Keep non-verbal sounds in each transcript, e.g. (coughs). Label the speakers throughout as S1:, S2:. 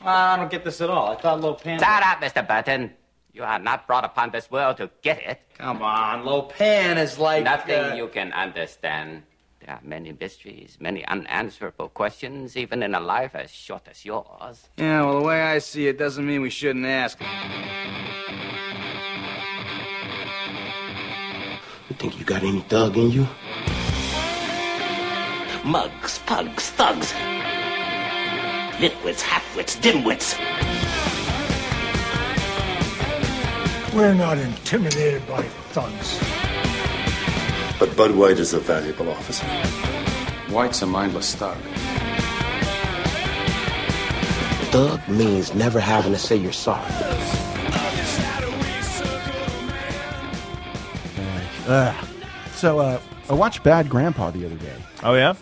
S1: I don't get this at all. I thought Lopan.
S2: Shut up, Mr. Burton. You are not brought upon this world to get it.
S1: Come on, Lopan is like
S2: Nothing
S1: uh,
S2: you can understand. There are many mysteries, many unanswerable questions, even in a life as short as yours.
S1: Yeah, well, the way I see it doesn't mean we shouldn't ask.
S3: You think you got any thug in you?
S4: Mugs, pugs, thugs. Litwits, halfwits, dimwits.
S5: We're not intimidated by thugs.
S6: But Bud White is a valuable officer.
S7: White's a mindless thug.
S3: Thug means never having to say you're sorry.
S8: So uh, I watched Bad Grandpa the other day.
S9: Oh yeah,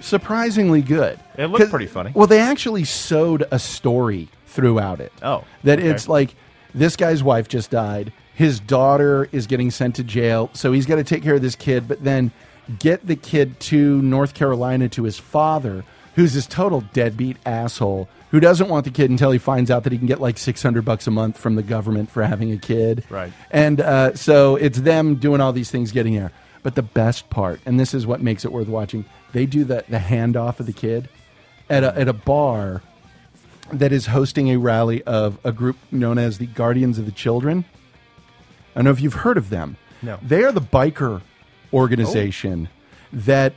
S8: Surprisingly good.
S9: It looked
S8: 'Cause-
S9: pretty funny.
S8: Well, they actually sewed a story throughout it.
S9: Oh,
S8: that
S9: okay.
S8: it's like this guy's wife just died. His daughter is getting sent to jail, so he's got to take care of this kid. But then get the kid to North Carolina to his father, who's this total deadbeat asshole who doesn't want the kid until he finds out that he can get like six hundred bucks a month from the government for having a kid.
S9: Right.
S8: And uh, so it's them doing all these things, getting there. But the best part, and this is what makes it worth watching, they do the, the handoff of the kid at a, at a bar that is hosting a rally of a group known as the Guardians of the Children. I don't know if you've heard of them.
S9: No.
S8: They are the biker organization that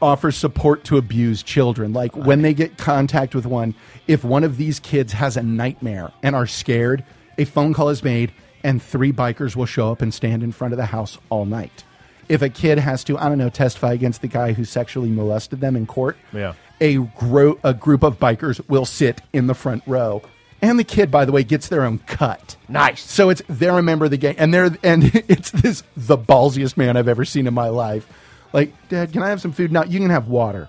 S8: offer support to abused children. Like when they get contact with one, if one of these kids has a nightmare and are scared, a phone call is made and three bikers will show up and stand in front of the house all night. If a kid has to, I don't know, testify against the guy who sexually molested them in court,
S9: Yeah.
S8: a, gro- a group of bikers will sit in the front row. And the kid, by the way, gets their own cut.
S9: Nice.
S8: So it's they're a member of the gang, and they're and (laughs) it's this the ballsiest man I've ever seen in my life. Like, Dad, can I have some food? No, you can have water.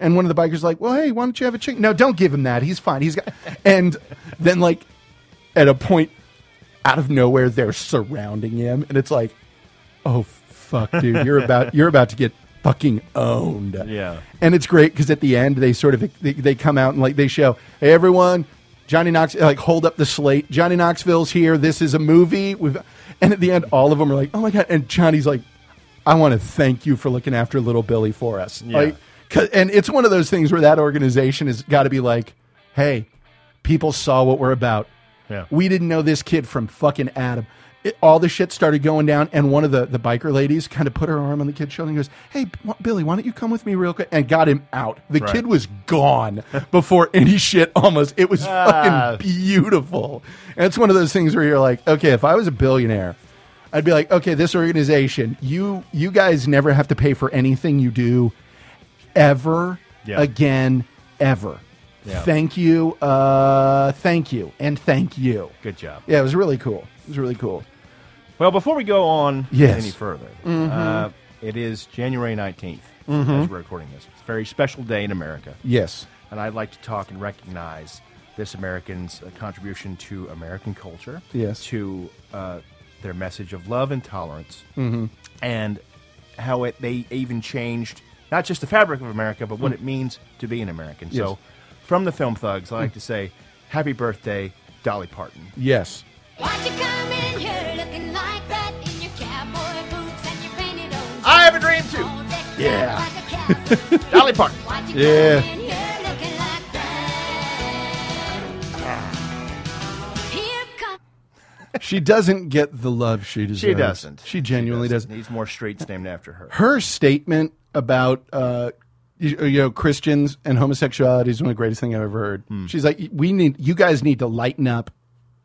S8: And one of the bikers like, well, hey, why don't you have a chicken? No, don't give him that. He's fine. He's got. And then like, at a point out of nowhere, they're surrounding him, and it's like, oh fuck, dude, you're about (laughs) you're about to get fucking owned.
S9: Yeah.
S8: And it's great because at the end they sort of they, they come out and like they show, hey everyone, Johnny Knox like hold up the slate. Johnny Knoxville's here. This is a movie. We've, and at the end, all of them are like, oh my god. And Johnny's like, I want to thank you for looking after little Billy for us.
S9: Yeah.
S8: Like, 'cause- and it's one of those things where that organization has got to be like, hey, people saw what we're about.
S9: Yeah.
S8: We didn't know this kid from fucking Adam. It- all the shit started going down, and one of the, the biker ladies kind of put her arm on the kid's shoulder and goes, Hey, B- wh- Billy, why don't you come with me real quick? And got him out. The
S9: Right.
S8: kid was gone (laughs) before any shit almost. It was
S9: Ah.
S8: fucking beautiful. And it's one of those things where you're like, Okay, if I was a billionaire, I'd be like, Okay, this organization, you, you guys never have to pay for anything you do ever
S9: Yeah.
S8: again, ever.
S9: Yeah.
S8: Thank you, uh, thank you, and thank you.
S9: Good job.
S8: Yeah, it was really cool. It was really cool.
S9: Well, before we go on
S8: Yes. Mm-hmm.
S9: any further, uh, it is January 19th as we're recording this. It's a very special day in America,
S8: Yes.
S9: and I'd like to talk and recognize this American's uh, contribution to American culture,
S8: Yes.
S9: to uh, their message of love and tolerance,
S8: Mm-hmm.
S9: and how it they even changed not just the fabric of America, but what it means to be an American.
S8: Mm. Yes. Mm.
S9: So, from the film Thugs, I like to say, Happy Birthday, Dolly Parton.
S8: Yes.
S10: Why'd you come in here looking like that in your cowboy boots and your painted old
S9: I have a dream too,
S10: all decked out
S8: Yeah.
S10: like a cowboy?
S9: Dolly Parton.
S10: Why'd you
S8: (laughs) Yeah.
S10: come in here looking like that? Here comes
S8: She doesn't get the love she deserves.
S9: She doesn't.
S8: She genuinely doesn't.
S9: Needs more streets named after her.
S8: Her statement about uh, you, you know Christians and homosexuality is one of the greatest thing I've ever heard.
S9: Hmm.
S8: She's like, we need you guys need to lighten up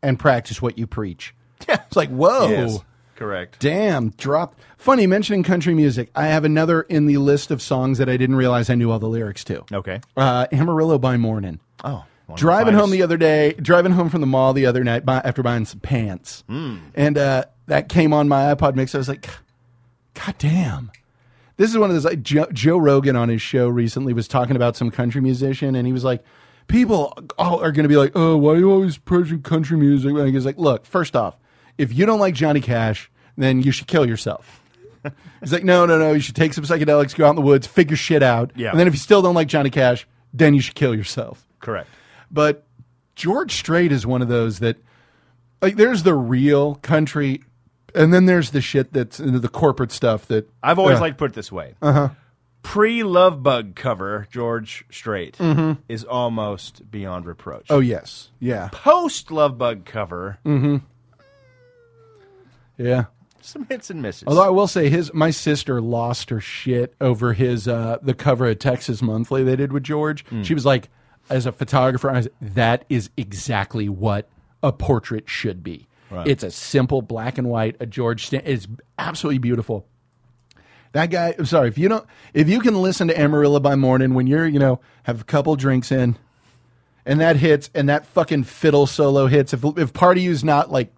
S8: and practice what you preach. It's like, whoa.
S9: Yes, correct.
S8: Damn, drop. Funny mentioning country music. I have another in the list of songs that I didn't realize I knew all the lyrics to.
S9: okay.
S8: Uh, Amarillo by Morning.
S9: Oh, one of the
S8: driving
S9: finest-
S8: home the other day, driving home from the mall the other night buy, after buying some pants, and uh, that came on my iPod mix. I was like, God damn. This is one of those like Joe, Joe Rogan on his show recently was talking about some country musician, and he was like, "People all are going to be like, oh, why are you always praising country music?" And he's like, "Look, first off, if you don't like Johnny Cash, then you should kill yourself." He's like, "No, no, no, you should take some psychedelics, go out in the woods, figure shit out,
S9: Yeah.
S8: and then if you still don't like Johnny Cash, then you should kill yourself."
S9: Correct.
S8: But George Strait is one of those that like there's the real country and then there's the shit that's the corporate stuff that
S9: I've always
S8: uh,
S9: liked to put it this way.
S8: Uh-huh.
S9: Pre Love Bug cover, George Strait, is almost beyond reproach.
S8: Mm-hmm. Oh yes. Yeah. Mm.
S9: Post Love Bug cover,
S8: Yeah.
S9: some hits and misses.
S8: Although I will say his my sister lost her shit over his uh the cover of Texas Monthly they did with George. She was like, as a photographer, I was, that is exactly what a portrait should be. It's a simple black and white, a George Stan it's absolutely beautiful. That guy I'm sorry, if you don't if you can listen to Amarillo by morning when you're, you know, have a couple drinks in and that hits and that fucking fiddle solo hits, if if Party U's not like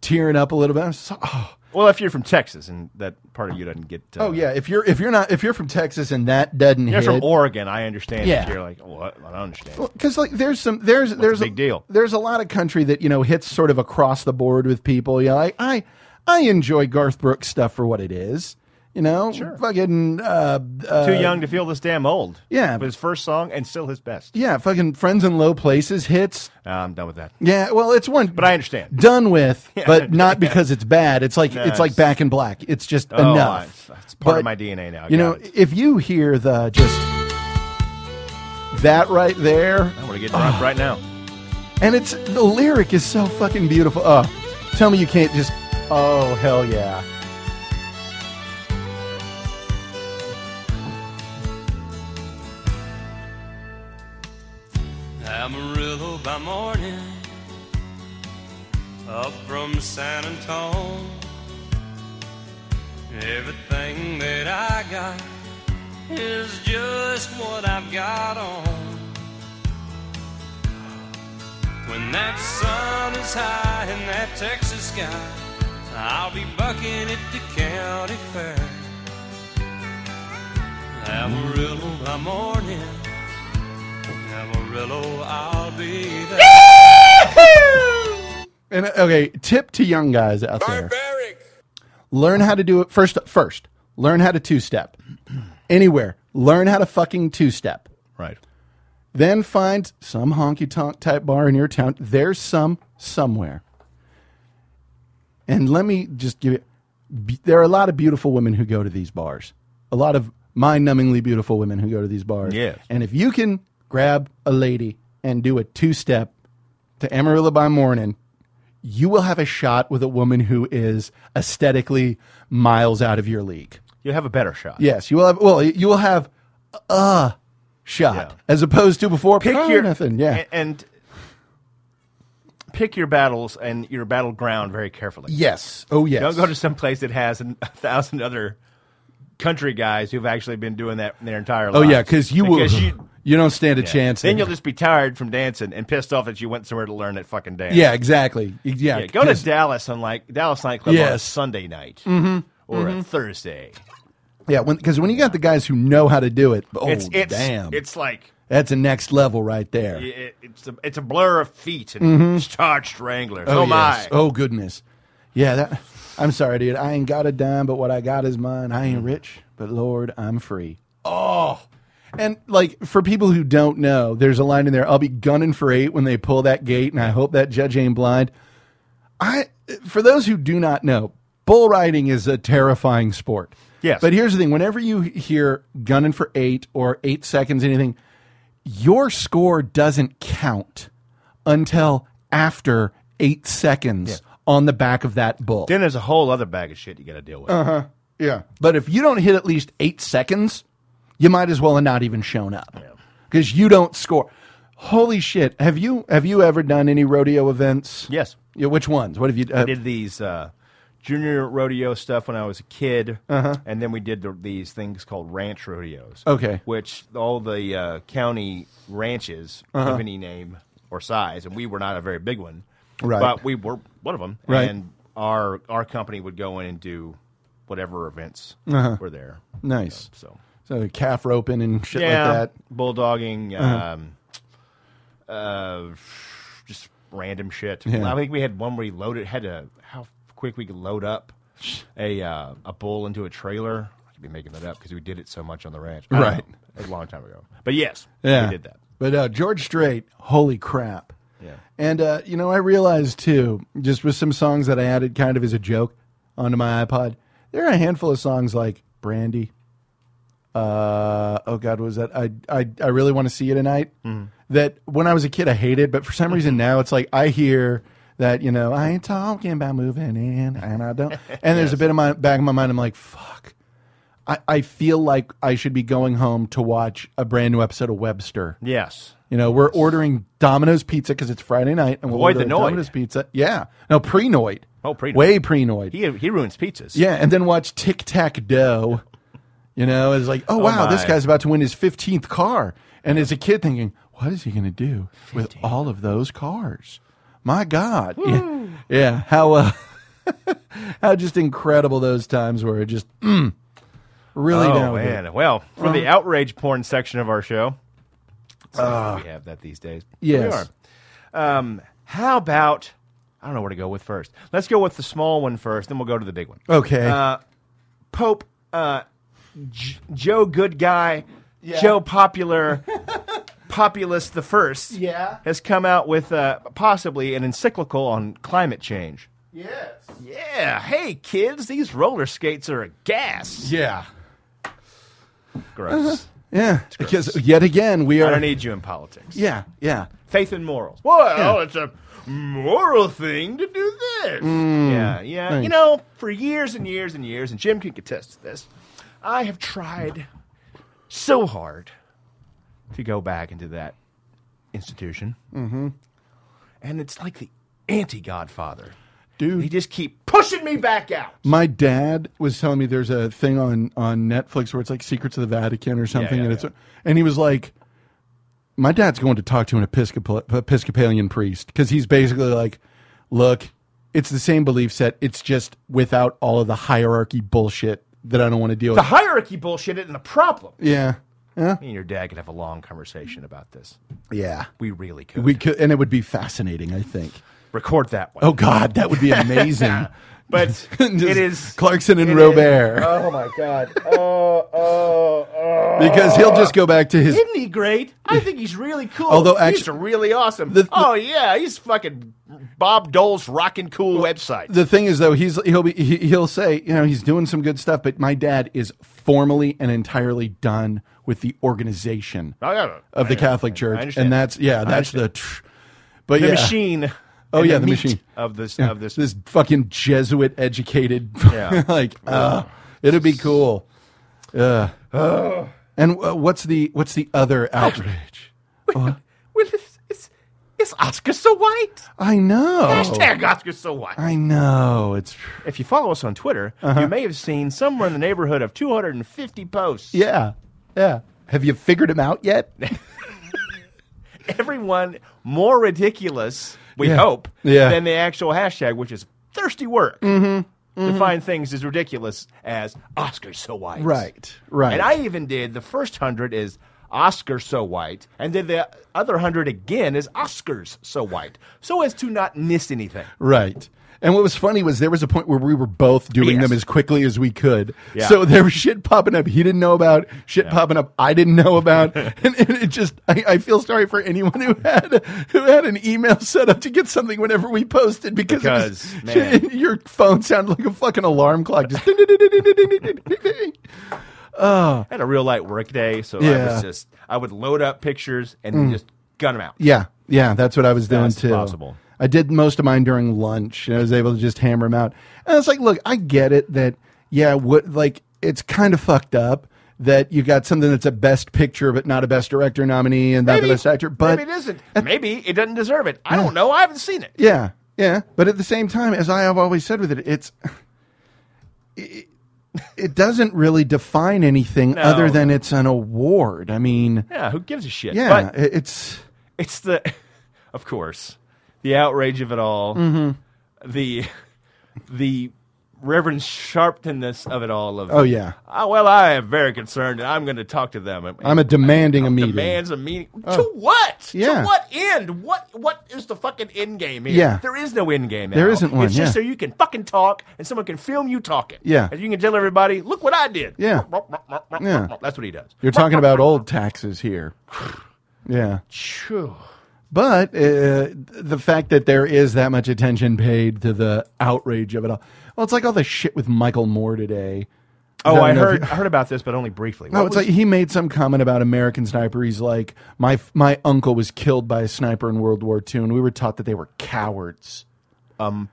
S8: tearing up a little bit, I'm so, oh,
S9: well, if you're from Texas and that part of you doesn't get. Uh,
S8: Oh yeah, if you're if you're not if you're from Texas and that doesn't
S9: You're
S8: hit,
S9: from Oregon, I understand. that
S8: Yeah.
S9: You're like, oh, I I don't understand.
S8: because like there's some there's there's
S9: the big deal?
S8: There's a lot of country that you know hits sort of across the board with people. Yeah, like I I enjoy Garth Brooks stuff for what it is. You know, fucking uh, uh,
S9: Too young to feel this damn old.
S8: Yeah.
S9: But his first song and still his best.
S8: yeah, fucking friends in low places hits.
S9: Uh, I'm done with that.
S8: Yeah, well, it's one,
S9: But I understand.
S8: done with,
S9: (laughs) Yeah.
S8: but not because it's bad. It's like it's like
S9: it's-
S8: Back in Black. It's just
S9: Oh,
S8: enough.
S9: I- it's part of my DNA now. I
S8: You know,
S9: got it.
S8: if you hear the just that right there,
S9: I want to get drunk right now.
S8: and it's the lyric is so fucking beautiful. Oh, tell me you can't just. Oh hell yeah.
S11: Amarillo by morning, up from San Antone. Everything that I got is just what I've got on. When that sun is high in that Texas sky, I'll be bucking at the county fair. Amarillo by morning. Amarillo, I'll be there.
S8: And uh, okay, tip to young guys out there: learn how to do it first. First, learn how to two step. Anywhere, learn how to fucking two step.
S9: Right.
S8: Then find some honky tonk type bar in your town. There's some somewhere. And let me just give you be- there are a lot of beautiful women who go to these bars. A lot of mind numbingly beautiful women who go to these bars.
S9: Yes.
S8: And if you can grab a lady and do a two step to Amarillo by morning, you will have a shot with a woman who is aesthetically miles out of your league.
S9: You'll have a better shot.
S8: Yes, you will have. Well, you will have a shot
S9: Yeah.
S8: as opposed to before.
S9: pick
S8: "Oh,
S9: your
S8: nothing. Yeah,
S9: a- and, pick your battles and your battleground very carefully.
S8: yes. Oh, yes.
S9: Don't go to some place that has an, a thousand other country guys who''ve actually been doing that their entire
S8: oh
S9: lives.
S8: yeah, because you will. You, (laughs)
S9: you-
S8: don't stand a
S9: yeah.
S8: chance.
S9: Then
S8: there.
S9: you'll just be tired from dancing and pissed off that you went somewhere to learn that fucking dance.
S8: Yeah, exactly. E, Yeah,
S9: Yeah, go to
S8: 'cause-
S9: Dallas on like Dallas nightclub on a
S8: Yes. Mm-hmm.
S9: Sunday night or a Thursday.
S8: yeah, because when, you got the guys who know how to do it, oh
S9: it's it's
S8: damn,
S9: it's like
S8: that's a next level right there.
S9: it, it's a it's a blur of feet and starched wranglers. Oh, my!
S8: yes. Mm-hmm. Oh goodness. Yeah, that. I'm sorry, dude. I ain't got a dime, but what I got is mine. I
S9: Mm.
S8: ain't rich, but Lord, I'm free. Oh. And like for people who don't know, there's a line in there. I'll be gunning for eight when they pull that gate, and I hope that judge ain't blind. I for those who do not know, bull riding is a terrifying sport.
S9: Yes.
S8: But here's the thing: whenever you hear gunning for eight or eight seconds, anything, your score doesn't count until after eight seconds on the back of that bull.
S9: Then there's a whole other bag of shit you got to deal with.
S8: Uh-huh. yeah. But if you don't hit at least eight seconds, you might as well have not even shown up because you don't score. Holy shit! Have you have you ever done any rodeo events?
S9: Yes.
S8: Yeah, which ones? What have you? Uh,
S9: I did these uh, junior rodeo stuff when I was a kid,
S8: Uh-huh.
S9: and then we did the, these things called ranch rodeos.
S8: Okay.
S9: which all the uh, county ranches
S8: Uh-huh.
S9: of any name or size, and we were not a very big one,
S8: Right.
S9: But we were one of them,
S8: Right.
S9: and our our company would go in and do whatever events were there.
S8: Uh-huh. nice.
S9: So
S8: So calf roping and shit
S9: yeah,
S8: like Uh-huh.
S9: bulldogging, um, uh, just random shit.
S8: Yeah.
S9: I think we had one where we loaded had to how quick we could load up a uh, a bull into a trailer. I could be making that up because we did it so much on the ranch, I don't
S8: Right.
S9: know. It was a long time ago. But yes,
S8: that. Yeah,
S9: we did that.
S8: But uh, George Strait, holy crap.
S9: Yeah.
S8: And, uh, you know, I realized too, just with some songs that I added kind of as a joke onto my iPod, there are a handful of songs like Brandy. Uh, oh, God, what was that? I, I, I really want to see you tonight. That when I was a kid, I hated, but for some reason now it's like I hear that, you know, I ain't talking about moving in and I don't. And there's a bit of my back of my mind, I'm like, fuck. I, I feel like I should be going home to watch a brand new episode of Webster.
S9: Yes.
S8: You know, we're ordering Domino's pizza because it's Friday night, and we'll
S9: Avoid
S8: order
S9: the Noid.
S8: Domino's pizza. Yeah, no prenoid.
S9: Oh, pre-noid.
S8: Way prenoid.
S9: He he ruins pizzas.
S8: Yeah, and then watch Tic Tac Doe. You know, it's like, oh, wow, this
S9: my.
S8: guy's about to win his fifteenth car, and as a kid thinking, what is he going to do with all of those cars? My God, yeah, yeah, how uh, (laughs) how just incredible those times were. Just mm, really Uh-huh.
S9: Oh
S8: down with it.
S9: man. Well, for the outrage porn section of our show, so we have that these days.
S8: Uh, Yes.
S9: We are. Um, how about? I don't know where to go with first. Let's go with the small one first, then we'll go to the big one.
S8: Okay.
S9: Uh, Pope, uh, J- Joe Good Guy, Joe Popular, (laughs) Populus the First,
S8: Yeah.
S9: has come out with uh, possibly an encyclical on climate change.
S8: yes.
S9: Yeah, hey kids, these roller skates are a gas.
S8: Yeah. Uh-huh.
S9: Gross.
S8: Yeah, because yet again we
S9: I
S8: are.
S9: don't need you in politics.
S8: yeah, yeah,
S9: Faith and morals. Well, it's a moral thing to do this. yeah, yeah. You
S8: thanks.
S9: know, for years and years and years, and Jim can contest to this, I have tried so hard to go back into that institution. Mm-hmm. And it's like the anti Godfather. They
S8: dude.
S9: just keep pushing me back out.
S8: My dad was telling me there's a thing on on Netflix where it's like Secrets of the Vatican or something,
S9: yeah,
S8: and it's and he was like, my dad's going to talk to an Episcopal, Episcopalian priest because he's basically like, look, it's the same belief set, it's just without all of the hierarchy bullshit that I don't want to deal
S9: The
S8: with.
S9: hierarchy bullshit isn't the problem.
S8: Yeah,
S9: Me and your dad could have a long conversation about this.
S8: yeah.
S9: We really could.
S8: We could, and it would be fascinating. I think.
S9: record that one.
S8: Oh God, that would
S9: (laughs)
S8: be amazing.
S9: But
S8: (laughs) Just
S9: it is
S8: Clarkson and
S9: it is-
S8: Robert.
S9: Oh my god. Oh, oh, oh.
S8: because he'll just go back to his.
S9: Isn't he great? I think he's really cool.
S8: Although
S9: he's
S8: actu-
S9: really awesome.
S8: The- the-
S9: oh yeah, he's fucking Bob Dole's rockin' cool website.
S8: The thing is, though, he's he'll be he, he'll say, you know, he's doing some good stuff, but my dad is formally and entirely done with the organization
S9: I don't know.
S8: of the
S9: Oh, I know.
S8: Catholic Church,
S9: understand.
S8: and that's yeah,
S9: I
S8: that's the. Tr- but
S9: the
S8: yeah, (laughs)
S9: machine.
S8: Oh,
S9: and
S8: yeah, the
S9: meat
S8: machine.
S9: of this
S8: Yeah, (laughs)
S9: of this.
S8: this fucking Jesuit educated, (laughs)
S9: Yeah.
S8: like, uh, it'd be cool.
S9: (sighs)
S8: Uh, and uh, what's the what's the other outrage? Oh.
S9: Well, it's, it's, it's Oscar so white.
S8: I know.
S9: Hashtag Oscar so white.
S8: I know. It's
S9: If you follow us on Twitter,
S8: Uh-huh.
S9: you may have seen somewhere in the neighborhood of 250 posts.
S8: yeah, yeah. Have you figured him out yet?
S9: Everyone more ridiculous, we
S8: Yeah.
S9: hope,
S8: Yeah. Mm-hmm.
S9: than the actual hashtag, which is thirsty work. To find things as ridiculous as Oscar so white.
S8: right, right.
S9: And I even did the first hundred is Oscar so white, and then the other hundred again is Oscars so white, so as to not miss anything.
S8: Right. And what was funny was there was a point where we were both doing
S9: Yes.
S8: them as quickly as we could.
S9: Yeah.
S8: So there was shit popping up he didn't know about, shit popping up I didn't know about. (laughs) and, and it just I, I feel sorry for anyone who had who had an email set up to get something whenever we posted because, it was-
S9: Because, man.
S8: (laughs) your phone sounded like a fucking alarm clock. Just (laughs) ding, ding, ding, ding, ding, ding, ding, ding, ding.
S9: I had a real light work day, so I
S8: Yeah. Mm.
S9: was just I would load up pictures and just gun them out.
S8: Yeah, yeah, that's what I was doing
S9: That's
S8: too.
S9: possible.
S8: I did most of mine during lunch, and I was able to just hammer them out. And it's like, look, I get it that yeah, what like it's kind of fucked up that you got something that's a best picture but not a best director nominee and not the best actor, but
S9: maybe it isn't. Maybe it doesn't deserve it. I don't know. I haven't seen it.
S8: yeah, yeah. But at the same time, as I have always said with it, it's. (sighs) It, it doesn't really define anything
S9: No.
S8: other than it's an award. I mean,
S9: Yeah, who gives a shit?
S8: yeah,
S9: but
S8: it- it's
S9: it's the, (laughs) of course, the outrage of it all,
S8: Mm-hmm.
S9: the, the Reverend Sharptonness of it all. Of
S8: oh yeah,
S9: "Ah, well, I am very concerned, and I'm going to talk to them. And-
S8: I'm a demanding a meeting. Oh.
S9: demands a meeting. To what?
S8: Yeah.
S9: To what end? What What is the fucking end game here?
S8: Yeah.
S9: There is no end game.
S8: There
S9: Al.
S8: isn't one,
S9: It's just
S8: yeah.
S9: so you can fucking talk and someone can film you talking.
S8: Yeah.
S9: And you can tell everybody, look what I did.
S8: Yeah. Yeah.
S9: That's what he does.
S8: You're talking about old taxes here. (sighs) Yeah.
S9: Phew.
S8: But uh, the fact that there is that much attention paid to the outrage of it all. Well, it's like all the shit with Michael Moore today.
S9: Oh,
S8: Don't
S9: I
S8: know if
S9: heard
S8: you-
S9: I heard about this, but only briefly.
S8: No,
S9: What
S8: it's
S9: was-
S8: like he made some comment about American sniper. He's like, my my uncle was killed by a sniper in World War II, and we were taught that they were cowards.
S9: Um,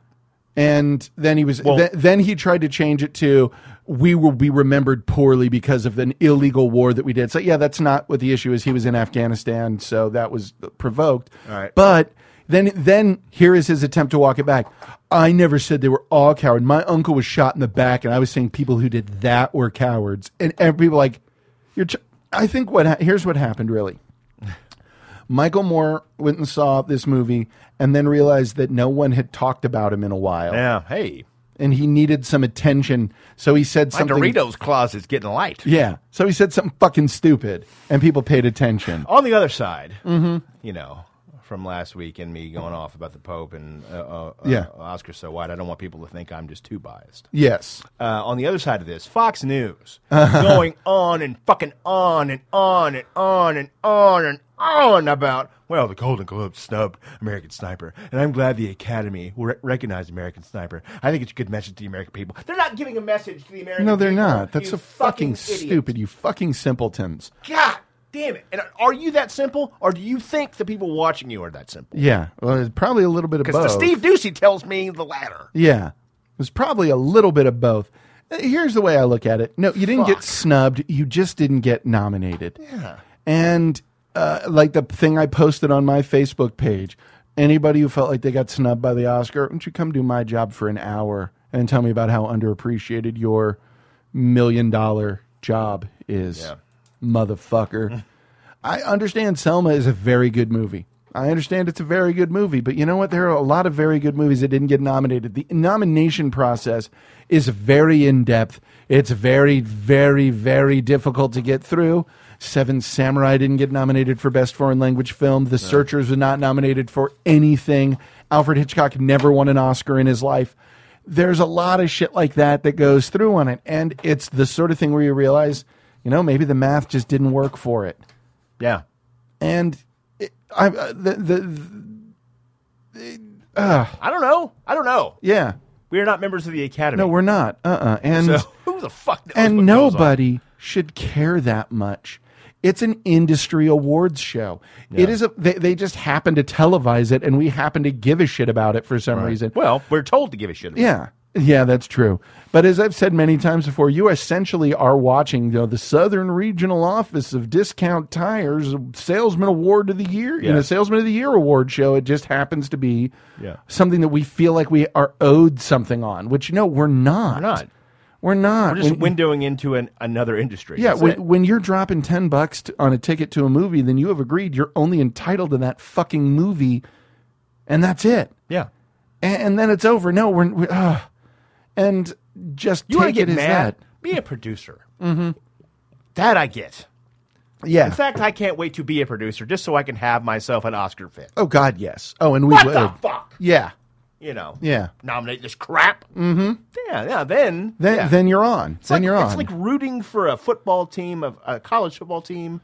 S8: and then he was
S9: Well-
S8: th- then he tried to change it to we will be remembered poorly because of an illegal war that we did. So yeah, that's not what the issue is. He was in Afghanistan, so that was provoked.
S9: All right.
S8: But then then here is his attempt to walk it back. I never said they were all cowards. My uncle was shot in the back, and I was saying people who did that were cowards. And, and people were like, you're. Ch-. I think what ha- here's what happened really. (laughs) Michael Moore went and saw this movie, and then realized that no one had talked about him in a while
S9: yeah. Hey,
S8: and he needed some attention. So he said
S9: my
S8: something.
S9: Doritos closet's getting light.
S8: Yeah. So he said something fucking stupid, and people paid attention.
S9: On the other side,
S8: Mm-hmm.
S9: you know, from last week and me going off about the Pope and uh, uh,
S8: Yeah.
S9: uh, Oscar so white, I don't want people to think I'm just too biased.
S8: Yes.
S9: uh, on the other side of this, Fox News (laughs) going on and fucking on and on and on and on and on about well, the Golden Globe snubbed American Sniper, and I'm glad the Academy re- recognized American Sniper. I think it's a good message to the American people. They're not giving a message to the American.
S8: No, they're
S9: people,
S8: not. That's
S9: you
S8: so fucking,
S9: idiot.
S8: stupid. You fucking simpletons.
S9: God damn it! And are you that simple, or do you think the people watching you are that simple?
S8: Yeah. Well, it's probably a little bit of both.
S9: Because the Steve Ducey tells me the latter.
S8: Yeah. It was probably a little bit of both. Uh, Here's the way I look at it. No, you didn't
S9: Fuck.
S8: get snubbed. You just didn't get nominated. Yeah. And uh, like the thing I posted on my Facebook page, anybody who felt like they got snubbed by the Oscar, why don't you come do my job for an hour and tell me about how underappreciated your million dollar job is,
S9: Yeah.
S8: (laughs) motherfucker. I understand Selma is a very good movie. I understand it's a very good movie, but you know what? There are a lot of very good movies that didn't get nominated. The nomination process is very in depth. It's very, very, very difficult to get through. Seven Samurai didn't get nominated for Best Foreign Language Film. The Searchers were not nominated for anything. Alfred Hitchcock never won an Oscar in his life there's a lot of shit like that that goes through on it. And it's the sort of thing where you realize, you know, maybe the math just didn't work for it.
S9: Yeah.
S8: And it, I, uh, the, the, the-
S9: I don't know. I don't know.
S8: yeah,
S9: We are not members of the Academy.
S8: no, we're not. Uh uh And,
S9: So (laughs) who the fuck knows
S8: (laughs) and
S9: (laughs) what goes on?
S8: nobody should care that much. It's an industry awards show. It is a, they, they just happen to televise it and we happen to give a shit about it for some reason.
S9: Well, we're told to give a shit. About
S8: Yeah. Yeah, that's true. But as I've said many times before, you essentially are watching you know, the Southern Regional Office of Discount Tires Salesman Award of the Year in
S9: Yeah.
S8: a Salesman of the Year award show. It just happens to be
S9: Yeah.
S8: something that we feel like we are owed something on, which no, we're not.
S9: We're not.
S8: We're not.
S9: We're just
S8: When-
S9: windowing into an, another industry.
S8: yeah,
S9: That's it.
S8: when, when you're dropping 10 bucks t- on a ticket to a movie, then you have agreed you're only entitled to that fucking movie, and that's it
S9: yeah.
S8: and, and then it's over. No, we're, we uh, and just
S9: You want to
S8: take
S9: get
S8: it as
S9: mad? Be a producer. Mm-hmm. That I get.
S8: that. Yeah.
S9: In fact, I can't wait to be a producer just so I can have myself an Oscar fit.
S8: oh God, yes. Oh, and we
S9: What
S8: would.
S9: the fuck?
S8: Yeah,
S9: You know.
S8: yeah.
S9: Nominate this crap. Mm-hmm. Yeah. Yeah. Then.
S8: Then
S9: yeah.
S8: then you're on.
S9: It's
S8: then
S9: like,
S8: you're on.
S9: It's like rooting for a football team of a college football team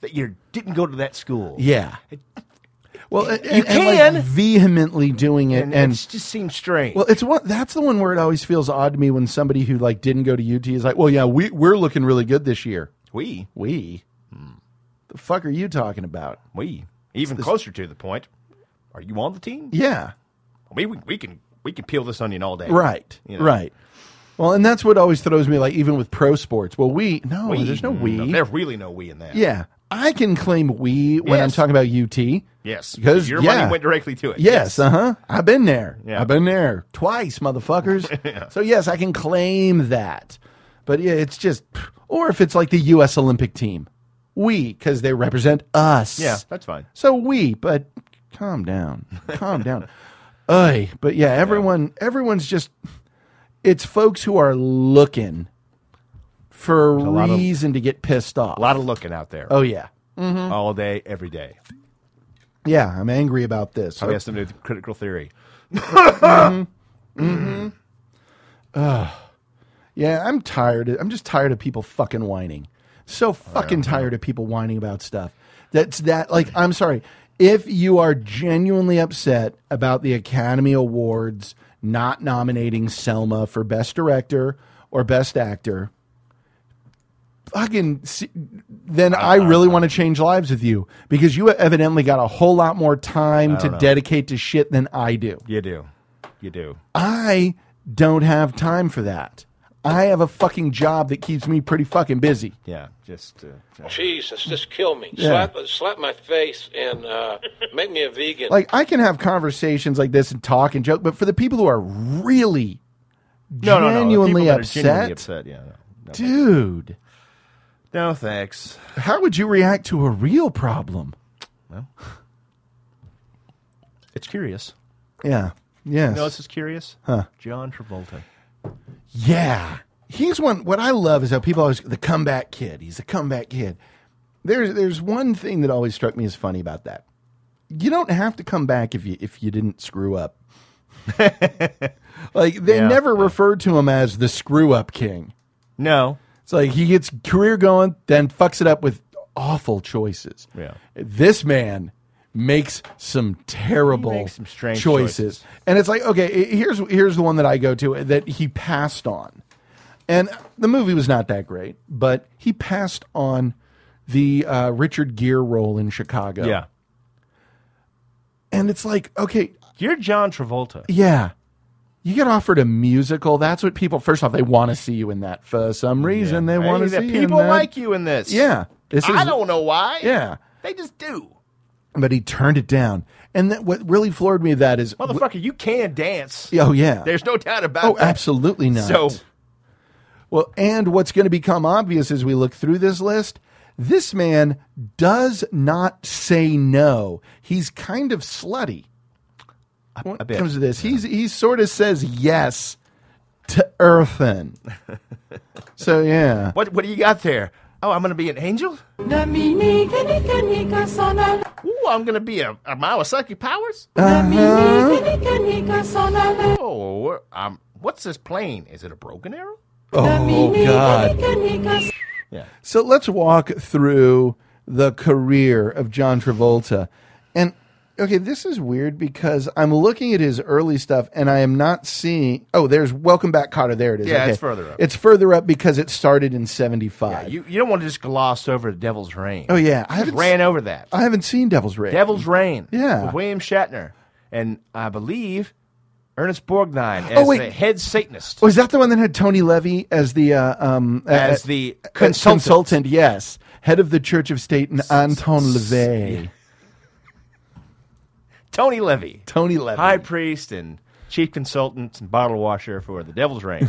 S9: that you didn't go to that school.
S8: yeah. Well, and,
S9: You
S8: and, and,
S9: can.
S8: like vehemently doing it,
S9: And,
S8: and,
S9: it just seems strange.
S8: well, it's one. That's the one where it always feels odd to me when somebody who like didn't go to UT is like, well, yeah, we we're looking really good this year.
S9: we
S8: We. Hmm. The fuck are you talking about?
S9: We even closer to the point. Are you on the team?
S8: Yeah.
S9: We, we we can we can peel this onion all day.
S8: Right.
S9: You know?
S8: Right. Well, and that's what always throws me, like even with pro sports. Well, we no,
S9: We,
S8: Oh, there's no
S9: Mm,
S8: we.
S9: There's really no we in that.
S8: yeah, I can claim we when I'm
S9: Yes.
S8: talking about UT.
S9: Yes.
S8: Because,
S9: your
S8: yeah.
S9: money went directly to it.
S8: Yes, uh huh. I've been there.
S9: Yeah.
S8: I've been there twice,
S9: (laughs)
S8: motherfuckers. So yes, I can claim that. But yeah, it's just, or if it's like the U.S. Olympic team, we because they represent us.
S9: Yeah. That's fine.
S8: So we, but calm down, calm down. Oy, but yeah, everyone, everyone's just. It's folks who are looking for a
S9: a lot of-
S8: reason to get pissed off.
S9: A lot of looking out there
S8: oh yeah,
S9: all day, every day.
S8: yeah. I'm angry about this.
S9: Probably has something to do with critical theory.
S8: Yeah, I'm Oh, tired. I'm just tired of people fucking whining. So fucking tired of people whining about stuff. That's that. Like, I'm sorry. If you are genuinely upset about the Academy Awards not nominating Selma for Best Director or Best Actor, fucking, se- then I, really want to change lives with you because you evidently got a whole lot more time to
S9: know.
S8: dedicate to shit than I do.
S9: You do. You do.
S8: I don't have time for that. I have a fucking job that keeps me pretty fucking busy.
S9: Yeah, just. Uh,
S12: Jesus, just kill me.
S8: Yeah.
S12: Slap, slap my face and uh, make me a vegan.
S8: Like I can have conversations like this and talk and joke, but for the people who are really
S9: no, no, no. The
S8: genuinely,
S9: people that are
S8: upset,
S9: genuinely upset. Yeah. No, no.
S8: dude,
S9: No, thanks.
S8: how would you react to a real problem?
S9: Well, it's curious.
S8: Yeah. Yes.
S9: You know, this is curious.
S8: Huh.
S9: John Travolta.
S8: Yeah. He's one what I love is how people always the comeback kid. He's a comeback kid. There's there's one thing that always struck me as funny about that. You don't have to come back if you if you didn't screw up. like they
S9: Yeah.
S8: never referred to him as the screw up king.
S9: No.
S8: It's like he gets career going, then fucks it up with awful choices.
S9: Yeah.
S8: This man makes some terrible
S9: He makes some strange choices.
S8: and it's like okay, i- here's here's the one that I go to that he passed on, and the movie was not that great, but he passed on the uh, Richard Gere role in Chicago.
S9: Yeah.
S8: and it's like okay,
S9: You're John Travolta.
S8: yeah. You get offered a musical. That's what people. First off, they want to see you in that for some reason. They
S9: Hey,
S8: want to
S9: that
S8: see you in
S9: people
S8: that.
S9: like you in this.
S8: Yeah, this
S9: I
S8: is-
S9: don't know why.
S8: Yeah,
S9: They just do.
S8: but he turned it down. And that, what really floored me of that is,
S9: Motherfucker, you can dance.
S8: oh yeah,
S9: There's no doubt about
S8: oh
S9: that.
S8: absolutely not.
S9: So,
S8: well, and what's going to become obvious as we look through this list, this man does not say no. He's kind of slutty. When it
S9: bit.
S8: comes to this, he's he sort of says yes to
S9: (laughs)
S8: Earthen. so yeah,
S9: what, what do you got there? Oh, I'm going to be an angel? Ooh, I'm going to be a, a Mawasaki Powers? Oh, um, what's this plane? Is it a broken arrow?
S8: oh god.
S9: Yeah.
S8: So let's walk through the career of John Travolta. And okay, this is weird because I'm looking at his early stuff and I am not seeing. Oh, there's Welcome Back, Cotter. There it is.
S9: Yeah,
S8: Okay.
S9: it's further up.
S8: It's further up because it started in 75.
S9: You, you don't want to just gloss over the Devil's Reign.
S8: oh, yeah. I haven't,
S9: Ran over that.
S8: I haven't seen Devil's Ray.
S9: Devil's Reign.
S8: Yeah.
S9: With William Shatner. And I believe Ernest Borgnine as
S8: Oh, wait.
S9: the head Satanist.
S8: Was Oh, that the one that had Tony Levy as the uh, um uh,
S9: As the
S8: uh,
S9: consultant.
S8: consultant? Yes, head of the Church of Satan, Anton Levey.
S9: (laughs) Tony Levy.
S8: Tony Levy.
S9: High priest and chief consultant and bottle washer for the
S8: (laughs)
S9: Devil's Reign.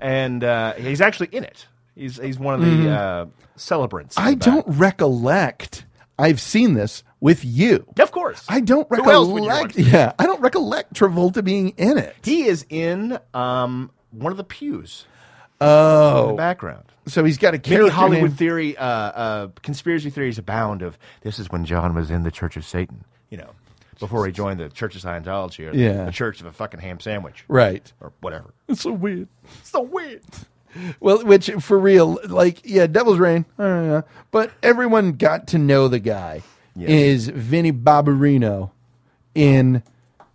S9: and uh, he's actually in it. He's, he's one of the uh, celebrants. of
S8: Hmm. I
S9: that.
S8: don't recollect. I've seen this with you.
S9: Of course.
S8: I don't
S9: Who else would you
S8: recollect.
S9: want?
S8: Yeah, I don't recollect Travolta being in it.
S9: He is in um, one of the pews in the
S8: oh,
S9: background.
S8: so he's got a
S9: Many
S8: character
S9: Hollywood
S8: name-
S9: theory, uh, uh, conspiracy theories abound of this is when John was in the Church of Satan, you know, before he joined the Church of Scientology or the-
S8: Yeah.
S9: the Church of a fucking ham sandwich
S8: right?
S9: or whatever.
S8: It's so weird.
S9: It's so weird.
S8: Well, which for real, like yeah, Devil's Rain. Uh, but everyone got to know the guy
S9: Yes.
S8: is Vinnie Barbarino in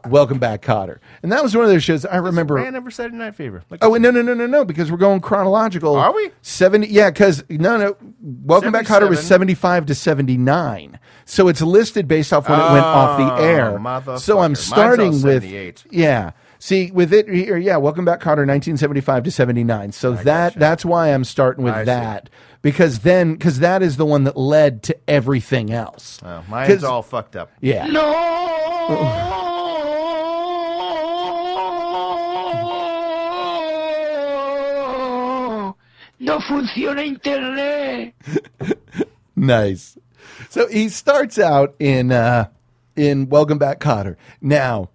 S8: Welcome Back, Cotter, and that was one of those shows I remember.
S9: Man, never said night fever. Like
S8: Oh, and no, no, no, no, no, because we're going chronological.
S9: Are we?
S8: 70, yeah, because, no, no, Welcome Back Cotter was
S9: 77.
S8: 75 to 79. So it's listed based off when it went off the
S9: Oh,
S8: air.
S9: motherfucker.
S8: So I'm
S9: Mine's all
S8: starting with,
S9: 78.
S8: yeah. See, with it here, yeah, Welcome Back Cotter, 1975 to 79. So that that's why I'm starting with
S9: I see.
S8: that. Because then, because that is the one that led to everything else.
S9: Oh,
S8: 'Cause-
S9: mine's all fucked up.
S8: Yeah.
S4: No. No funciona internet.
S8: (laughs) Nice. So he starts out in uh, in Welcome Back, Cotter. Now,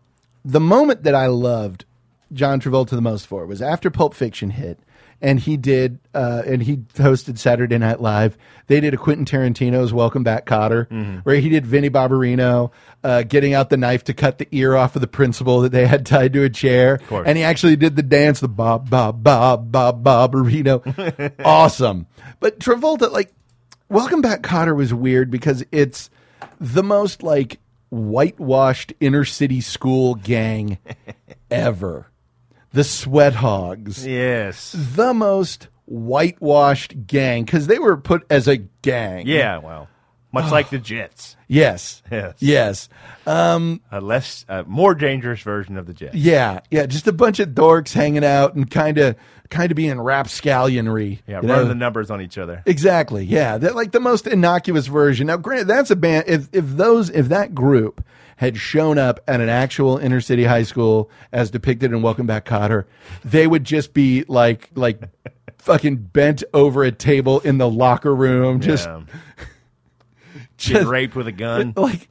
S8: the moment that I loved John Travolta the most for was after Pulp Fiction hit, and he did, uh, and he hosted Saturday Night Live. They did a Quentin Tarantino's Welcome Back, Cotter, where he did Vinnie Barbarino uh, getting out the knife to cut the ear off of the principal that they had tied to a chair,
S9: course.
S8: and he actually did the dance, the
S9: (laughs)
S8: bob, bob, bob, bob, Barbarino. awesome. But Travolta, like Welcome Back Cotter was weird because it's the most like whitewashed inner city school
S9: (laughs)
S8: gang ever. The Sweat Hogs.
S9: Yes.
S8: The most whitewashed gang because they were put as a gang.
S9: Yeah, well, much like the Jets.
S8: Yes.
S9: Yes.
S8: Yes. Um,
S9: a less, a more dangerous version of the Jets.
S8: Yeah, yeah, just a bunch of dorks hanging out and kind of kind of being rapscallionry.
S9: Yeah,
S8: you
S9: running
S8: know?
S9: the numbers on each other.
S8: Exactly. Yeah, that like the most innocuous version. Now, granted, that's a band. If if those if that group had shown up at an actual inner city high school as depicted in Welcome Back, Cotter, they would just be like like fucking bent over a table in the locker room, just
S9: Yeah.
S8: just- Oh.
S9: Getting Um, raped with a gun.
S8: like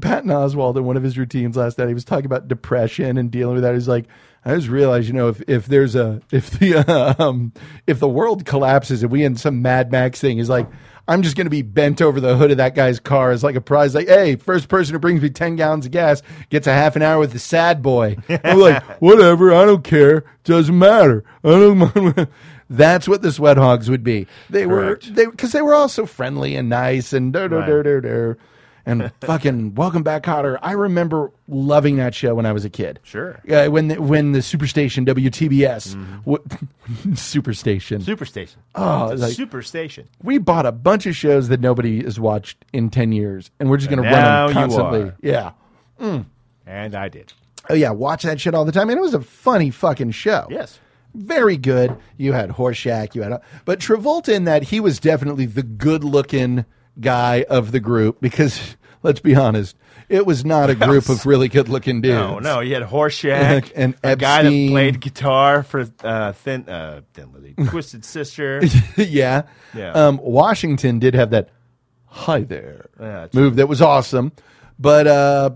S8: Patton Oswald in one of his routines last night, he was talking about depression and dealing with that. He's like, I just realized, you know, if, if there's a if the (laughs) um, if the world collapses and we in some Mad Max thing, he's like, I'm just going to be bent over the hood of that guy's car as like a prize. Like, hey, first person who brings me ten gallons of gas gets a half an hour with the sad boy. I'm like, whatever, I don't care, doesn't matter. I don't (laughs) mind. That's what the sweat hogs would be. They were they because they were all so friendly and nice and da da da
S9: Right.
S8: da da
S9: (laughs)
S8: and fucking welcome back Cotter. I remember loving that show when I was a kid.
S9: Sure. Mm-hmm.
S8: Uh, when the, when the Superstation WTBS w- (laughs) Superstation
S9: Superstation.
S8: Oh,
S9: It's a
S8: like-
S9: Superstation.
S8: we bought a bunch of shows that nobody has watched in 10 years and we're just going to
S9: And
S8: run
S9: now
S8: them
S9: you
S8: constantly.
S9: are.
S8: Yeah.
S9: And I did.
S8: Oh yeah, watch that shit all the time and it was a funny fucking show.
S9: Yes.
S8: Very good. You had Horshack, you had uh, but Travolta in that he was definitely the good-looking guy of the group because (laughs) let's be honest, it was not a group of really good-looking dudes.
S9: (laughs) No, no, you had Horseshack
S8: And
S9: a guy that
S8: Epstein.
S9: played guitar for uh, Thin uh, Thin
S8: (laughs)
S9: Lizzy, Twisted Sister.
S8: (laughs) yeah.
S9: Yeah.
S8: Um, Washington did have that "Hi there"
S9: Yeah, it's-
S8: move that was awesome, but uh,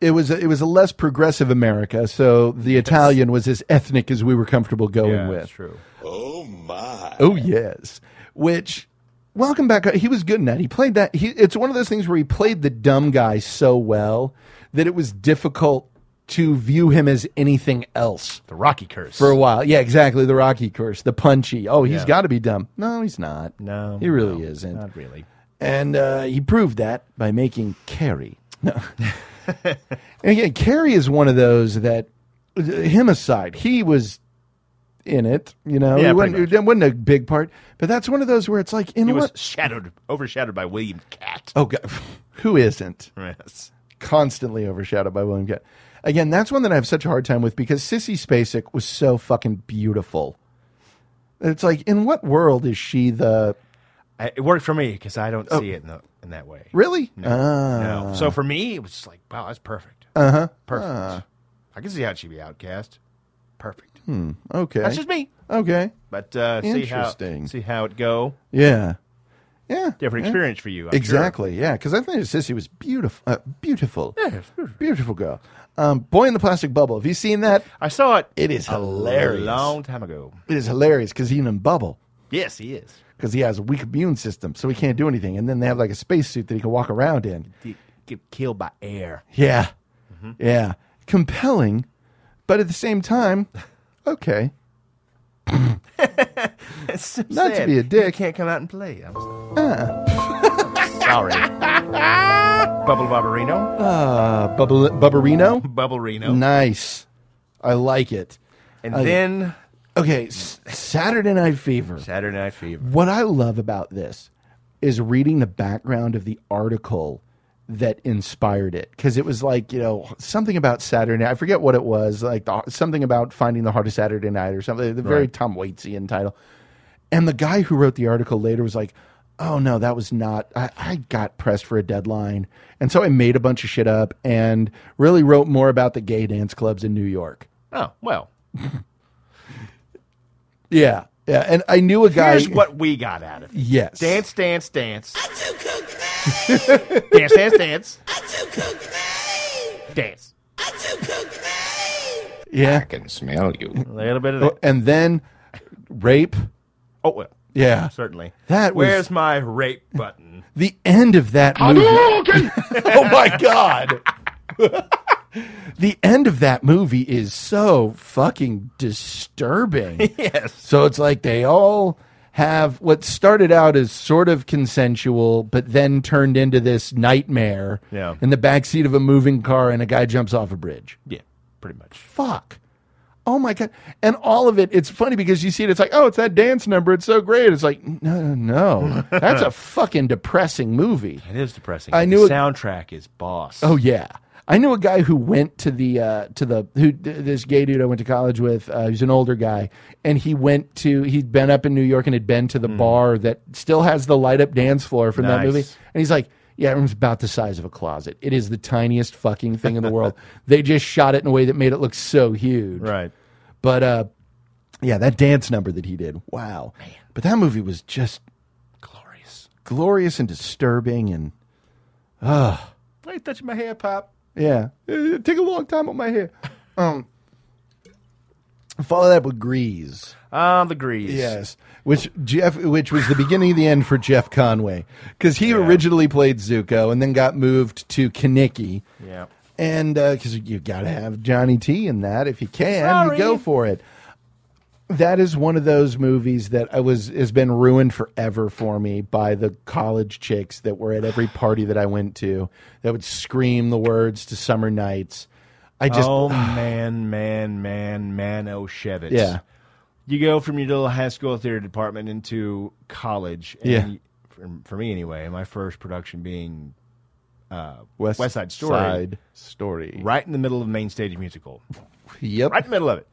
S8: it was it was a less progressive America, so the Italian was as ethnic as we were comfortable going
S9: Yeah,
S8: with.
S9: that's true.
S6: Oh my!
S8: Oh yes, which welcome back. He was good in that. He played that. He, it's one of those things where he played the dumb guy so well that it was difficult to view him as anything else
S9: The Rocky Curse.
S8: for a while. Yeah, exactly. The Rocky curse, the punchy. Oh, he's
S9: Yeah.
S8: got to be dumb. No, he's not.
S9: no,
S8: he really
S9: no,
S8: isn't.
S9: Not really.
S8: And uh, he proved that by making Carrie. (laughs) No. and again, Carrie is one of those that, uh, him aside, he was in it. You know,
S9: Yeah,
S8: it,
S9: pretty
S8: wasn't,
S9: much.
S8: it wasn't a big part, but that's one of those where it's like, in
S9: He was
S8: what?
S9: shadowed, overshadowed by William Cat.
S8: oh God, (laughs) who isn't?
S9: (laughs) Yes.
S8: constantly overshadowed by William Cat. Again, that's one that I have such a hard time with because Sissy Spacek was so fucking beautiful. It's like, in what world is she the
S9: I, it worked for me because I don't see it in, the, in that way.
S8: Oh. really?
S9: No,
S8: Ah.
S9: no. So for me, it was just like, wow, that's perfect.
S8: Uh huh.
S9: Perfect. I can see how she'd be outcast. Perfect.
S8: Okay.
S9: That's just me.
S8: okay.
S9: But uh, see how
S8: Interesting.
S9: see how it go.
S8: Yeah. Yeah.
S9: Different
S8: yeah.
S9: experience for you. I'm sure.
S8: Exactly. Yeah, because I think Sissy was beautiful. Uh, beautiful. Beautiful girl. Um, Boy in the Plastic Bubble. Have you seen that?
S9: I saw it.
S8: It is
S9: a
S8: hilarious.
S9: Long time ago.
S8: It is hilarious because he's in a bubble.
S9: Yes, he is.
S8: because he has a weak immune system, so he can't do anything. And then they have like a spacesuit that he can walk around in.
S9: He get killed by air. (laughs)
S8: Yeah,
S9: Mm-hmm.
S8: yeah, compelling, but at the same time, okay.
S9: That's so
S8: Not to
S9: sad.
S8: be a
S9: You
S8: dick. Uh-uh.
S9: can't come out and play. I was like, (laughs) sorry. Bubble Bobberino.
S8: Uh, Bubble Bubberino,
S9: Bubble Reno.
S8: nice. I like it.
S9: and
S8: I-
S9: then
S8: Okay, S- Saturday Night Fever.
S9: Saturday Night Fever.
S8: What I love about this is reading the background of the article that inspired it because it was like you know something about Saturday. Night. I forget what it was like the, something about finding the heart of Saturday Night or something. The very Tom Waitsy title. And the guy who wrote the article later was like, "Oh no, that was not. I, I got pressed for a deadline, and so I made a bunch of shit up and really wrote more about the gay dance clubs in New York."
S9: Oh well.
S8: Yeah, yeah. And I knew a guy.
S9: Here's what we got out of it.
S8: Yes.
S9: Dance, dance, dance. dance, dance, dance. dance.
S8: Yeah.
S9: A little bit of
S8: Oh,
S9: that.
S8: (laughs) and then rape.
S9: Oh, well,
S8: Yeah,
S9: certainly.
S8: That was-
S9: Where's my rape
S8: (laughs)
S9: button?
S8: the end of that movie. (laughs) oh my god! (laughs) the end of that movie is so fucking disturbing.
S9: yes.
S8: So it's like they all have what started out as sort of consensual, but then turned into this nightmare
S9: Yeah.
S8: in the backseat of a moving car and a guy jumps off a bridge.
S9: Yeah, pretty much.
S8: Fuck. Oh my God. And all of it, it's funny because you see it, it's like, oh, it's that dance number. It's so great. It's like, no, no. That's a fucking depressing movie.
S9: It is depressing.
S8: I
S9: but
S8: knew
S9: the
S8: it-
S9: soundtrack is boss.
S8: Oh yeah, I knew a guy who went to the uh, to the who th- this gay dude I went to college with. Uh, he's an older guy, and he went to he'd been up in New York and had been to the bar that still has the light up dance floor from that
S9: Nice.
S8: movie. And he's like, "Yeah, it was about the size of a closet. It is the tiniest fucking thing in the world. They just shot it in a way that made it look so huge."
S9: Right.
S8: But uh, yeah, that dance number that he did. Wow. But that movie was just glorious, glorious and disturbing, and ugh.
S9: Why you touching my hair, Pop?
S8: Yeah. It take a long time on my hair. (laughs) Um, follow that up with Grease.
S9: Ah, the grease.
S8: Yes. Which Jeff, which was the beginning of the end for Jeff Conway, because he originally played Zuko and then got moved to Kaneki,
S9: Yeah.
S8: and because you got to have Johnny T in that if you can,
S9: Sorry.
S8: you go for it. That is one of those movies that I was has been ruined forever for me by the college chicks that were at every party that I went to that would scream the words to "Summer Nights." I just (sighs) (laughs)
S9: oh man, man, man, man, oh Shevitz.
S8: Yeah.
S9: You go from your little high school theater department into college. And
S8: Yeah.
S9: you- for, for me anyway, my first production being uh,
S8: West
S9: Side Story,
S8: Side Story.
S9: right in the middle of main stage musical,
S8: Yep.
S9: right in the middle of it.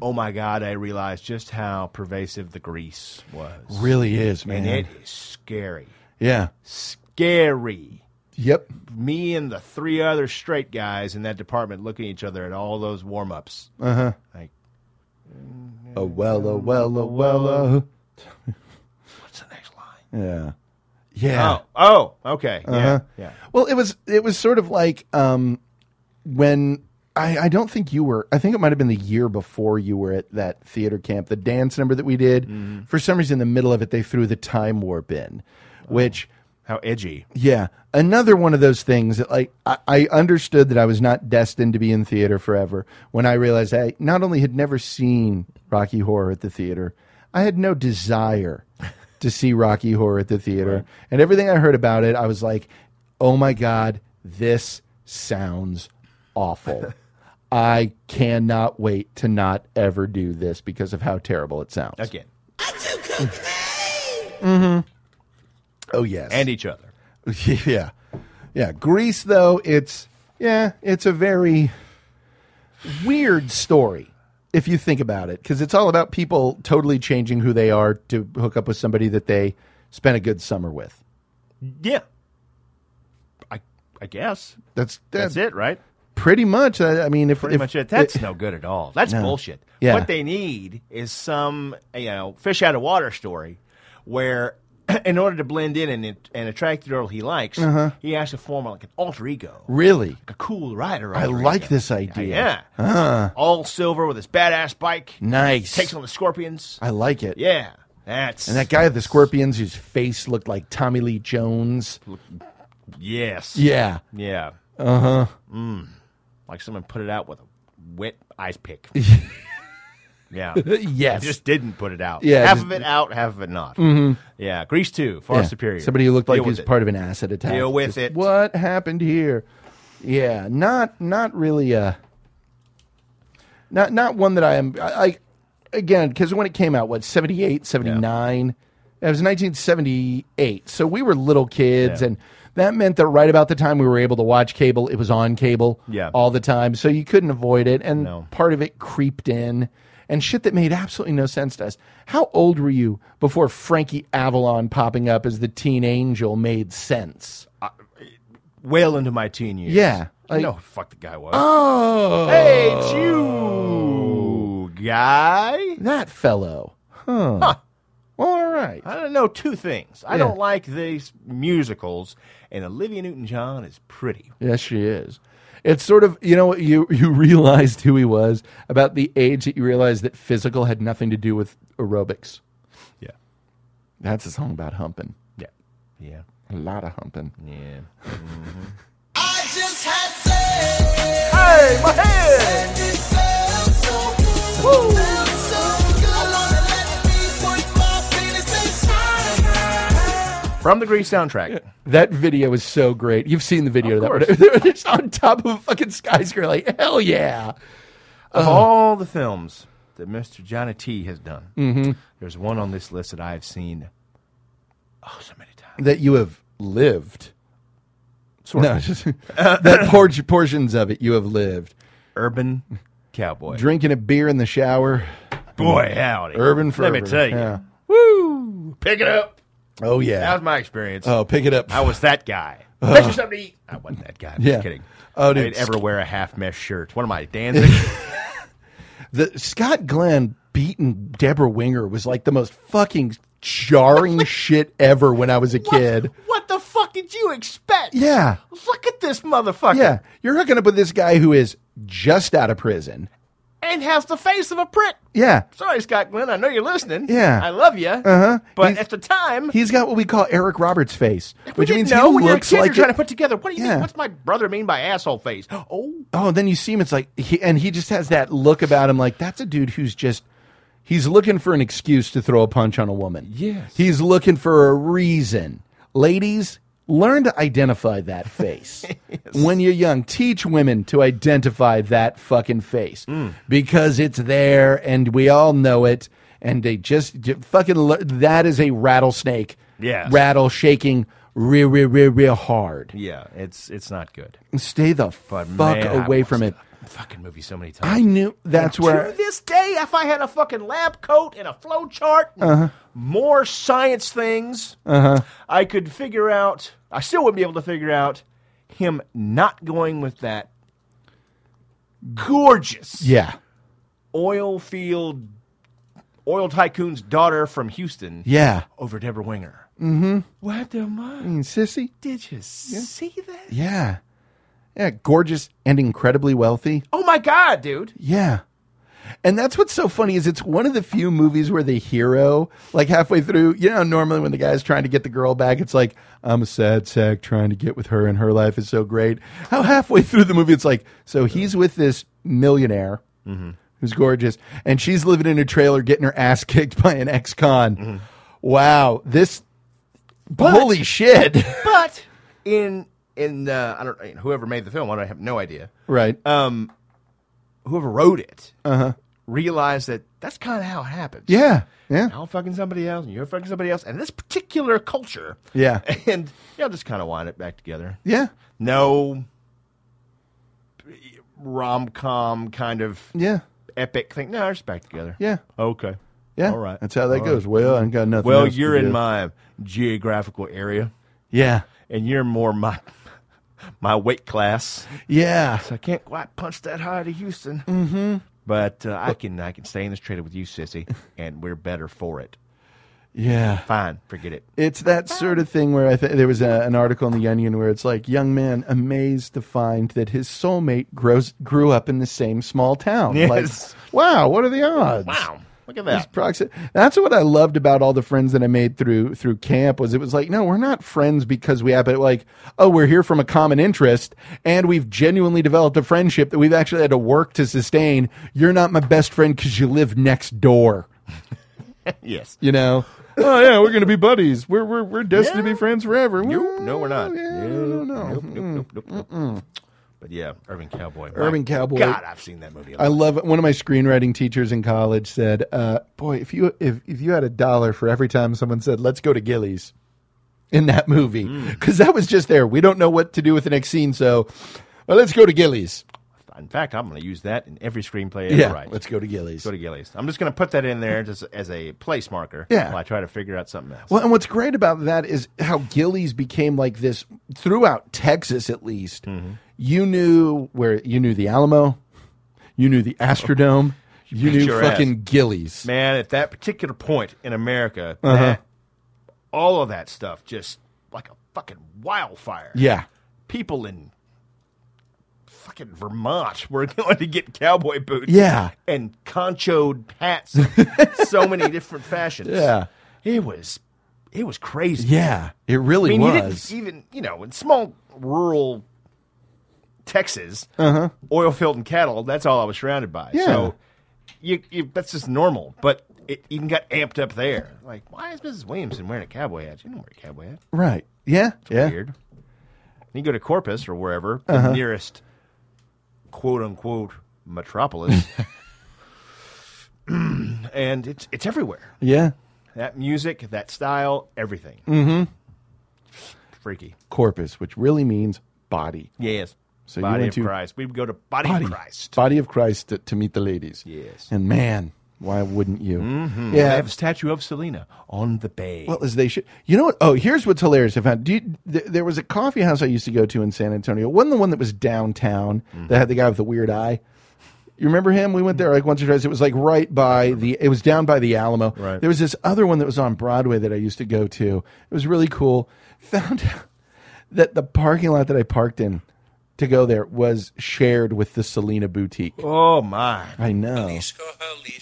S9: Oh my God! I realized just how pervasive the grease was.
S8: Really is, man.
S9: and it is scary,
S8: yeah.
S9: scary.
S8: Yep.
S9: me and the three other straight guys in that department looking at each other at all those warm ups.
S8: Uh huh.
S9: Like,
S8: Oh well, oh well, oh well, oh.
S9: what's the next line?
S8: Yeah. Yeah.
S9: Oh, oh, okay.
S8: Uh-huh.
S9: Yeah.
S8: Well, it was it was sort of like um, when I, I don't think you were. I think it might have been the year before you were at that theater camp. The dance number that we did. For some reason, in the middle of it, they threw the time warp in, which.
S9: How edgy.
S8: Yeah. Another one of those things that, like, I, I understood that I was not destined to be in theater forever when I realized I not only had never seen Rocky Horror at the theater, I had no (laughs) desire to see Rocky Horror at the theater. And everything I heard about it, I was like, oh my God, this sounds (laughs) awful. I cannot wait to not ever do this because of how terrible it sounds.
S9: Again.
S8: Oh, yes.
S9: And each other.
S8: (laughs) yeah. Yeah. Greece, though, it's, yeah, it's a very weird story if you think about it, because it's all about people totally changing who they are to hook up with somebody that they spent a good summer with.
S9: Yeah. I I guess.
S8: That's
S9: That's it, right?
S8: Pretty much. uh, I, I mean, if
S9: Pretty
S8: if-
S9: much it. That's
S8: it-
S9: no good at all. That's
S8: No.
S9: bullshit.
S8: Yeah.
S9: What they need is some, you know, fish out of water story where (clears throat) in order to blend in and, and attract the girl he likes,
S8: Uh-huh.
S9: he has to form like an alter ego.
S8: really,
S9: a cool rider.
S8: I
S9: alter
S8: like
S9: ego.
S8: this idea. Uh-huh.
S9: Yeah. All silver with his badass bike.
S8: Nice.
S9: Takes on the scorpions.
S8: I like it.
S9: Yeah. That's
S8: And that guy of the scorpions whose face looked like Tommy Lee Jones.
S9: Yes.
S8: Yeah. Uh-huh.
S9: Yeah. Uh huh. Mm. Like someone put it out with a wet
S8: (laughs)
S9: ice pick. yeah.
S8: Yes.
S9: Just didn't put it out.
S8: Yeah,
S9: Half
S8: just- Mm-hmm.
S9: of it out, half of it not. Yeah. Grease two, far
S8: Yeah.
S9: superior.
S8: Somebody who looked like
S9: Deal
S8: he was
S9: with it.
S8: part of an acid attack.
S9: Deal with it.
S8: What happened here? Yeah, not not really uh not not one that I am I, I again because when it came out, what 78, 79? It was 1978. So we were little kids
S9: Yeah.
S8: and that meant that right about the time we were able to watch cable, it was on cable
S9: Yeah.
S8: all the time. So you couldn't avoid it and
S9: No.
S8: part of it creeped in and shit that made absolutely no sense to us. How old were you before Frankie Avalon popping up as the teen angel made sense?
S9: Well into my teen years.
S8: Yeah, like-
S9: no, fuck the guy was.
S8: Oh,
S9: hey, it's you, guy.
S8: that fellow. Huh. All right.
S9: I don't know two things. I
S8: Yeah.
S9: don't like these musicals, and Olivia Newton-John is pretty.
S8: Yes, she is. It's sort of you know what you you (laughs) realized who he was about the age that you realized that physical had nothing to do with aerobics.
S9: Yeah,
S8: That's a song about humping.
S9: yeah, yeah,
S8: A lot of humping.
S9: yeah.
S13: Woo!
S9: From the Grease soundtrack.
S8: That video is so great. You've seen the video of
S9: Of
S8: that. (laughs) They're just on top of a fucking skyscraper, like hell yeah.
S9: Of
S8: Uh,
S9: all the films that Mr. Johnny T has done,
S8: Mhm.
S9: there's one on this list that I have seen. oh,
S8: that you have lived.
S9: Sort
S8: no,
S9: of.
S8: just (laughs) that por- portions of it you have lived.
S9: Urban cowboy.
S8: Drinking a beer in the shower.
S9: Boy, howdy.
S8: Urban
S9: Let
S8: fervor.
S9: me tell you.
S8: Yeah.
S9: Woo! Pick it up.
S8: Oh yeah.
S9: That was my experience.
S8: Oh, pick it up.
S9: I was
S8: (laughs)
S9: that guy.
S8: Oh.
S9: Fetch you something to eat. I wasn't that guy. I'm
S8: Yeah.
S9: just kidding.
S8: Oh,
S9: I
S8: dude.
S9: didn't ever wear a half mesh shirt. What am I,
S8: (laughs)
S9: Danzig?
S8: the Scott Glenn beating Deborah Winger was like the most fucking
S9: (laughs)
S8: jarring shit ever when I was a kid.
S9: what the fuck did you expect?
S8: Yeah.
S9: Look at this motherfucker.
S8: Yeah, you're hooking up with this guy who is just out of prison.
S9: And has the face of a prick.
S8: Yeah.
S9: Sorry, Scott Glenn. I know you're listening.
S8: Yeah.
S9: I love you.
S8: Uh-huh.
S9: But
S8: He's-
S9: at the time,
S8: He's got what we call Eric Roberts face,
S9: we
S8: which
S9: didn't
S8: means
S9: know
S8: he
S9: when
S8: looks
S9: you're a kid,
S8: like
S9: you're trying
S8: it-
S9: to put together. What do you
S8: Yeah.
S9: mean? What's my brother mean by asshole face? (gasps) Oh,
S8: Oh, and then you see him. It's like he and he just has that look about him. Like that's a dude who's just he's looking for an excuse to throw a punch on a woman. Yes, he's looking for a reason. Ladies, learn to identify that
S9: (laughs)
S8: face when you're young. Teach women to identify that fucking face
S9: Mm.
S8: because it's there and we all know it. And they just, j- fucking lear- that is a rattlesnake.
S9: Yes.
S8: rattle shaking real, real, real, real hard.
S9: yeah. It's it's not good.
S8: Stay the
S9: But
S8: fuck
S9: man, I
S8: away from it.
S9: watched that Fucking movie so many times.
S8: I knew that's
S9: And
S8: where.
S9: To this day, if I had a fucking lab coat and a flow chart, and
S8: Uh-huh.
S9: more science things,
S8: Uh-huh.
S9: I could figure out. I still wouldn't be able to figure out him not going with that gorgeous
S8: Yeah,
S9: oil field oil tycoon's daughter from Houston.
S8: yeah.
S9: Over Deborah Winger.
S8: Mm-hmm.
S9: What the muck?
S8: sissy.
S9: Did you see that?
S8: Yeah, yeah. Gorgeous and incredibly wealthy.
S9: Oh my god, dude.
S8: Yeah. And that's what's so funny is it's one of the few movies where the hero, like halfway through, you know, normally when the guy's trying to get the girl back, it's like, I'm a sad sack trying to get with her and her life is so great. How halfway through the movie, it's like, so he's with this millionaire who's gorgeous and she's living in a trailer getting her ass kicked by an ex-con. Wow. This, holy shit. (laughs)
S9: but in in uh, I don't whoever made the film, I don't- I have no idea.
S8: right.
S9: Um, whoever wrote it
S8: Uh-huh.
S9: realized that that's kind of how it happens.
S8: Yeah. Yeah.
S9: I'll fucking somebody else, and you're fucking somebody else, and this particular culture. (laughs)
S8: Yeah.
S9: and you'll just kind of wind it back together.
S8: Yeah.
S9: No rom com kind of
S8: Yeah.
S9: epic thing. No, it's back together.
S8: Yeah.
S9: Okay.
S8: Yeah.
S9: All right.
S8: That's how that
S9: All
S8: goes.
S9: right.
S8: Well, I ain't got nothing
S9: Well,
S8: else to
S9: you're in
S8: do.
S9: my geographical area.
S8: Yeah.
S9: And you're more my (laughs) my weight class.
S8: Yeah.
S9: So I can't quite punch that high to Houston.
S8: Mm-hmm.
S9: But uh, I can I can stay in this trailer with you, (laughs) sissy, and we're better for it.
S8: Yeah.
S9: Fine, forget it.
S8: It's that sort of thing where I th- there was a, an article in the Onion where it's like young man amazed to find that his soulmate grows grew up in the same small town.
S9: Yes.
S8: Like, wow, what are the odds?
S9: Wow. Look at
S8: These
S9: that.
S8: proxi- That's what I loved about all the friends that I made through through camp was it was like no we're not friends because we have but like oh we're here from a common interest and we've genuinely developed a friendship that we've actually had to work to sustain. You're not my best friend because you live next door.
S9: yes.
S8: You know. (laughs) oh yeah, we're gonna be buddies. We're we're we're destined to be friends forever. Woo.
S9: No, we're not. no,
S8: no.
S9: Nope, nope, nope, nope, nope. But yeah, Urban Cowboy.
S8: Urban
S9: My
S8: Cowboy.
S9: God, I've seen that movie. a
S8: I
S9: lot.
S8: love it. One of my screenwriting teachers in college said, uh, "Boy, if you if, if you had a dollar for every time someone said let's go to Gillies in that movie,
S9: Mm.
S8: because that was just there. We don't know what to do with the next scene, so well, let's go to Gillies.
S9: In fact, I'm going to use that in every screenplay I ever
S8: Yeah,
S9: write.
S8: let's go to Gillies.
S9: Go to Gillies. I'm just going to put that in there just as a place marker.
S8: Yeah.
S9: While I try to figure out something else.
S8: Well, and what's great about that is how Gillies became like this throughout Texas, at least.
S9: Mm-hmm.
S8: You knew where you knew the Alamo, you knew the Astrodome, you
S9: bet
S8: knew
S9: your
S8: fucking
S9: ass.
S8: Gillies.
S9: Man, at that particular point in America,
S8: Uh-huh.
S9: that- all of that stuff just like a fucking wildfire.
S8: Yeah,
S9: People in fucking Vermont (laughs) were going to get cowboy boots.
S8: Yeah.
S9: And conchoed
S8: (laughs)
S9: hats in so many different fashions.
S8: Yeah.
S9: It was it was crazy.
S8: yeah, it
S9: I
S8: really
S9: mean, you
S8: was.
S9: didn't even, you know, in small rural Texas,
S8: Uh huh.
S9: oil field and cattle. That's all I was surrounded by.
S8: Yeah.
S9: So you, you that's just normal. But it even got amped up there. Like, why is Mrs. Williamson wearing a cowboy hat? She didn't wear a cowboy hat.
S8: Right. Yeah. yeah.
S9: Weird. And you go to Corpus or wherever, the
S8: Uh-huh.
S9: nearest quote unquote
S8: (laughs)
S9: metropolis. (clears throat) and it's it's everywhere.
S8: Yeah.
S9: That music, that style, everything.
S8: Mm-hmm.
S9: Freaky.
S8: Corpus, which really means body.
S9: Yes.
S8: So you
S9: Body
S8: went
S9: of
S8: to
S9: Christ. We would go to Body, of Christ.
S8: Body of Christ to, to meet the ladies.
S9: Yes.
S8: And man, why wouldn't you?
S9: Mhm.
S8: Yeah.
S9: They have a statue of Selena on the bay.
S8: Well, as they should. You know what? Oh, here's what's hilarious. I found. Do you, th- there was a coffee house I used to go to in San Antonio. It wasn't the one that was downtown that had the guy with the weird eye. You remember him? We went there like once or twice. It was like right by the. It was down by the Alamo.
S9: Right.
S8: There was this other one that was on Broadway that I used to go to. It was really cool. (laughs) Found out that the parking lot that I parked in to go there was shared with the Selena boutique.
S9: Oh my!
S8: I know.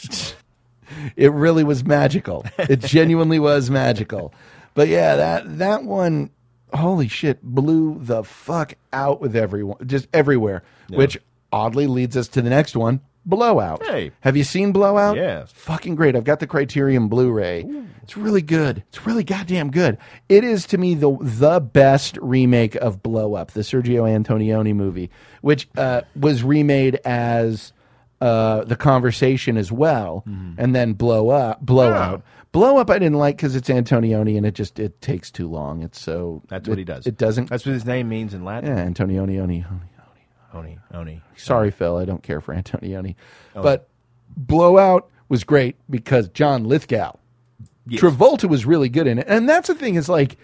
S8: (laughs) it really was magical. It genuinely was magical. But yeah, that that one, holy shit, blew the fuck out with everyone, just everywhere.
S9: Yeah.
S8: Which oddly leads us to the next one, Blowout.
S9: Hey.
S8: have you seen Blowout?
S9: Yes.
S8: fucking great. I've got the Criterion Blu-ray. It's really good. It's really goddamn good. It is to me the the best remake of Blow Up, the Sergio Antonioni movie, which uh, was remade as uh, the conversation as well,
S9: Mm-hmm.
S8: and then blow up, blow out, blow up. I didn't like because it's Antonioni and it just it takes too long. It's so
S9: That's what
S8: it-
S9: he does.
S8: It doesn't.
S9: That's what his name means in Latin.
S8: Yeah, Antonioni. Oni, oni.
S9: Oni, Oni.
S8: Sorry, Phil, I don't care for Antonioni.
S9: Oh.
S8: But Blowout was great because John Lithgow. Travolta was really good in it. And that's the thing is like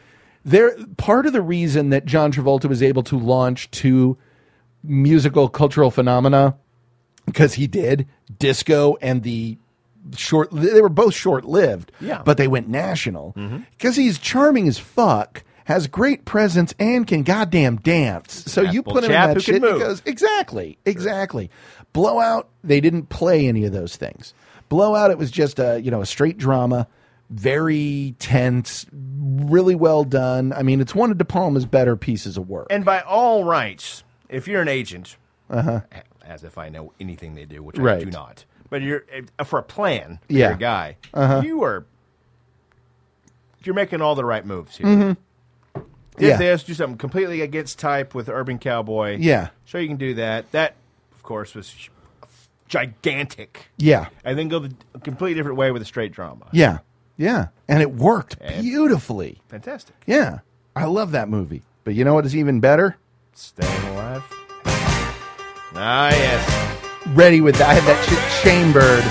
S8: there part of the reason that John Travolta was able to launch two musical cultural phenomena because he did disco and the short they were both short-lived
S9: Yeah. Mm-hmm.
S8: but they went national because he's charming as fuck has great presence and can goddamn dance so you
S9: Apple
S8: put him in
S9: chap who
S8: that
S9: can
S8: shit
S9: move.
S8: because Exactly. Exactly. Blowout, they didn't play any of those things. Blowout, it was just a, you know, a straight drama, very tense, really well done. I mean, it's one of De Palma's better pieces of work.
S9: And by all rights, if you're an agent,
S8: Uh-huh.
S9: as if I know anything they do, which I
S8: Right.
S9: do not, but you're uh, for a plan,
S8: Yeah.
S9: you're a guy,
S8: Uh-huh.
S9: you are you're making all the right moves here.
S8: Mhm.
S9: Did
S8: Yeah.
S9: this, do something completely against type with Urban Cowboy.
S8: Yeah.
S9: So you can do that. That, of course, was gigantic.
S8: Yeah.
S9: And then go the completely different way with a straight drama.
S8: Yeah. Yeah. And it worked beautifully.
S9: Fantastic.
S8: Yeah. I love that movie. But you know what is even better?
S9: Staying alive. Ah, yes.
S8: Ready with that. I had that shit chambered.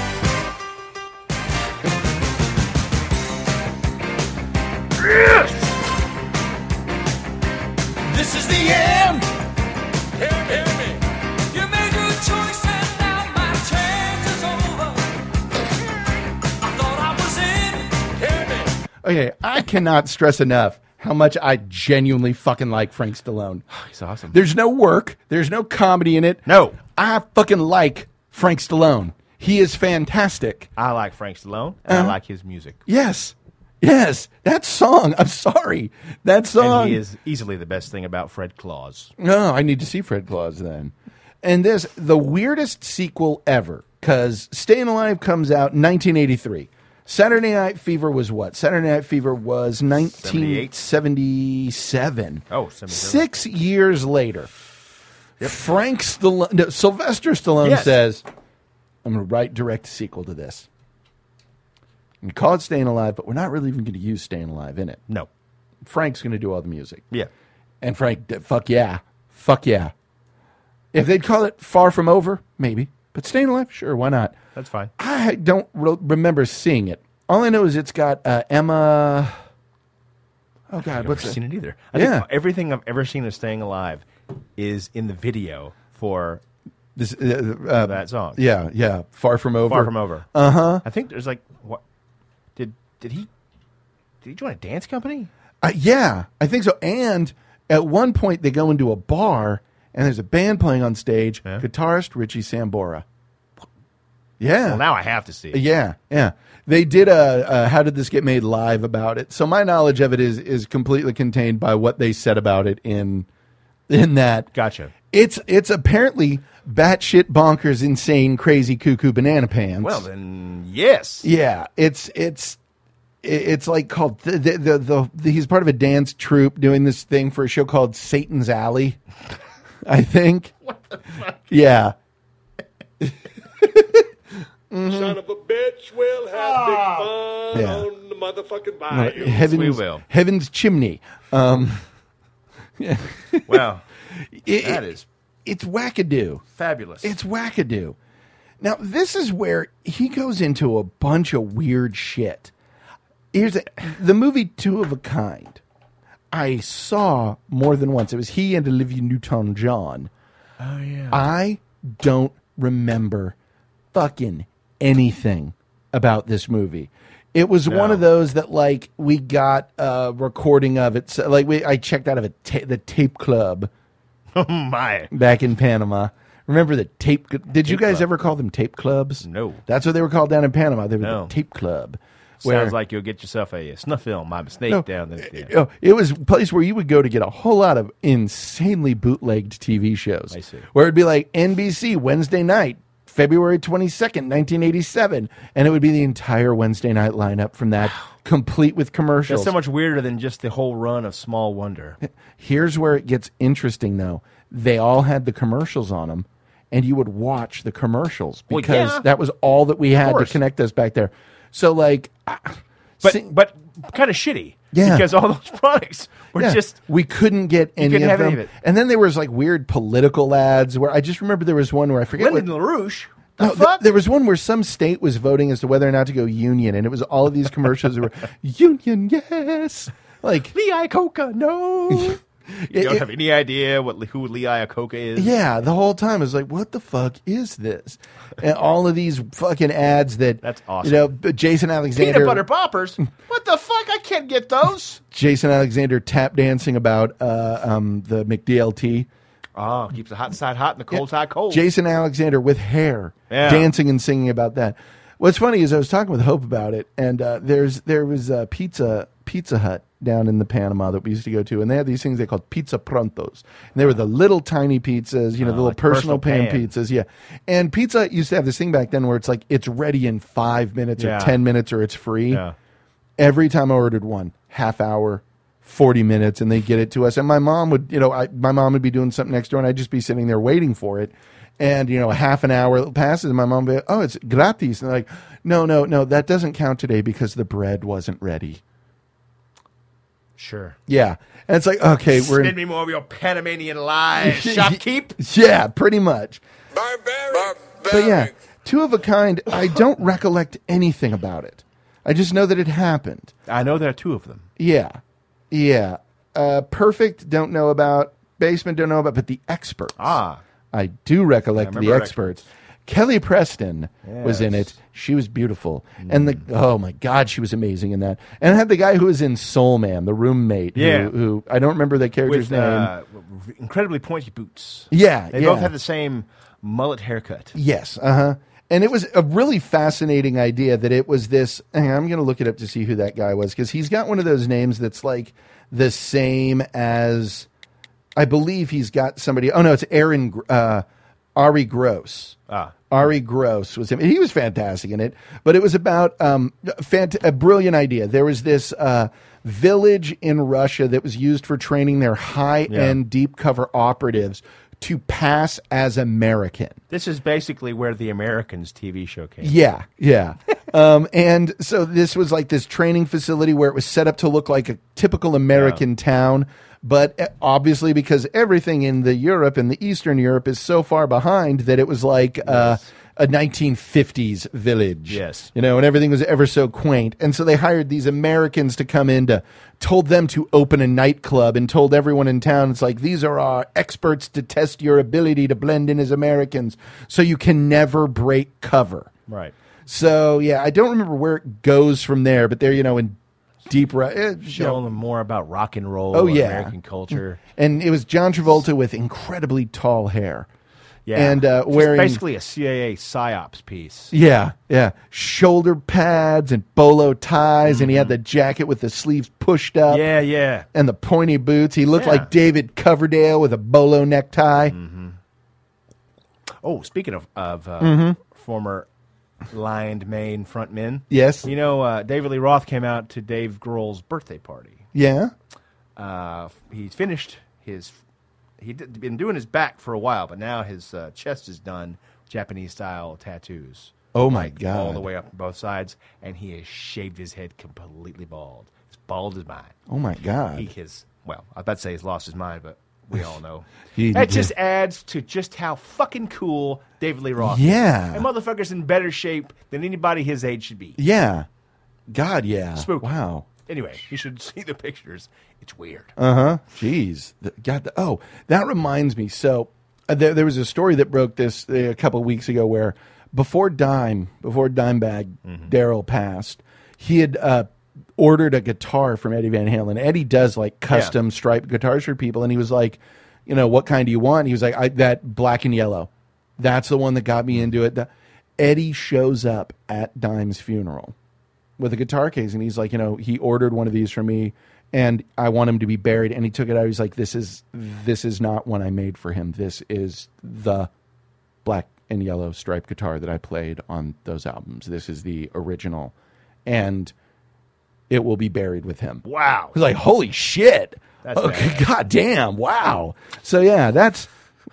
S11: This is the end. Hear me, hear me. You made your choice and now my chance is over. I thought I was in. Hear me.
S8: Okay, I cannot stress enough how much I genuinely fucking like Frank Stallone. (sighs)
S9: He's awesome.
S8: There's no work, there's no comedy in it. No. I fucking like Frank Stallone. He is fantastic.
S9: I like Frank Stallone. and I
S8: Uh-huh.
S9: like his music.
S8: Yes. Yes. That song. I'm sorry. That song.
S9: And he is easily the best thing about Fred Claus.
S8: No, I need to see Fred Claus then. And this, the weirdest sequel ever, because Staying Alive comes out in 1983. Saturday Night Fever was what? Saturday Night Fever was 1977.
S9: Oh, 77.
S8: Six years later, Frank Stallone, no, Sylvester Stallone
S9: Yes.
S8: says, I'm going to write direct sequel to this. And call it Staying Alive, but we're not really even going to use Staying Alive in it.
S9: No.
S8: Frank's going to do all the music.
S9: Yeah.
S8: And Frank, did- fuck yeah. Fuck yeah. If they'd call it Far From Over, maybe. But Staying Alive, sure, why not?
S9: That's fine.
S8: I don't re- remember seeing it. All I know is it's got uh, Emma. Oh, God.
S9: I've
S8: What's
S9: never
S8: her-
S9: seen it either. I
S8: Yeah.
S9: think everything I've ever seen of Staying Alive is in the video for
S8: This, uh, uh,
S9: that song.
S8: Yeah, yeah. Far From Over.
S9: Far from over.
S8: Uh huh.
S9: I think there's like what did did he did he join a dance company?
S8: Uh, yeah, I think so. And at one point, they go into a bar and there's a band playing on stage. Guitarist Richie Sambora. Yeah.
S9: Well, now I have to see. It.
S8: Yeah, yeah. They did a, a how did this get made live about it. So my knowledge of it is is completely contained by what they said about it in in that.
S9: Gotcha.
S8: It's it's apparently batshit bonkers, insane, crazy cuckoo banana pants.
S9: Well, then, yes.
S8: Yeah, it's it's i- it's like called the the, the the the he's part of a dance troupe doing this thing for a show called Satan's Alley, (laughs) I think. What the fuck? Yeah.
S11: Son of a bitch, we'll have big fun
S8: Yeah.
S11: on the motherfucking
S8: No,
S11: bayou.
S8: heaven's, Heaven's chimney. Um, yeah.
S9: Wow.
S8: It-
S9: That
S8: it-
S9: is-
S8: It's wackadoo.
S9: Fabulous.
S8: It's wackadoo. Now, this is where he goes into a bunch of weird shit. Here's a, the movie Two of a Kind. I saw more than once. It was he and Olivia Newton John.
S9: Oh, yeah.
S8: I don't remember fucking anything about this movie. It was one of those that like we got a recording of it. So, like we, I checked out of a ta- the tape club
S9: Oh, (laughs) my.
S8: back in Panama. Remember the tape? Did you guys ever call them tape clubs?
S9: No.
S8: That's what they were called down in Panama. They were
S9: No.
S8: the tape club.
S9: Sounds like you'll get yourself a snuff film. My mistake
S8: No,
S9: down there.
S8: it- oh, it was a place where you would go to get a whole lot of insanely bootlegged TV shows.
S9: I see.
S8: Where it'd be like NBC Wednesday night, February 22nd, 1987. And it would be the entire Wednesday night lineup from that, complete with
S9: That's
S8: commercials.
S9: so much weirder than just the whole run of Small
S8: (laughs)
S9: Wonder.
S8: Here's where it gets interesting, though. They all had the commercials on them, and you would watch the commercials
S9: Well,
S8: because
S9: yeah.
S8: that was all that we had to
S9: course.
S8: connect us back there. So, like, I-
S9: But,
S8: See-
S9: but kind of shitty.
S8: Yeah.
S9: Because all those (laughs) products (laughs) were
S8: yeah,
S9: just
S8: we couldn't get any
S9: couldn't
S8: of
S9: have
S8: them.
S9: any of it.
S8: And then there was like weird political ads where I just remember there was one where I forget
S9: Lyndon
S8: what.
S9: LaRouche. The
S8: No, th-
S9: fuck?
S8: there was one where some state was voting as to whether or not to go union, and it was all of these commercials that were union, yes, like
S9: Lee Iacocca, no. (laughs) you
S8: It-
S9: don't
S8: it-
S9: have any idea what who Lee Iacocca is.
S8: Yeah, the whole time I was like, "What the fuck is this?" And all of these fucking ads that
S9: That's awesome.
S8: You know, but Jason
S9: Peanut
S8: Alexander, (laughs)
S9: butter poppers? what the fuck? I can't get those.
S8: Jason Alexander tap dancing about uh, um, the McDLT.
S9: Oh, keeps the hot side hot and the cold side cold.
S8: Jason Alexander with hair
S9: Yeah.
S8: dancing and singing about that. What's funny is I was talking with Hope about it, and uh, there's there was a pizza Pizza Hut down in the Panama that we used to go to, and they had these things they called pizza prontos, and they were the little tiny pizzas, you know, the little
S9: Uh, like
S8: personal,
S9: personal
S8: pan,
S9: pan.
S8: pizzas, yeah. And Pizza Hut used to have this thing back then where it's like it's ready in five minutes
S9: Yeah.
S8: or ten minutes or it's free.
S9: Yeah.
S8: Every time I ordered one, half hour. 40 minutes and they get it to us and my mom would you know I, my mom would be doing something next door and i'd just be sitting there waiting for it and you know a half an hour passes and my mom would be oh it's gratis and they're like no no no that doesn't count today because the bread wasn't ready
S9: Sure.
S8: yeah and it's like okay we're
S9: Spin
S8: in,
S9: me more of your
S8: (laughs)
S9: Panamanian lies, shopkeep.
S8: yeah pretty much
S11: Barbaric.
S8: but yeah two of a kind i don't recollect anything about it i just know that it happened
S9: I know there are two of them.
S8: yeah yeah uh, perfect don't know about basement don't know about but the experts
S9: Ah,
S8: I do recollect
S9: I
S8: the
S9: remember
S8: experts. Kelly Preston was in it. She was beautiful,
S9: Hmm.
S8: and the oh my god, she was amazing in that. And I had the guy who was in Soul Man, the roommate. who-
S9: Yeah.
S8: who, I don't remember the character's
S9: with
S8: name.
S9: uh, incredibly pointy boots.
S8: yeah,
S9: They
S8: yeah.
S9: both have the same mullet haircut.
S8: Yes, uh huh. And it was a really fascinating idea that it was this. hang on, I'm going to look it up to see who that guy was because he's got one of those names that's like the same as, I believe he's got somebody. Oh no, it's Aaron Gr- uh, Ari Gross.
S9: Ah.
S8: Ari Gross was him. And he was fantastic in it, but it was about um, fant- a brilliant idea. There was this uh, village in Russia that was used for training their high end deep cover operatives to pass as American.
S9: This is basically where the Americans TV show came.
S8: Yeah, yeah. um, and so this was like this training facility where it was set up to look like a typical American town, but uh, obviously because everything in the Europe and the Eastern Europe is so far behind that it was like uh, a 1950s village.
S9: Yes.
S8: you know, and everything was ever so quaint. And so they hired these Americans to come in to told them to open a nightclub and told everyone in town it's like these are our experts to test your ability to blend in as Americans, so you can never break cover.
S9: Right.
S8: So yeah, I don't remember where it goes from there, but they're you know in deep eh, right.
S9: Showing them more about rock and roll.
S8: Oh,
S9: and
S8: yeah.
S9: American culture.
S8: And it was John Travolta with incredibly tall hair.
S9: Yeah.
S8: and uh,
S9: Just
S8: wearing
S9: basically a CIA psyops piece.
S8: yeah, yeah, shoulder pads and bolo ties, and he had the jacket with the sleeves pushed up.
S9: Mm-hmm. Yeah, yeah.
S8: and the pointy boots. He looked
S9: Yeah. Mm-hmm.
S8: like David Coverdale with a bolo necktie.
S9: Oh, speaking of, of uh,
S8: Mhm.
S9: former lined Maine front men.
S8: Yes.
S9: You know, uh, David Lee Roth came out to Dave Grohl's birthday party.
S8: Yeah.
S9: Uh, he's finished his. He'd been doing his back for a while, but now his uh, chest is done Japanese style tattoos.
S8: Oh my god!
S9: All the way up both sides, and he has shaved his head completely bald. It's bald as mine.
S8: Oh my god!
S9: He has, well, I was about to say he's lost his mind, but we all know.
S8: (laughs) He
S9: that
S8: did.
S9: just adds to just how fucking cool David Lee Roth
S8: Yeah.
S9: is. And motherfucker's in better shape than anybody his age should be.
S8: yeah. God, yeah.
S9: Spooky.
S8: Wow.
S9: Anyway, you should (laughs) see the pictures. It's weird.
S8: Uh huh. Jeez. The- God. the- oh, that reminds me. So uh, there, there was a story that broke this uh, a couple weeks ago where before Dime, before Dimebag Daryl passed, he had uh, ordered a guitar from Eddie Van Halen. Eddie does like custom striped guitars for people, and he was like, you know, what kind do you want? He was like, I, that black and yellow. That's the one that got me into it. That- Eddie shows up at Dime's funeral with a guitar case and he's like, you know, he ordered one of these for me and I want him to be buried and he took it out. He's like, this is this is not one I made for him. This is the black and yellow striped guitar that I played on those albums. This is the original and it will be buried with him.
S9: Wow.
S8: He's like, holy shit.
S9: That's
S8: okay, (laughs) God damn. Wow. So yeah, that's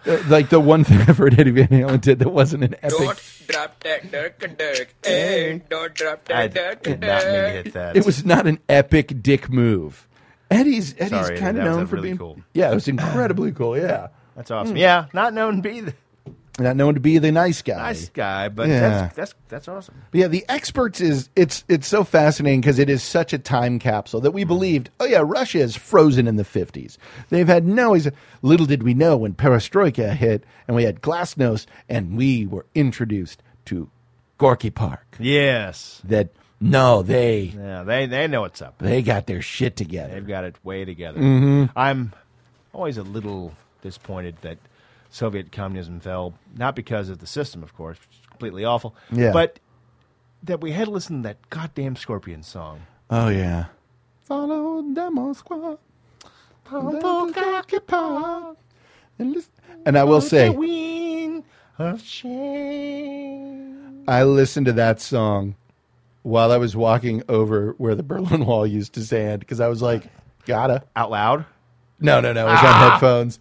S8: uh, like the one thing (laughs) I've heard Eddie Van Halen did that wasn't an epic
S11: drop that duck and duck. Hey, don't drop
S9: I did not mean to hit that.
S8: It was not an epic dick move. Eddie's Eddie's
S9: Sorry,
S8: kind
S9: that
S8: of
S9: was
S8: known
S9: a
S8: for
S9: really
S8: being
S9: cool-
S8: yeah, it was incredibly cool. Yeah,
S9: That's awesome.
S8: Hmm.
S9: Yeah, not known to be the
S8: not known to be the nice guy.
S9: nice guy, but
S8: Yeah.
S9: that's, that's that's awesome.
S8: But yeah, the experts is it's it's so fascinating because it is such a time capsule
S9: Hmm.
S8: that we believed. Oh yeah, Russia is frozen in the fifties. They've had no. ex- Little did we know when Perestroika hit and we had Glasnost and we were introduced to Gorky Park.
S9: Yes.
S8: That no, they
S9: Yeah, they they know what's up.
S8: they got their shit together.
S9: They've got it way together.
S8: Mhm.
S9: I'm always a little disappointed that Soviet communism fell, not because of the system, of course, which is completely awful,
S8: Yeah.
S9: but that we had to listen to that goddamn Scorpion song.
S8: Oh yeah. Follow the Moscow. And I
S9: Oh,
S8: will say, I listened to that song while I was walking over where the Berlin Wall used to stand because I was like, gotta.
S9: Out loud?
S8: No, no, no. It was
S9: Ah!
S8: on headphones.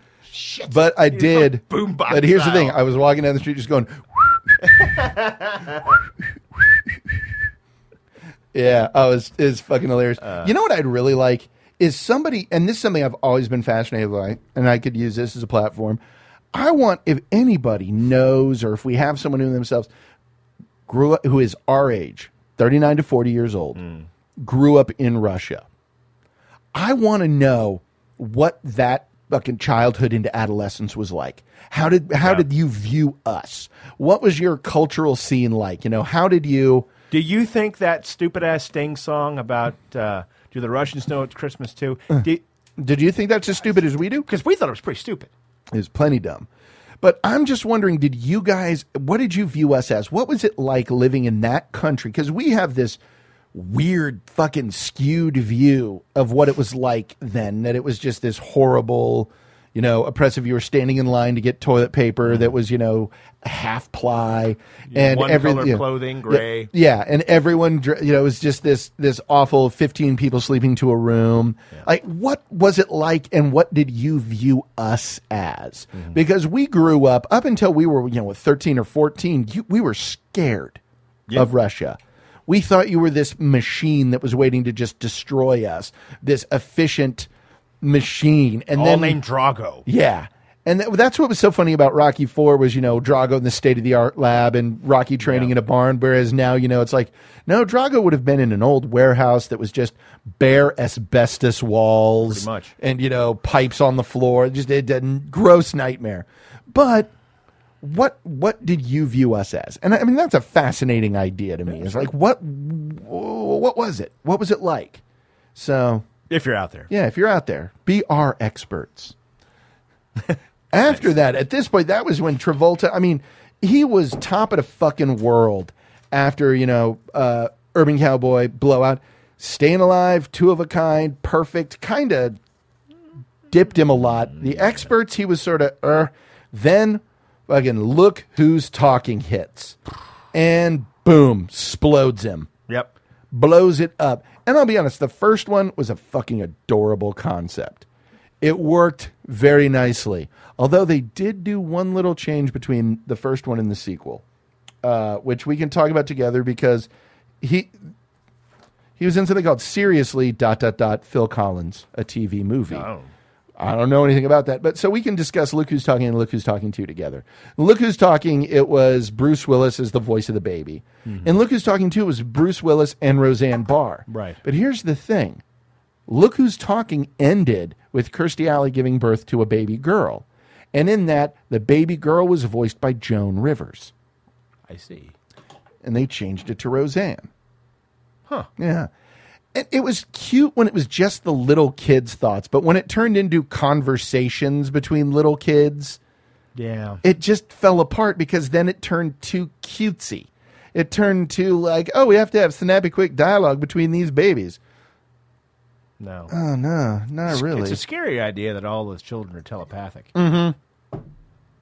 S8: But I did.
S9: boombox
S8: But here's
S9: style.
S8: the thing I was walking down the street just going, (laughs) Yeah, I was it's fucking hilarious.
S9: Uh.
S8: you know what I'd really like is somebody, and this is something I've always been fascinated by, and I could use this as a platform. I want if anybody knows, or if we have someone who themselves grew up who is our age, thirty nine to forty years old,
S9: Hmm.
S8: grew up in Russia. I want to know what that fucking childhood into adolescence was like. How did how did you view us? What was your cultural scene like? You know, how did you?
S9: Do you think that stupid ass Sting song about uh, do the Russians know it's Christmas too?
S8: Uh.
S9: Did,
S8: did you think that's as stupid as we do?
S9: Because we thought it was pretty stupid.
S8: It was plenty dumb. But I'm just wondering, did you guys, what did you view us as? What was it like living in that country? Because we have this weird, fucking skewed view of what it was like then, that it was just this horrible, you know, oppressive. You were standing in line to get toilet paper that was, you know, half ply
S9: Mm-hmm. Yeah,
S8: and
S9: one
S8: every
S9: color
S8: you know,
S9: clothing,
S8: yeah,
S9: gray.
S8: yeah, and everyone, dr- you know, it was just this this awful fifteen people sleeping to a room. Like, what was it like, and what did you view us as?
S9: Mm-hmm.
S8: Because we grew up up until we were, you know, thirteen or fourteen, you, we were scared
S9: Yeah.
S8: of Russia. We thought you were this machine that was waiting to just destroy us, this efficient machine, and
S9: All
S8: then
S9: named Drago.
S8: yeah. And that, that's what was so funny about Rocky Four was you know Drago in the state of the art lab and Rocky training in a barn, whereas now you know it's like no Drago would have been in an old warehouse that was just bare asbestos walls,
S9: Pretty much.
S8: and you know pipes on the floor, just a, a gross nightmare. But what what did you view us as? And I, I mean that's a fascinating idea to me. It's like what what was it? What was it like? So
S9: If you're out there.
S8: yeah, if you're out there, be our experts. After that, at this point, that was when Travolta. I mean, he was top of the fucking world after you know uh, Urban Cowboy blowout, Staying Alive, Two of a Kind, Perfect, kind of dipped him a lot. The experts, he was sort of uh. Then fucking look who's talking hits, and boom, explodes him.
S9: Yep.
S8: Blows it up. And I'll be honest, the first one was a fucking adorable concept. It worked very nicely. Although they did do one little change between the first one and the sequel, uh, which we can talk about together because he he was in something called Seriously dot dot dot Phil Collins, a TV movie. I don't know anything about that, but so we can discuss Look Who's Talking and Look Who's Talking Two together. Look Who's Talking, it was Bruce Willis as the voice of the baby, and Look Who's Talking Two was Bruce Willis and Roseanne Barr.
S9: Right.
S8: But here's the thing: Look Who's Talking ended with Kirstie Alley giving birth to a baby girl, and in that, the baby girl was voiced by Joan Rivers
S9: I see.
S8: and they changed it to Roseanne. Huh. Yeah. And it was cute when it was just the little kids' thoughts, but when it turned into conversations between little kids,
S9: Yeah.
S8: it just fell apart because then it turned too cutesy. It turned to like, oh, we have to have snappy, quick dialogue between these babies.
S9: No.
S8: Oh no, not
S9: It's
S8: really. Mm.
S9: a scary idea that all those children are telepathic.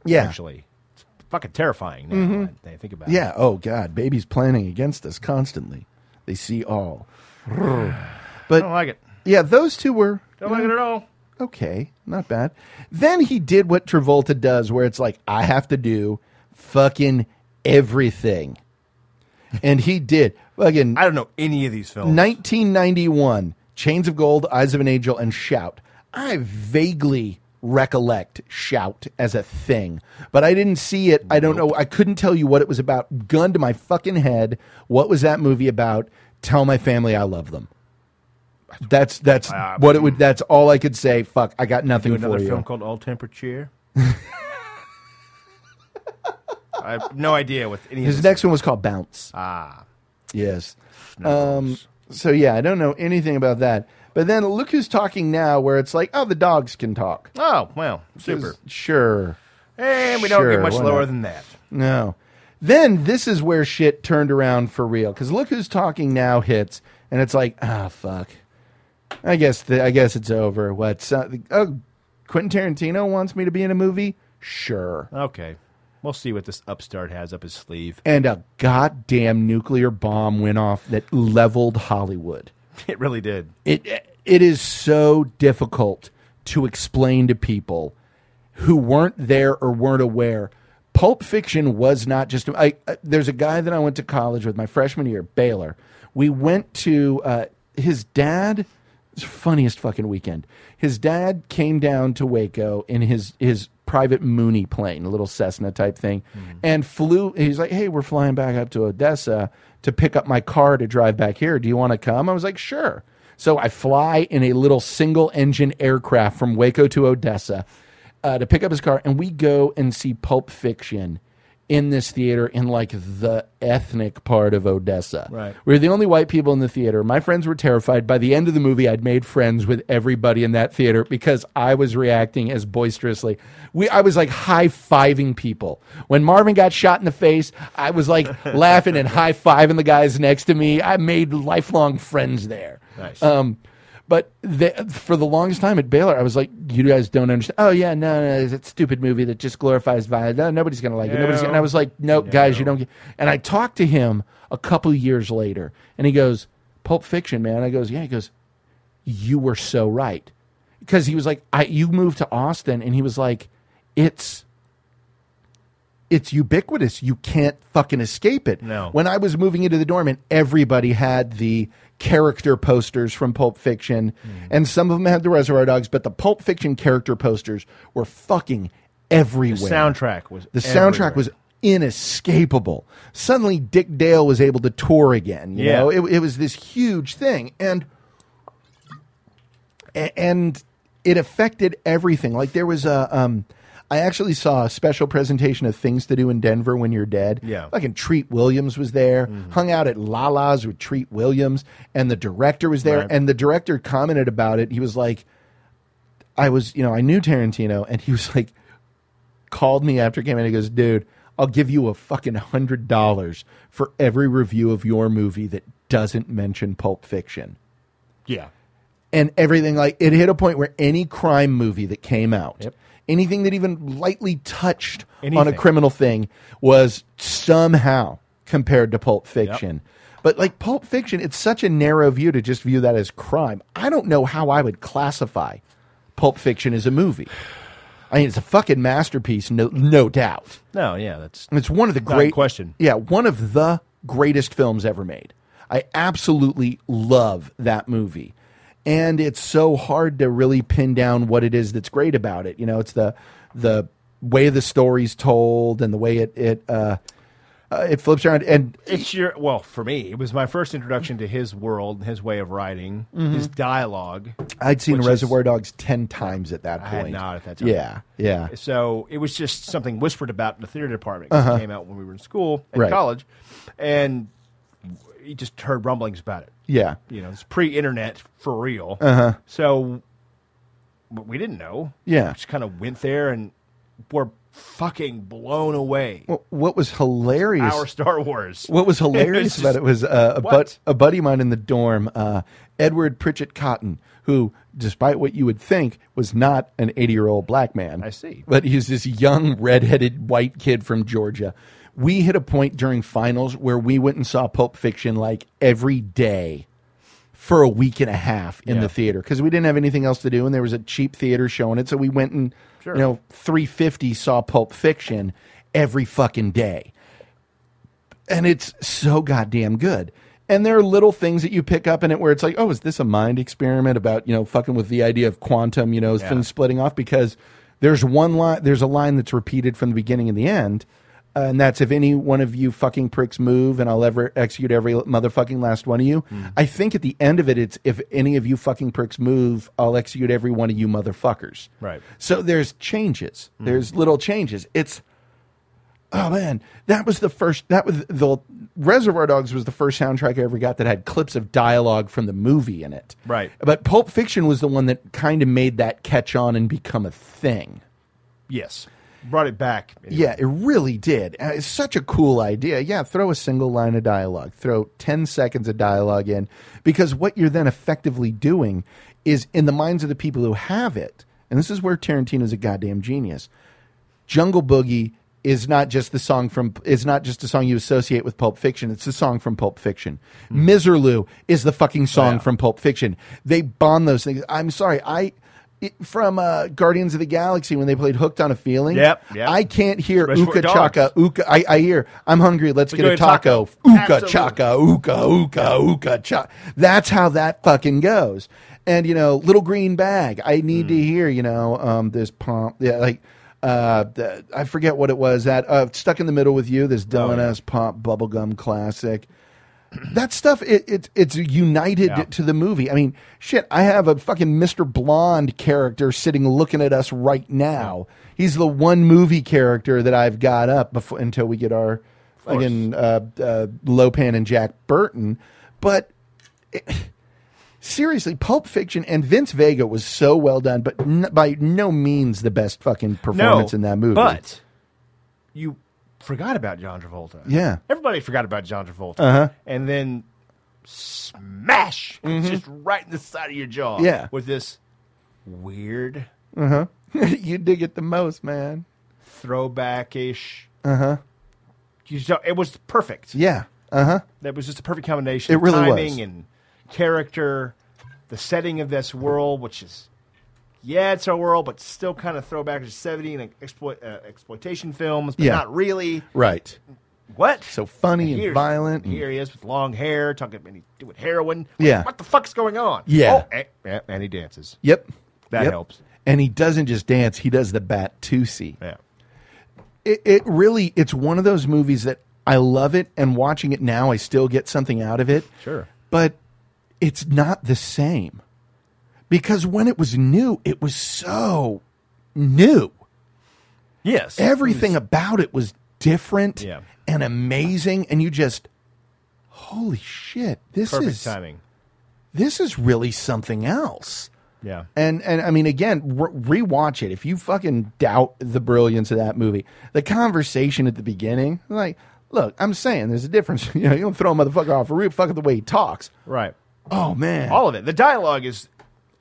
S8: Yeah, Mm-hmm.
S9: Actually, it's fucking terrifying now when they think about
S8: yeah. Oh god, babies planning against us constantly. They see (sighs) all.
S9: it.
S8: But
S9: I don't like it.
S8: yeah, those two were
S9: Don't like it at all.
S8: okay, not bad. Then he did what Travolta does, where it's like, I have to do fucking everything. And he did. Fucking
S9: I don't know any of these films.
S8: 1991, Chains of Gold, Eyes of an Angel, and Shout. I vaguely recollect Shout as a thing, but I didn't see it. I don't know. I couldn't tell you what it was about. Gun to my fucking head. What was that movie about? Tell my family I love them. That's that's what it would. That's all I could say. Fuck, I got nothing
S9: do
S8: for
S9: another
S8: you.
S9: film called
S8: (laughs)
S9: All Temperature. I have no idea what any
S8: His
S9: of this.
S8: next one was called Bounce.
S9: Ah,
S8: Yes. Um, so yeah, I don't know anything about that. But then look who's talking now, where it's like, oh, the dogs can talk.
S9: oh well, super.
S8: Sure.
S9: And we don't
S8: Sure,
S9: get much
S8: why
S9: lower
S8: not?
S9: than that.
S8: No. Then this is where shit turned around for real. Because look who's talking now hits, and it's like, ah, fuck. I guess the, I guess it's over. What's uh, oh, Quentin Tarantino wants me to be in a movie? Sure.
S9: Okay, we'll see what this upstart has up his sleeve. (laughs)
S8: And a goddamn nuclear bomb went off that leveled Hollywood.
S9: It really did.
S8: it it is so difficult to explain to people who weren't there or weren't aware. Pulp Fiction was not just. I, I- there's a guy that I went to college with my freshman year, Baylor. We went to uh, his dad. It's the funniest fucking weekend. His dad came down to Waco in his his private Mooney plane, a little Cessna type thing, and flew. He's like, "Hey, we're flying back up to Odessa to pick up my car to drive back here. Do you want to come?" I was like, "Sure." So I fly in a little single engine aircraft from Waco to Odessa uh, to pick up his car, and we go and see Pulp Fiction in this theater in like the ethnic part of Odessa.
S9: Right.
S8: We were the only white people in the theater. My friends were terrified. By the end of the movie, I'd made friends with everybody in that theater because I was reacting as boisterously. We, I was like high fiving people. When Marvin got shot in the face, I was like laughing and high fiving the guys next to me. I made lifelong friends there.
S9: Nice.
S8: Um, but the, for the longest time at Baylor, I was like, "You guys don't understand." Oh yeah, no, no, it's that stupid movie that just glorifies violence. No, nobody's gonna like it. Nobody's. Gonna, and I was like, "No, guys, you don't." Get, and I talked to him a couple years later, and he goes, "Pulp Fiction, man." I goes, "Yeah." He goes, "You were so right," because he was like, "I." You moved to Austin, and he was like, "It's." It's ubiquitous. You can't fucking escape it.
S9: No.
S8: When I was moving into the dorm, and everybody had the character posters from Pulp Fiction,
S9: Hmm.
S8: and some of them had the Reservoir Dogs, but the Pulp Fiction character posters were fucking everywhere.
S9: Soundtrack was
S8: The soundtrack
S9: everywhere.
S8: was inescapable. Suddenly, Dick Dale was able to tour again. You
S9: Yeah.
S8: know, it, it was this huge thing, and a- and it affected everything. Like there was a. Um, I actually saw a special presentation of things to do in Denver when you're dead.
S9: Yeah.
S8: Fucking Treat Williams was there, hung out at Lala's with Treat Williams, and the director was there.
S9: Right.
S8: And the director commented about it. He was like, I was, you know, I knew Tarantino, and he was like, called me after it came in. He goes, dude, I'll give you a fucking hundred dollars for every review of your movie that doesn't mention Pulp Fiction
S13: Yeah.
S8: and everything like it hit a point where any crime movie that came out anything that even lightly touched on a
S13: Anything.
S8: criminal thing was somehow compared to pulp fiction but like pulp fiction it's such a narrow view to just view that as crime i don't know how i would classify pulp fiction as a movie i mean it's a fucking masterpiece no, no doubt
S9: No, yeah, that's
S8: it's one of the
S9: Not in
S8: great
S9: question.
S8: Yeah, one of the greatest films ever made. I absolutely love that movie. And it's so hard to really pin down what it is that's great about it. You know, it's the the way the story's told and the way it it uh, uh, it flips around and
S9: it's your well for me. It was my first introduction to his world, his way of writing,
S8: Mhm.
S9: his dialogue.
S8: I'd seen
S9: which is-
S8: Reservoir Dogs 10 times at that
S9: I
S8: point.
S9: had not at that time.
S8: Yeah. Yeah.
S9: So it was just something whispered about in the theater department. 'cause
S8: Uh-huh.
S9: It came out when we were in school and
S8: Right.
S9: college, and you just heard rumblings about it.
S8: Yeah.
S9: you know, it's pre-internet for real.
S8: Uh-huh.
S9: So but we didn't know.
S8: Yeah.
S9: just kind of went there and were fucking blown away.
S8: Well, what was hilarious?
S9: Our Star Wars.
S8: What
S9: (laughs)
S8: was hilarious
S9: It's
S8: about
S9: just-
S8: it was uh, a,
S9: What?
S8: but, a buddy of mine in the dorm, uh, Edward Pritchett Cotton, who, despite what you would think, was not an 80 year old black man. I
S9: see.
S8: But he was this young, redheaded white kid from Georgia. We hit a point during finals where we went and saw Pulp Fiction like every day for a week and a half in
S13: Yeah.
S8: the theater because we didn't have anything else to do and there was a cheap theater showing it so we went and
S13: Sure.
S8: you know 350 saw pulp fiction every fucking day and it's so goddamn good. And there are little things that you pick up in it where it's like, oh, is this a mind experiment about you know fucking with the idea of quantum, you know,
S13: Yeah.
S8: things splitting off? Because there's one line, there's a line that's repeated from the beginning and the end, uh, and that's if any one of you fucking pricks move, and I'll ever execute every motherfucking last one of you. I think at the end of it, it's if any of you fucking pricks move, I'll execute every one of you motherfuckers.
S9: Right.
S8: So there's changes. There's little changes. It's oh man, that was the first. That was the Reservoir Dogs was the first soundtrack I ever got that had clips of dialogue from the movie in it.
S9: Right.
S8: But Pulp Fiction was the one that kind of made that catch on and become a thing.
S9: Yes. Brought it back.
S8: Yeah, it really did. Uh, It's such a cool idea. Yeah, throw a single line of dialogue, throw 10 seconds of dialogue in, because what you're then effectively doing is in the minds of the people who have it, and this is where Tarantino's a goddamn genius. Jungle Boogie is not just the song from is not just a song you associate with Pulp Fiction. It's the song from Pulp Fiction. Miserloo is the fucking song from Pulp Fiction. They bond those things. I'm sorry, I it- from uh, Guardians of the Galaxy when they played Hooked on a Feeling.
S13: Yep, yep.
S8: I can't hear
S13: Reservoir
S8: Uka
S13: Dogs.
S8: Chaka Uka. I, I hear I'm hungry. Let's
S13: We
S8: get
S13: go
S8: a
S13: to taco.
S8: taco. Uka
S13: Absolutely.
S8: Chaka Uka Uka Uka Chaka. That's how that fucking goes. And you know, little green bag. I need
S13: Mm.
S8: to hear you know um, this pomp. Yeah, like uh, the, I forget what it was. That uh, stuck in the middle with you. This
S13: Oh,
S8: Dylan S. Pop bubblegum classic that stuff it, it it's united
S13: Yeah.
S8: to the movie. I mean, shit, I have a fucking Mr. Blonde character sitting looking at us right now. He's the one movie character that I've got up before until we get our fucking uh, uh, Lopan and Jack Burton. But seriously, Pulp Fiction and Vince Vega was so well done, but n- by no means the best fucking performance in that movie.
S9: But you forgot about John Travolta.
S8: Yeah.
S9: Everybody forgot about John Travolta.
S8: Uh-huh. Mm-hmm.
S9: And then smash It's just right in the side of your jaw.
S8: Yeah.
S9: With this weird
S8: uh huh, (laughs) you dig it the most, man.
S9: throwback ish.
S8: Uh huh.
S9: You just, it was perfect.
S8: Yeah. Uh huh.
S9: That was just a perfect combination.
S8: It
S9: of
S8: really was.
S9: timing and character, the setting of this world, which is yeah, it's our world, but still kind of throwback to seventy and exploit uh, exploitation films, but
S8: Yeah.
S9: not really.
S8: Right.
S9: What?
S8: So funny and
S9: Here's-
S8: violent. and-
S9: Here he is with long hair, talking about doing heroin.
S8: Yeah.
S9: What the fuck's going on?
S8: Yeah.
S9: Oh, and, yeah, and he dances.
S8: Yep.
S9: That
S8: Yep.
S9: helps.
S8: And he doesn't just dance, he does the bat toosie.
S9: Yeah.
S8: It, it really, it's one of those movies that I love it, and watching it now, I still get something out of it.
S9: Sure.
S8: But it's not the same. Because when it was new, it was so new.
S9: Yes.
S8: Everything about it was different
S9: Yeah.
S8: and amazing, and you just, holy shit, this
S9: Perfect
S8: is
S9: timing.
S8: this is really something else.
S9: Yeah.
S8: And and I mean, again, re- rewatch it. If you fucking doubt the brilliance of that movie, the conversation at the beginning, like, look, I'm saying there's a difference. (laughs) you know, you don't throw a motherfucker off a roof. Fuck the way he talks.
S9: Right.
S8: Oh man.
S9: All of it. The dialogue is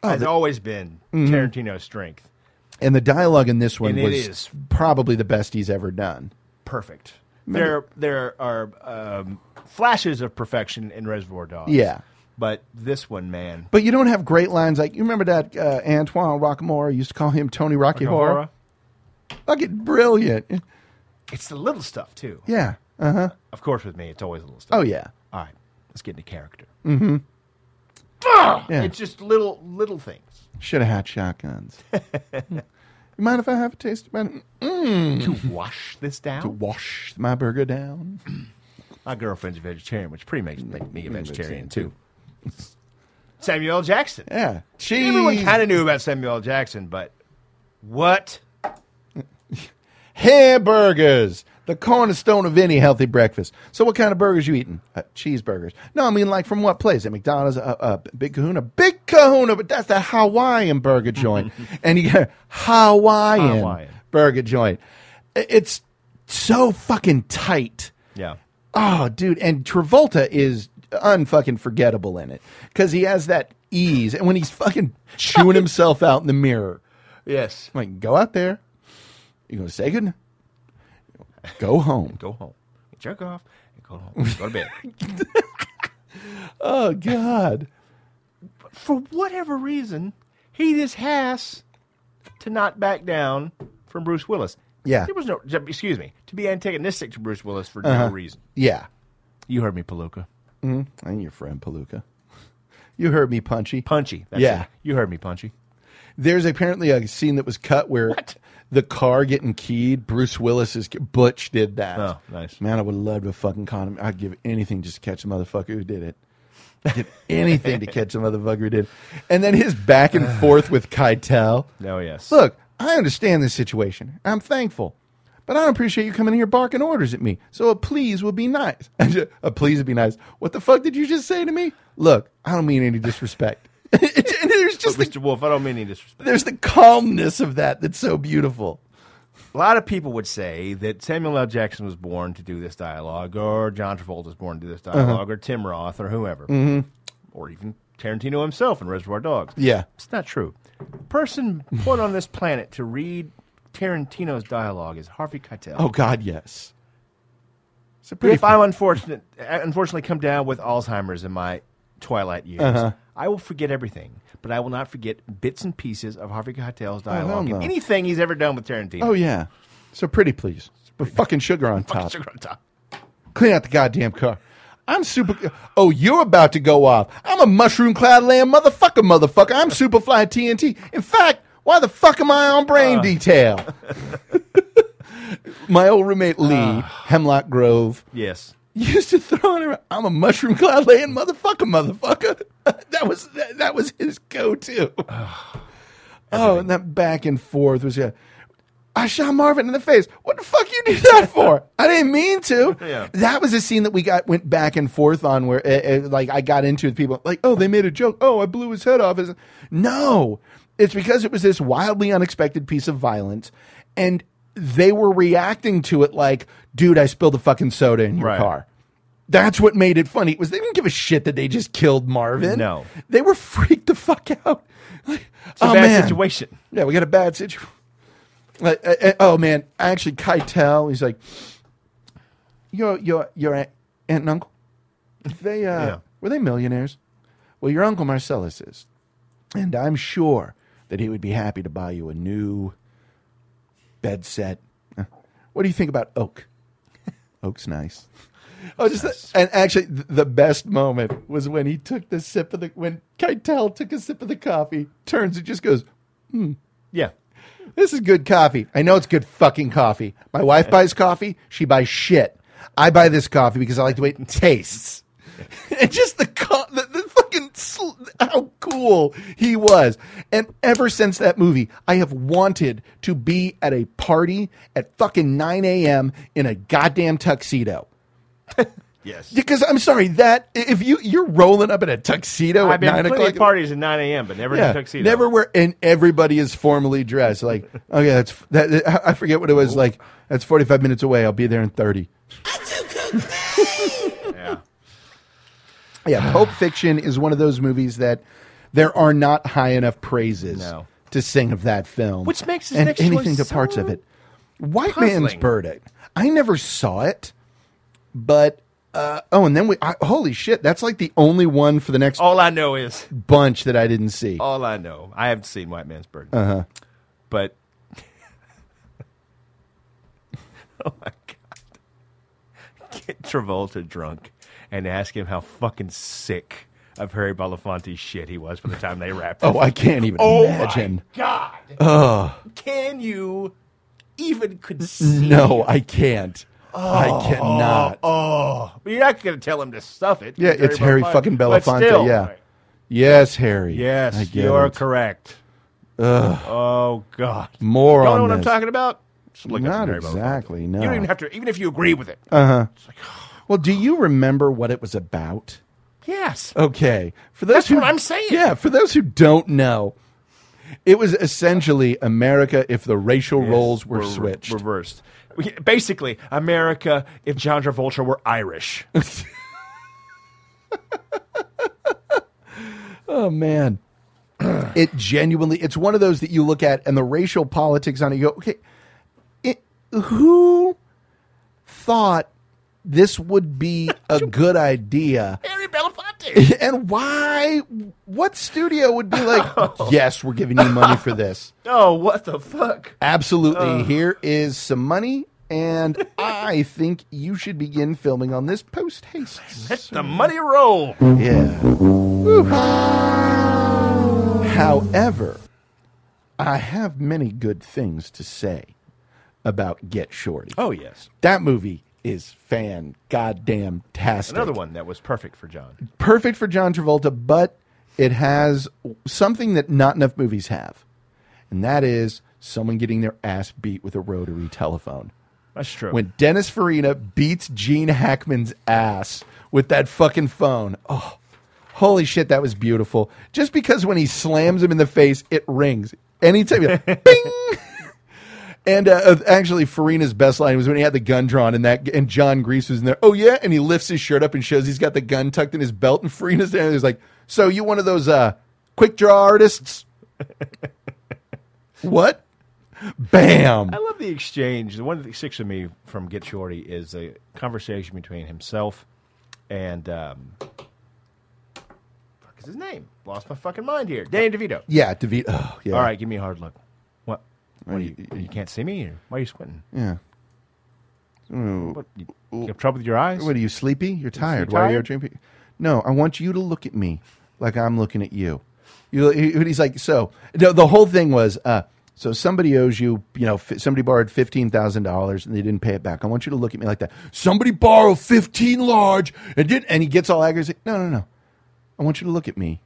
S9: has
S8: Oh, the-
S9: always been
S8: Mhm.
S9: Tarantino's strength.
S8: And the dialogue in this one
S9: And it
S8: was
S9: is.
S8: probably the best he's ever done.
S9: Perfect.
S8: Remember-
S9: There there are um, flashes of perfection in Reservoir Dogs.
S8: Yeah.
S9: But this one, man.
S8: But you don't have great lines like you remember that uh, Antoine Rockamora used to call him Tony Rocky Horror. Fucking brilliant.
S9: It's the little stuff too.
S8: Yeah. Uh huh.
S9: Of course, with me, it's always the little stuff.
S8: Oh yeah.
S9: All right, let's get into character.
S8: Mm-hmm. Yeah.
S9: It's just little little things.
S8: Should have had
S9: (laughs)
S8: shotguns. you mind if I have a taste of my mm.
S9: To wash this down?
S8: To wash my burger down.
S9: My girlfriend's a vegetarian, which pretty makes make
S8: Mm,
S9: me a vegetarian too. (laughs) Samuel L. Jackson.
S8: Yeah.
S9: Everyone kind of knew about Samuel L. Jackson, but what?
S8: Hamburgers, the cornerstone of any healthy breakfast. So, what kind of burgers you eating? Uh, cheeseburgers. No, I mean like from what place? At McDonald's, uh, uh, Big Kahuna, Big Kahuna, but that's that Hawaiian burger
S9: (laughs)
S8: joint, and you get Hawaiian,
S9: Hawaiian.
S8: burger joint. I- It's so fucking tight.
S9: Yeah.
S8: Oh, dude, and Travolta is unfucking forgettable in it because he has that ease, and when he's
S9: (laughs)
S8: fucking chewing himself out in the mirror.
S9: Yes.
S8: I'm like, go out there. You're gonna say good. Go home.
S9: Go home. Jerk off and go home. (laughs) Go to bed.
S8: (laughs) oh God.
S9: For whatever reason, he just has to not back down from Bruce Willis.
S8: Yeah.
S9: There was no, excuse me, to be antagonistic to Bruce Willis for
S8: Uh-huh.
S9: no reason.
S8: Yeah.
S9: You heard me, Palooka.
S8: Mm, I'm your friend, Palooka. You heard me, Punchy.
S9: Punchy. That's
S8: yeah.
S9: it. You heard me, Punchy.
S8: There's apparently a scene that was cut where the car getting keyed. Bruce Willis's Butch did that.
S9: Oh, nice.
S8: Man, I would love to have fucking caught him. I'd give anything just to catch the motherfucker who did it. I'd give anything to catch the motherfucker who did. it. And then his back
S9: (sighs)
S8: and forth with Keitel.
S9: Oh, yes.
S8: Look, I understand this situation. I'm thankful. But I don't appreciate you coming here barking orders at me. So a please would be nice. (laughs) a please would be nice. What the fuck did you just say to me? Look, I don't mean any disrespect. (laughs) and there's just
S9: Mr. Wolf, I don't mean any disrespect.
S8: there's the calmness of that that's so beautiful.
S9: A lot of people would say that Samuel L. Jackson was born to do this dialogue, or John Travolta was born to do this
S8: Uh-huh.
S9: dialog or Tim Roth, or whoever,
S8: Mhm.
S9: or even Tarantino himself in Reservoir Dogs.
S8: Yeah.
S9: It's not true. Person put on this planet to read Tarantino's dialogue is Harvey Keitel.
S8: Oh God, yes. It's a
S9: if I'm unfortunate, I unfortunately come down with Alzheimer's in my twilight years,
S8: Uh-huh.
S9: I will forget everything, but I will not forget bits and pieces of Harvey Keitel's
S8: hell
S9: dialogue
S8: no.
S9: and anything he's ever done with Tarantino.
S8: Oh yeah. So pretty please. But fucking sugar on top.
S9: Sugar on top.
S8: Clean out the goddamn car. I'm super. Oh, you're about to go off. I'm a mushroom cloud land motherfucker, motherfucker. I'm Superfly TNT. In fact, why the fuck am I on brain detail? (laughs) My old roommate Lee, Hemlock Grove,
S9: Yes.
S8: (laughs) used to throw it around. I'm a mushroom cloud laying motherfucker, motherfucker. (laughs) that was that, that was his go-to. oh, and that back and forth was. Uh, I shot Marvin in the face. What the fuck you do (laughs) that for? I didn't mean to.
S9: (laughs) Yeah.
S8: That was a scene that we got went back and forth on where it, it- like I got into it with people like, "Oh, they made a joke. Oh, I blew his head off." It's- No. It's because it was this wildly unexpected piece of violence and they were reacting to it like, "Dude, I spilled the fucking soda in your
S9: Right.
S8: car." That's what made it funny. Was they didn't give a shit that they just killed Marvin.
S9: No.
S8: They were freaked the fuck out. Like,
S9: It's a
S8: oh,
S9: bad
S8: man.
S9: situation.
S8: Yeah, we got a bad situation. (laughs) Like, uh, uh, oh man, actually, Keitel, he's like, your your your aunt, aunt and uncle, they uh,
S9: Yeah.
S8: were they millionaires? Well, your uncle Marcellus is, and I'm sure that he would be happy to buy you a new bed set. (laughs) Uh, What do you think about oak? Oak's nice. Oh, just the, and actually, th- the best moment was when he took the sip of the when Keitel took a sip of the coffee, turns and just goes, "Hmm,
S9: Yeah.
S8: this is good coffee. I know it's good fucking coffee. My wife buys coffee. She buys shit. I buy this coffee because I like the way it tastes. (laughs) and just the, co- the, the fucking sl- how cool he was. And ever since that movie, I have wanted to be at a party at fucking 9 a.m. in a goddamn tuxedo.
S9: Yes.
S8: Because I'm sorry that if you you're rolling up in a tuxedo
S9: I've
S8: at
S9: been
S8: nine
S9: plenty
S8: o'clock.
S9: of parties at 9 a.m., but never in
S8: yeah,
S9: a tuxedo.
S8: never where and everybody is formally dressed.
S9: (laughs)
S8: Like, okay, that's that. I- I forget what it was. Like, that's forty five minutes away. I'll be there in thirty.
S9: Yeah. (sighs)
S8: Yeah, Pulp Fiction is one of those movies that there are not high enough praises
S9: No.
S8: to sing of that film,
S9: Which makes this
S8: and
S9: next
S8: anything
S9: choice
S8: to parts of
S9: so
S8: it. White Man's
S9: puzzling.
S8: Verdict. I never saw it, but uh, oh, and then we. I, holy shit! That's like the only one for the next
S9: All I know is,
S8: bunch that I didn't see.
S9: all I know, I haven't seen White Man's Burden,
S8: Uh huh.
S9: but. (laughs) oh my God. Get Travolta drunk and ask him how fucking sick of Harry Belafonte's shit he was by the time they
S8: (laughs)
S9: wrapped
S8: Oh,
S9: up.
S8: I can't even
S9: Oh my
S8: imagine.
S9: God. Can you even conceive?
S8: No, I can't. I cannot.
S9: Oh, but you're not going to tell him to stuff it.
S8: Yeah, it's Harry fucking
S9: But
S8: Belafonte.
S9: still.
S8: yeah. Yes, Harry. I
S9: Yes,
S8: get
S9: you're
S8: it.
S9: correct. Oh God.
S8: More
S9: Don't
S8: on
S9: know what I'm
S8: this.
S9: talking about. Just look up
S8: Not
S9: some Harry Belafonte.
S8: exactly, no. Uh-huh.
S9: You don't even have to. Even if you agree with it.
S8: Well, do you remember what it was about?
S9: yes.
S8: Uh, Okay, for those
S9: That's
S8: who,
S9: what I'm saying.
S8: Yeah, for those who don't know, it was essentially America if the racial roles were,
S9: Re-
S8: switched.
S9: reversed. We- Basically, America. If John Travolta were Irish,
S8: (laughs) oh man, (clears throat) it genuinely it's one of those that you look at and the racial politics on it. You go, okay, it, who thought this would be (laughs) a good idea?
S9: Harry Belafonte.
S8: (laughs) And why? What studio would be
S9: (laughs)
S8: like? yes, we're giving you money for this.
S9: oh, what the fuck?
S8: Absolutely.
S9: Oh.
S8: Here is some money, and I think you should begin filming on this post
S9: (laughs)
S8: haste.
S9: The money roll.
S8: Yeah. Whew. However, I have many good things to say about Get Shorty.
S9: Oh yes.
S8: That movie is fan goddamn tastic.
S9: Another one that was perfect for John.
S8: perfect for John Travolta, but it has something that not enough movies have, and that is someone getting their ass beat with a rotary telephone.
S9: That's true.
S8: When Dennis Farina beats Gene Hackman's ass with that fucking phone, oh, holy shit, that was beautiful. Just because when he slams him in the face, it rings. Anytime, you're like, bing. And uh, uh, actually, Farina's best line was when he had the gun drawn, and that and John Grease was in there. Oh yeah, and he lifts his shirt up and shows he's got the gun tucked in his belt, and Farina's there. And he's like, "So you one of those uh, quick draw artists?" what? Bam!
S9: I love the exchange. The one that sticks with me from Get Shorty is a conversation between himself and um, fuck is his name? Lost my fucking mind here. Danny DeVito.
S8: Yeah, DeVito. Oh, yeah.
S9: All right, give me a hard look. What? What
S8: Are
S9: are you,
S8: you-
S9: you can't see me? Or why are you squinting?
S8: Yeah.
S9: What, you, you have trouble with your eyes?
S8: What are you sleepy? You're tired. Why are you
S9: tired?
S8: drinking? No, I want you to look at me like I'm looking at you. You. he- He's like, so no, the whole thing was, uh, so somebody owes you, you know, fi- somebody borrowed fifteen thousand dollars and they didn't pay it back. I want you to look at me like that. Somebody borrowed fifteen large and did, and he gets all angry. He's like, no, no, no. I want you to look at me.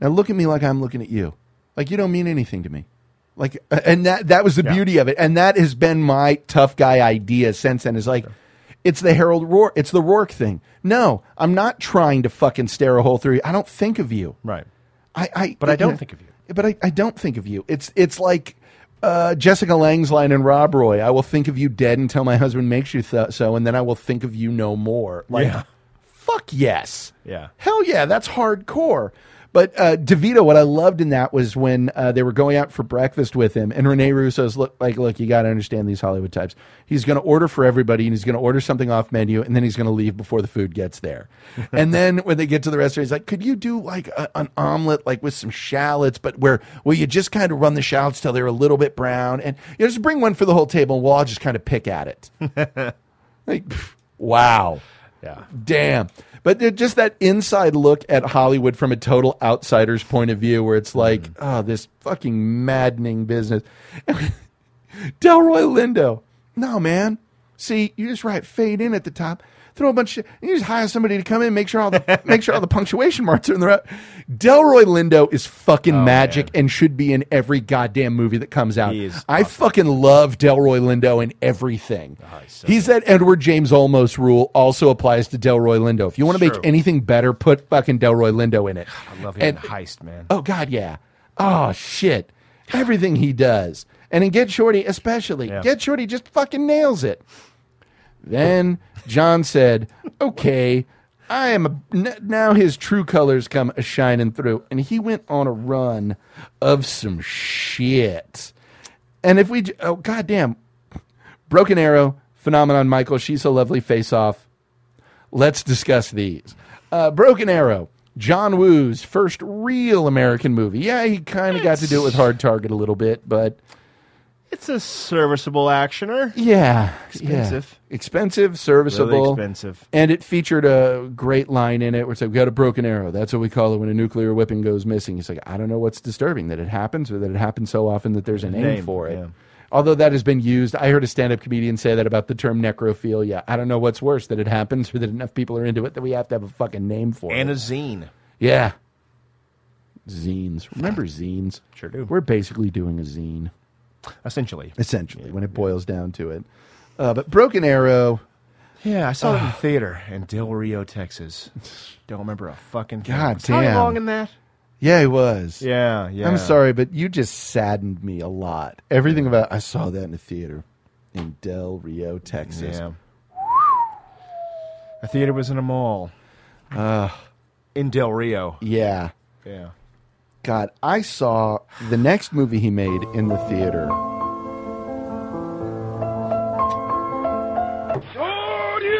S8: Now look at me like I'm looking at you. Like you don't mean anything to me. Like uh, and that that was the beauty of it. And that has been my tough guy idea since then is like it's the Harold Rourke it's the Rourke thing. No, I'm not trying to fucking stare a hole through you. I don't think of you.
S9: Right.
S8: I, I
S9: But I don't think of you.
S8: But I, I don't think of you. It's it's like uh, Jessica Lang's line in Rob Roy, I will think of you dead until my husband makes you th- so, and then I will think of you no more. Like,
S9: Yeah.
S8: fuck yes.
S9: Yeah.
S8: Hell yeah, that's hardcore. But uh, DeVito, what I loved in that was when uh, they were going out for breakfast with him, and Rene Russo's look like, look, you got to understand these Hollywood types. He's going to order for everybody, and he's going to order something off menu, and then he's going to leave before the food gets there. and then when they get to the restaurant, he's like, "Could you do like a, an omelet, like with some shallots, but where where you just kind of run the shallots till they're a little bit brown, and you know, just bring one for the whole table, and we'll all just kind of pick at it." like, pff, wow.
S9: Yeah.
S8: Damn. But they're just that inside look at Hollywood from a total outsider's point of view, where it's like, oh, this fucking maddening business. Delroy Lindo. No, man. See, you just write fade in at the top. Throw a bunch of you just hire somebody to come in, make sure all the make sure all the punctuation marks are in the right. Delroy Lindo is fucking magic and should be in every goddamn movie that comes out. I fucking love Delroy Lindo in everything. he's that Edward James Olmos rule also applies to Delroy Lindo. If you want to make
S9: True.
S8: anything better, put fucking Delroy Lindo in it. (laughs) I
S9: Love him in heist, man.
S8: Oh God, yeah. Oh shit. Everything he does. And in Get Shorty, especially. Get Shorty just fucking nails it. Then John said, Okay, I am a n- now his true colors come a shining through. And he went on a run of some shit. And if we j- oh goddamn. Broken Arrow, Phenomenon Michael, She's So Lovely, Face Off. Let's discuss these. Uh, Broken Arrow, John Woo's first real American movie. Yeah, he kind of got to do it with Hard Target a little bit, but
S9: It's a serviceable actioner.
S8: yeah.
S9: Expensive.
S8: yeah. Expensive, serviceable.
S9: Really expensive.
S8: And it featured a great line in it where it's like, we got a broken arrow. That's what we call it when a nuclear weapon goes missing. It's like, I don't know what's disturbing that it happens or that it happens so often that there's a name,
S9: name,
S8: for it.
S9: yeah.
S8: Although that has been used, I heard a stand up comedian say that about the term necrophilia. I don't know what's worse that it happens or that enough people are into it that we have to have a fucking name for
S9: And
S8: it.
S9: a zine.
S8: Yeah. Zines. Remember zines?
S9: Sure do.
S8: We're basically doing a zine
S9: Essentially.
S8: essentially when it boils down to it. Uh, but Broken Arrow,
S9: Yeah, I saw it in the theater in Del Rio, Texas. Don't remember a fucking thing.
S8: God
S9: Was Tommy
S8: damn.
S9: Long in that?
S8: yeah, it was.
S9: Yeah, yeah.
S8: I'm sorry, but you just saddened me a lot. Everything about I saw that in the theater in Del Rio, Texas.
S9: Yeah. A theater was in a mall. in Del Rio.
S8: Yeah.
S9: Yeah.
S8: God, I saw the next movie he made in the theater. (laughs)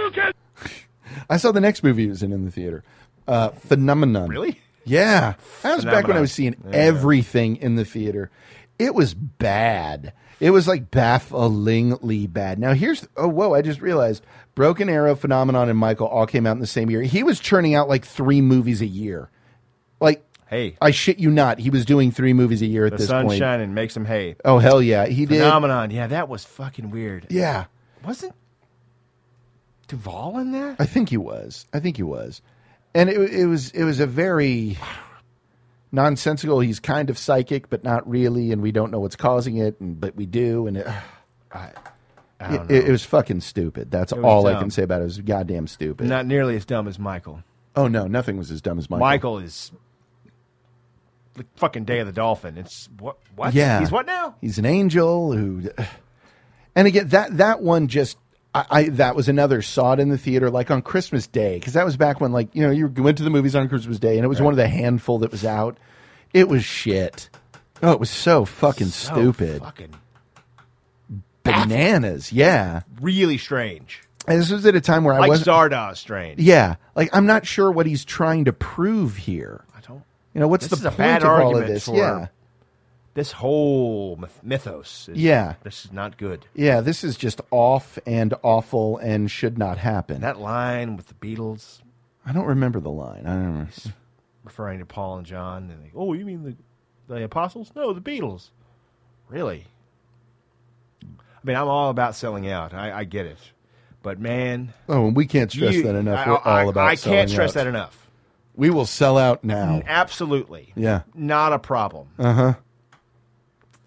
S8: I saw the next movie he was in in the theater. Uh, Phenomenon.
S9: Really?
S8: Yeah. That was back when I
S9: Phenomenon.
S8: was seeing
S9: Yeah.
S8: everything in the theater. It was bad. It was like bafflingly bad. Now here's oh whoa, I just realized Broken Arrow, Phenomenon, and Michael all came out in the same year. He was churning out like three movies a year. Like
S9: Hey.
S8: I shit you not, he was doing three movies a year at
S9: The
S8: this
S9: sun
S8: point.
S9: shining makes them hay.
S8: Oh hell yeah. He did
S9: Phenomenon. Yeah, that was fucking weird.
S8: Yeah.
S9: Wasn't Duvall in that?
S8: I think he was. I think he was. And it, it was it was a very nonsensical. He's kind of psychic, but not really, and we don't know what's causing it, and but we do, and it, (sighs)
S9: I don't know.
S8: it, it was fucking stupid. That's
S9: was
S8: all I
S9: dumb.
S8: can say about it. It was goddamn stupid.
S9: Not nearly as dumb as Michael.
S8: oh no, nothing was as dumb as Michael.
S9: Michael is the fucking Day of the Dolphin. It's what? What?
S8: Yeah,
S9: He's what now?
S8: He's an angel who, and again that that one just. I, I that was another saw it in the theater like on Christmas Day because that was back when like you know you went to the movies on Christmas Day and it was one of the handful that was out. It was shit. Oh, it was so fucking
S9: So
S8: stupid.
S9: Fucking
S8: Bananas. Yeah,
S9: really strange.
S8: and this was at a time where I
S9: Like
S8: wasn't.
S9: Stardust strange.
S8: yeah, like I'm not sure what he's trying to prove here.
S9: I don't.
S8: You know what's
S9: This
S8: the
S9: is a
S8: point
S9: bad
S8: of all of
S9: argument
S8: this?
S9: for-
S8: yeah,
S9: This whole myth- mythos. Is,
S8: Yeah.
S9: This is not good.
S8: yeah. This is just off and awful and should not happen.
S9: That line with the Beatles
S8: I don't remember the line. I don't remember.
S9: referring to Paul and John. And they, oh, you mean the the apostles? No, the Beatles. Really? I mean, I'm all about selling out. I, I get it, but man,
S8: Oh, and we can't stress
S9: you-
S8: that enough.
S9: I,
S8: We're
S9: I-
S8: all about.
S9: I can't
S8: selling
S9: stress
S8: out.
S9: that Mm. enough.
S8: We will sell out now.
S9: Absolutely.
S8: Yeah.
S9: Not a problem.
S8: Uh huh.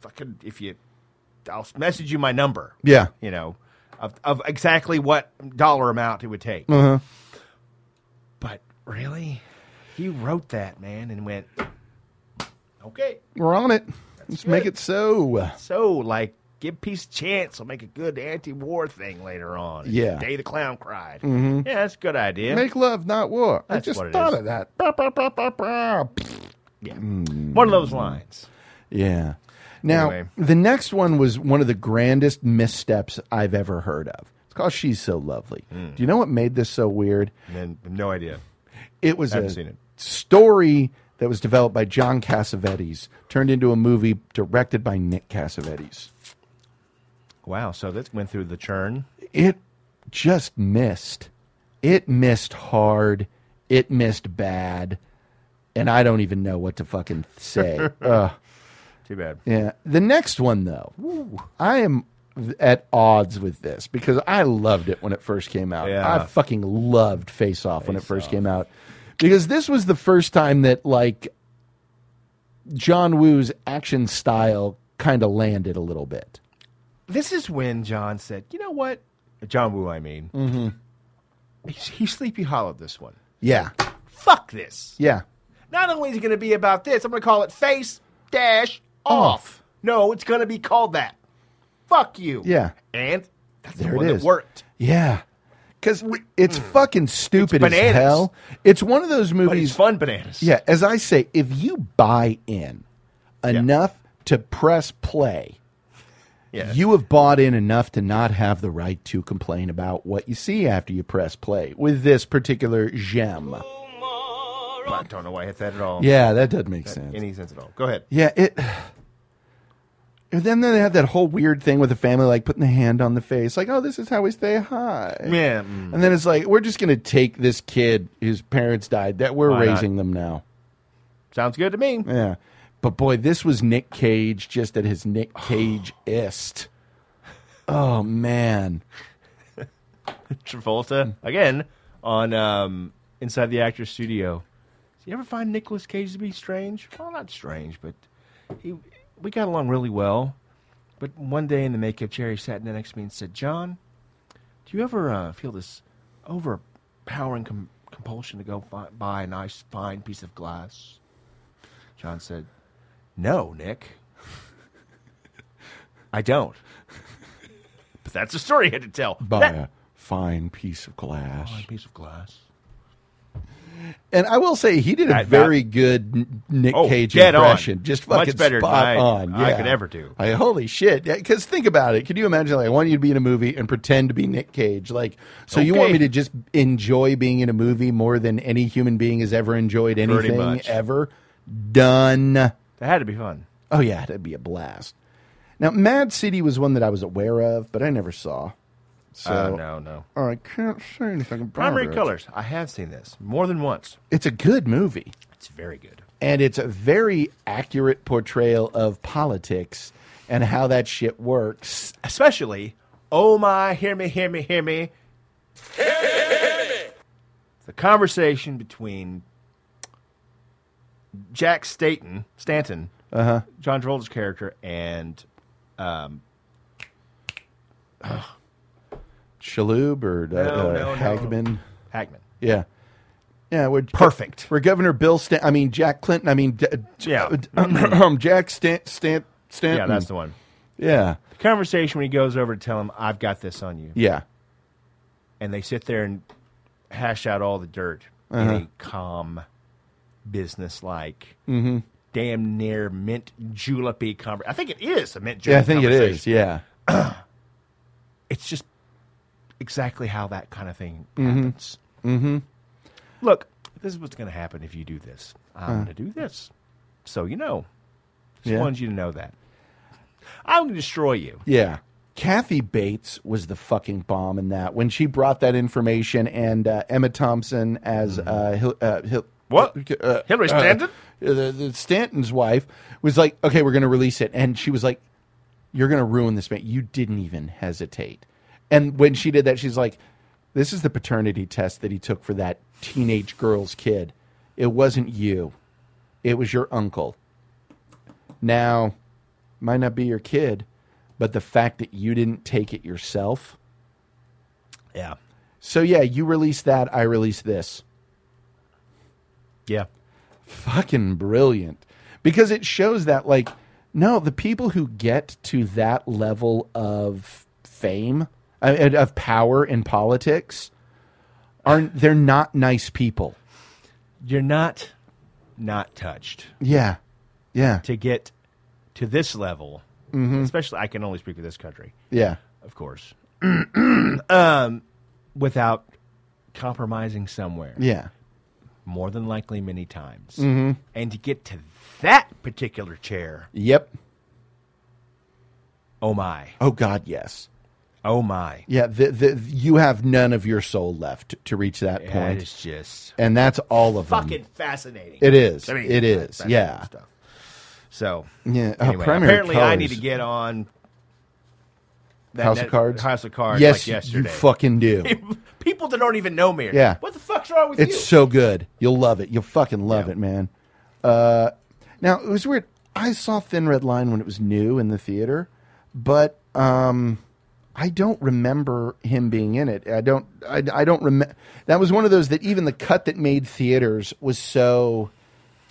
S9: Fucking if you, I'll message you my number.
S8: Yeah.
S9: You know, of of exactly what dollar amount it would take.
S8: Uh huh.
S9: But really, he wrote that man and went, okay.
S8: We're on it. Let's make
S9: good.
S8: it so.
S9: So like, give peace a chance. I'll make a good anti-war thing later on.
S8: Yeah. Mm-hmm.
S9: Day the clown cried. Yeah, that's a good idea.
S8: Make love, not war. I
S9: That's
S8: just
S9: what it
S8: thought
S9: is.
S8: of that. Bah, bah, bah, bah, bah. Mm.
S9: One of those lines.
S8: Yeah. Now,
S9: Anyway.
S8: the next one was one of the grandest missteps I've ever heard of. It's called She's So Lovely.
S9: Mm.
S8: Do you know what made this so weird?
S9: And then no idea.
S8: It was a
S9: Haven't seen it.
S8: story that was developed by John Cassavetes, turned into a movie directed by Nick Cassavetes.
S9: Wow. So that went through the churn.
S8: It just missed. It missed hard. It missed bad. And I don't even know what to fucking (laughs) say. Ugh.
S9: Too bad.
S8: yeah. The next one, though, I am th- at odds with this because I loved it when it first came out.
S9: Yeah.
S8: I fucking loved Face Off when it first came out because this was the first time that like John Woo's action style kind of landed a little bit.
S9: This is when John said, "You know what? John Woo, I mean,
S8: Mm-hmm.
S9: he's, he's Sleepy Hollow. This one.
S8: Yeah,
S9: Fuck this.
S8: yeah.
S9: Not only is it going to be about this, I'm going to call it Face Dash Off. No, it's going to be called that. Fuck you.
S8: Yeah.
S9: And that's
S8: There
S9: the
S8: it
S9: one
S8: is.
S9: that worked.
S8: Yeah. Because it's fucking stupid as
S9: Hmm. bananas.
S8: hell. It's one of those movies.
S9: fun bananas.
S8: Yeah. As I say, if you buy in enough to press play,
S9: Yeah.
S8: you have bought in enough to not have the right to complain about what you see after you press play with this particular gem.
S9: I don't know why I hit that at all.
S8: Yeah, that doesn't make sense.
S9: Any sense at all. Go ahead.
S8: Yeah, it. (sighs) And then they have that whole weird thing with the family, like putting the hand on the face, like, "Oh, this is how we say hi."
S9: Yeah, mm.
S8: and then it's like we're just gonna take this kid whose parents died that we're
S9: Why not?
S8: raising them now.
S9: Sounds good to me.
S8: Yeah, but boy, this was Nick Cage just at his
S9: (sighs)
S8: Nick Cage ist. Oh man,
S9: Travolta again on um, Inside the Actors Studio. Do you ever find Nicolas Cage to be strange? Well, not strange, but he we got along really well. But one day in the makeup chair, he sat down next to me and said, "John, do you ever uh, feel this overpowering com- compulsion to go fi- buy a nice, fine piece of glass?" John said, "No, Nick, I don't." But that's a story he had to tell.
S8: buy
S9: That- Oh,
S8: a fine piece of glass.
S9: Fine piece of glass.
S8: And I will say he did a
S9: That- that-
S8: very good N- Nick
S9: Oh,
S8: Cage
S9: dead on.
S8: impression. Just
S9: Much
S8: fucking
S9: better
S8: spot
S9: than I-
S8: on.
S9: I
S8: Yeah.
S9: could ever do.
S8: I- holy shit! Because think about it. Can you imagine? Like, I want you to be in a movie and pretend to be Nick Cage. Like, so you want
S9: Okay.
S8: me to just enjoy being in a movie more than any human being has ever enjoyed
S9: Pretty
S8: anything
S9: much.
S8: ever? Done.
S9: That had to be fun.
S8: Oh yeah, that'd be a blast. Now, Mad City was one that I was aware of, but I never saw. So
S9: Uh, no, no.
S8: I can't say anything about
S9: Primary
S8: it.
S9: colors. I have seen this more than once.
S8: It's a good movie.
S9: It's very good.
S8: and it's a very accurate portrayal of politics and how that shit works.
S9: Especially, oh my, hear me, hear me, hear me. The conversation between Jack Staten, Stanton,
S8: Uh-huh.
S9: John Travolta's character, and um,
S8: Shalhoub or uh,
S9: No,
S8: uh,
S9: no, no.
S8: Hagman,
S9: Hackman.
S8: yeah, yeah, we're
S9: Perfect.
S8: Where Governor Bill Stan, I mean Jack Clinton, I mean D- D-
S9: Yeah.
S8: um, (clears throat) Jack Stan- Stan- Stanton,
S9: Yeah, that's the one.
S8: yeah,
S9: The conversation when he goes over to tell him, I've got this on you.
S8: yeah,
S9: and they sit there and hash out all the dirt in
S8: Uh-huh.
S9: a calm, business-like,
S8: Mhm.
S9: damn near mint julepy conversation. I think it is a mint julep.
S8: yeah. I think it is,
S9: conversation.
S8: yeah,
S9: It's just exactly how that kind of thing
S8: Mhm.
S9: happens.
S8: mm-hmm.
S9: Look, this is what's going to happen if you do this. I'm going to do this, so you know. Just
S8: Uh-huh. Yeah.
S9: wanted you to know that. I'm going to destroy you.
S8: Yeah. Kathy Bates was the fucking bomb in that when she brought that information and uh, Emma Thompson as uh, Hil- uh, Hil-
S9: Hmm. What?
S8: uh,
S9: Hillary
S8: uh,
S9: Stanton?
S8: the, the Stanton's wife was like, "Okay, we're going to release it," and she was like, "You're going to ruin this man." You didn't even hesitate. And when she did that, she's like, "This is the paternity test that he took for that teenage girl's kid. It wasn't you. It was your uncle. Now, might not be your kid, but the fact that you didn't take it yourself.
S9: Yeah,
S8: So yeah, you release that, I release this.
S9: yeah,
S8: fucking brilliant because it shows that like no the people who get to that level of fame uh, and of power in politics are they're not nice people
S9: you're not not touched.
S8: yeah yeah
S9: to get to this level,
S8: Mm-hmm.
S9: especially I can only speak for this country,
S8: yeah
S9: of course, (clears throat) um, without compromising somewhere.
S8: yeah Mm-hmm.
S9: More than likely, many times. And to get to that particular chair,
S8: yep
S9: oh my,
S8: oh god yes
S9: oh my.
S8: yeah the, the, you have none of your soul left to reach that
S9: That
S8: point
S9: is just
S8: and that's all of them.
S9: fucking fascinating.
S8: It is.
S9: I mean,
S8: It is.
S9: that
S8: Yeah.
S9: Stuff. So,
S8: Yeah. Oh,
S9: anyway,
S8: primary
S9: apparently I need to
S8: colours.
S9: get on that
S8: House
S9: net-
S8: of Cards.
S9: House of Cards.
S8: Yes,
S9: like yesterday.
S8: you fucking (laughs)
S9: (laughs)
S8: do.
S9: People that don't even know me. Are,
S8: Yeah.
S9: What the fuck's wrong with
S8: it's
S9: you?
S8: so good. You'll love it. You'll fucking love it, man. Uh, now it was weird. I saw Thin Red Line when it was new in the theater, but um, I don't remember him being in it. I don't. I, I don't remember. That was one of those that even the cut that made theaters was so.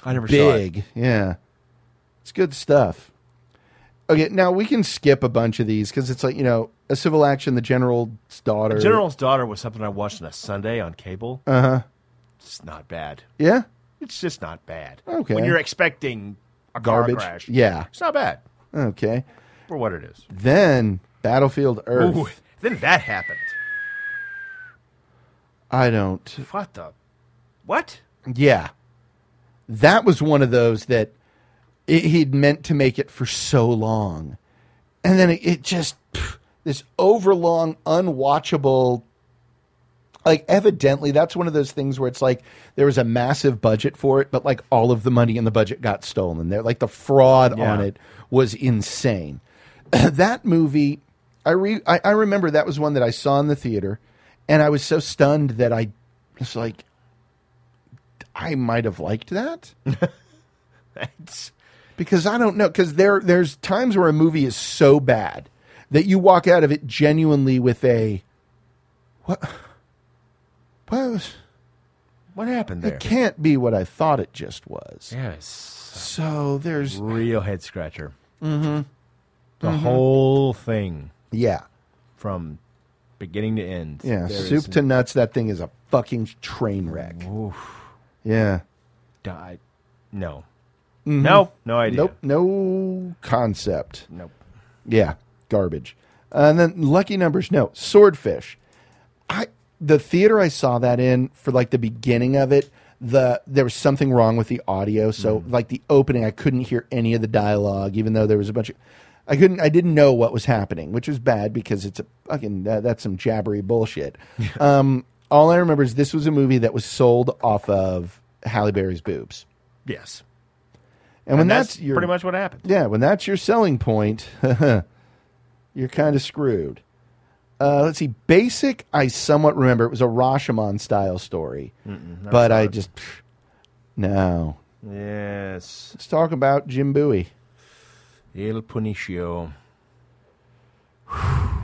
S9: I never saw it.
S8: big. Yeah, it's good stuff. Okay, now we can skip a bunch of these because it's like you know a civil action, the general's daughter,
S9: The General's Daughter was something I watched on a Sunday on cable.
S8: Uh huh.
S9: It's not bad.
S8: Yeah.
S9: It's just not bad.
S8: Okay.
S9: When you're expecting a car
S8: Garbage?
S9: crash.
S8: Yeah.
S9: It's not bad
S8: Okay.
S9: for what it is.
S8: Then Battlefield Earth.
S9: Ooh, then that happened.
S8: I don't.
S9: What the? What?
S8: Yeah. That was one of those that it, he'd meant to make it for so long. And then it, it just, pff, this overlong, unwatchable. Like, evidently, that's one of those things where it's like there was a massive budget for it, but like all of the money in the budget got stolen. There, like the fraud
S9: Yeah.
S8: on it was insane. (clears throat) that movie, I re, I, I remember that was one that I saw in the theater, and I was so stunned that I was like, I might have liked that. because I don't know. Because there, there's times where a movie is so bad that you walk out of it genuinely with a what? What? Was,
S9: what happened there?
S8: It can't be what I thought it just was.
S9: Yes.
S8: So there's
S9: real head scratcher.
S8: Mm-hmm.
S9: The
S8: Mhm.
S9: whole thing.
S8: Yeah.
S9: From beginning to end.
S8: Yeah.
S9: There
S8: soup
S9: is-
S8: to nuts. That thing is a fucking train wreck. Yeah.
S9: Di- No.
S8: Mhm.
S9: No. No idea.
S8: Nope. No concept.
S9: Nope.
S8: Yeah, garbage. and then lucky numbers. No, swordfish. I the theater I saw that in for like the beginning of it. The there was something wrong with the audio. So like the opening, I couldn't hear any of the dialogue, even though there was a bunch of. I couldn't. I didn't know what was happening, which was bad because it's a fucking that, that's some jabbery bullshit. um, all I remember is this was a movie that was sold off of Halle Berry's boobs.
S9: Yes.
S8: And, when that's, your
S9: pretty much what happened.
S8: yeah, when that's your selling point, (laughs) you're kind of screwed. Uh, let's see. Basic, I somewhat remember. It was a Rashomon style story,
S9: Mm-mm, never
S8: but
S9: saw
S8: I
S9: it.
S8: just pff, no.
S9: Yes.
S8: Let's talk about Jim Bowie.
S9: El Punicio.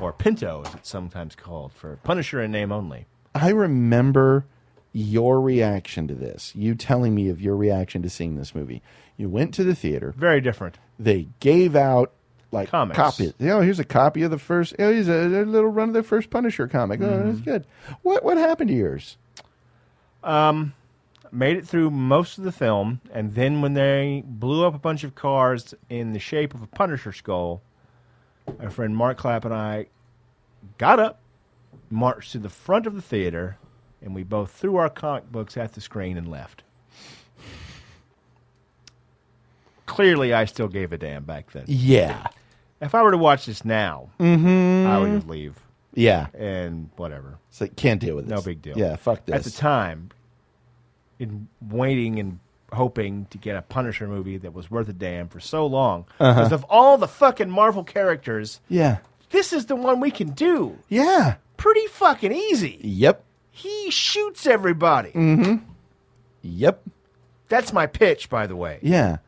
S9: or Pinto, as it's sometimes called, for Punisher in name only.
S8: I remember your reaction to this. You telling me of your reaction to seeing this movie. You went to the theater.
S9: Very different.
S8: They gave out like
S9: Comics.
S8: copies. Oh, here's a copy of the first. Oh, here's a, a little run of the first Punisher comic. Oh, that's
S9: Mhm.
S8: good. What what happened to yours?
S9: Um, made it through most of the film, and then when they blew up a bunch of cars in the shape of a Punisher skull, my friend Mark Clapp and I got up, marched to the front of the theater, and we both threw our comic books at the screen and left. Clearly, I still gave a damn back then.
S8: Yeah.
S9: If I were to watch this now,
S8: Mhm.
S9: I would just leave.
S8: Yeah.
S9: And whatever.
S8: It's like can't deal with this.
S9: No big deal.
S8: Yeah, fuck
S9: At the
S8: this.
S9: time, in waiting and hoping to get a Punisher movie that was worth a damn for so long,
S8: Uh-huh.
S9: because of all the fucking Marvel characters,
S8: Yeah.
S9: this is the one we can do.
S8: Yeah.
S9: Pretty fucking easy.
S8: Yep.
S9: He shoots everybody.
S8: Mm-hmm. Yep.
S9: That's my pitch, by the way.
S8: Yeah.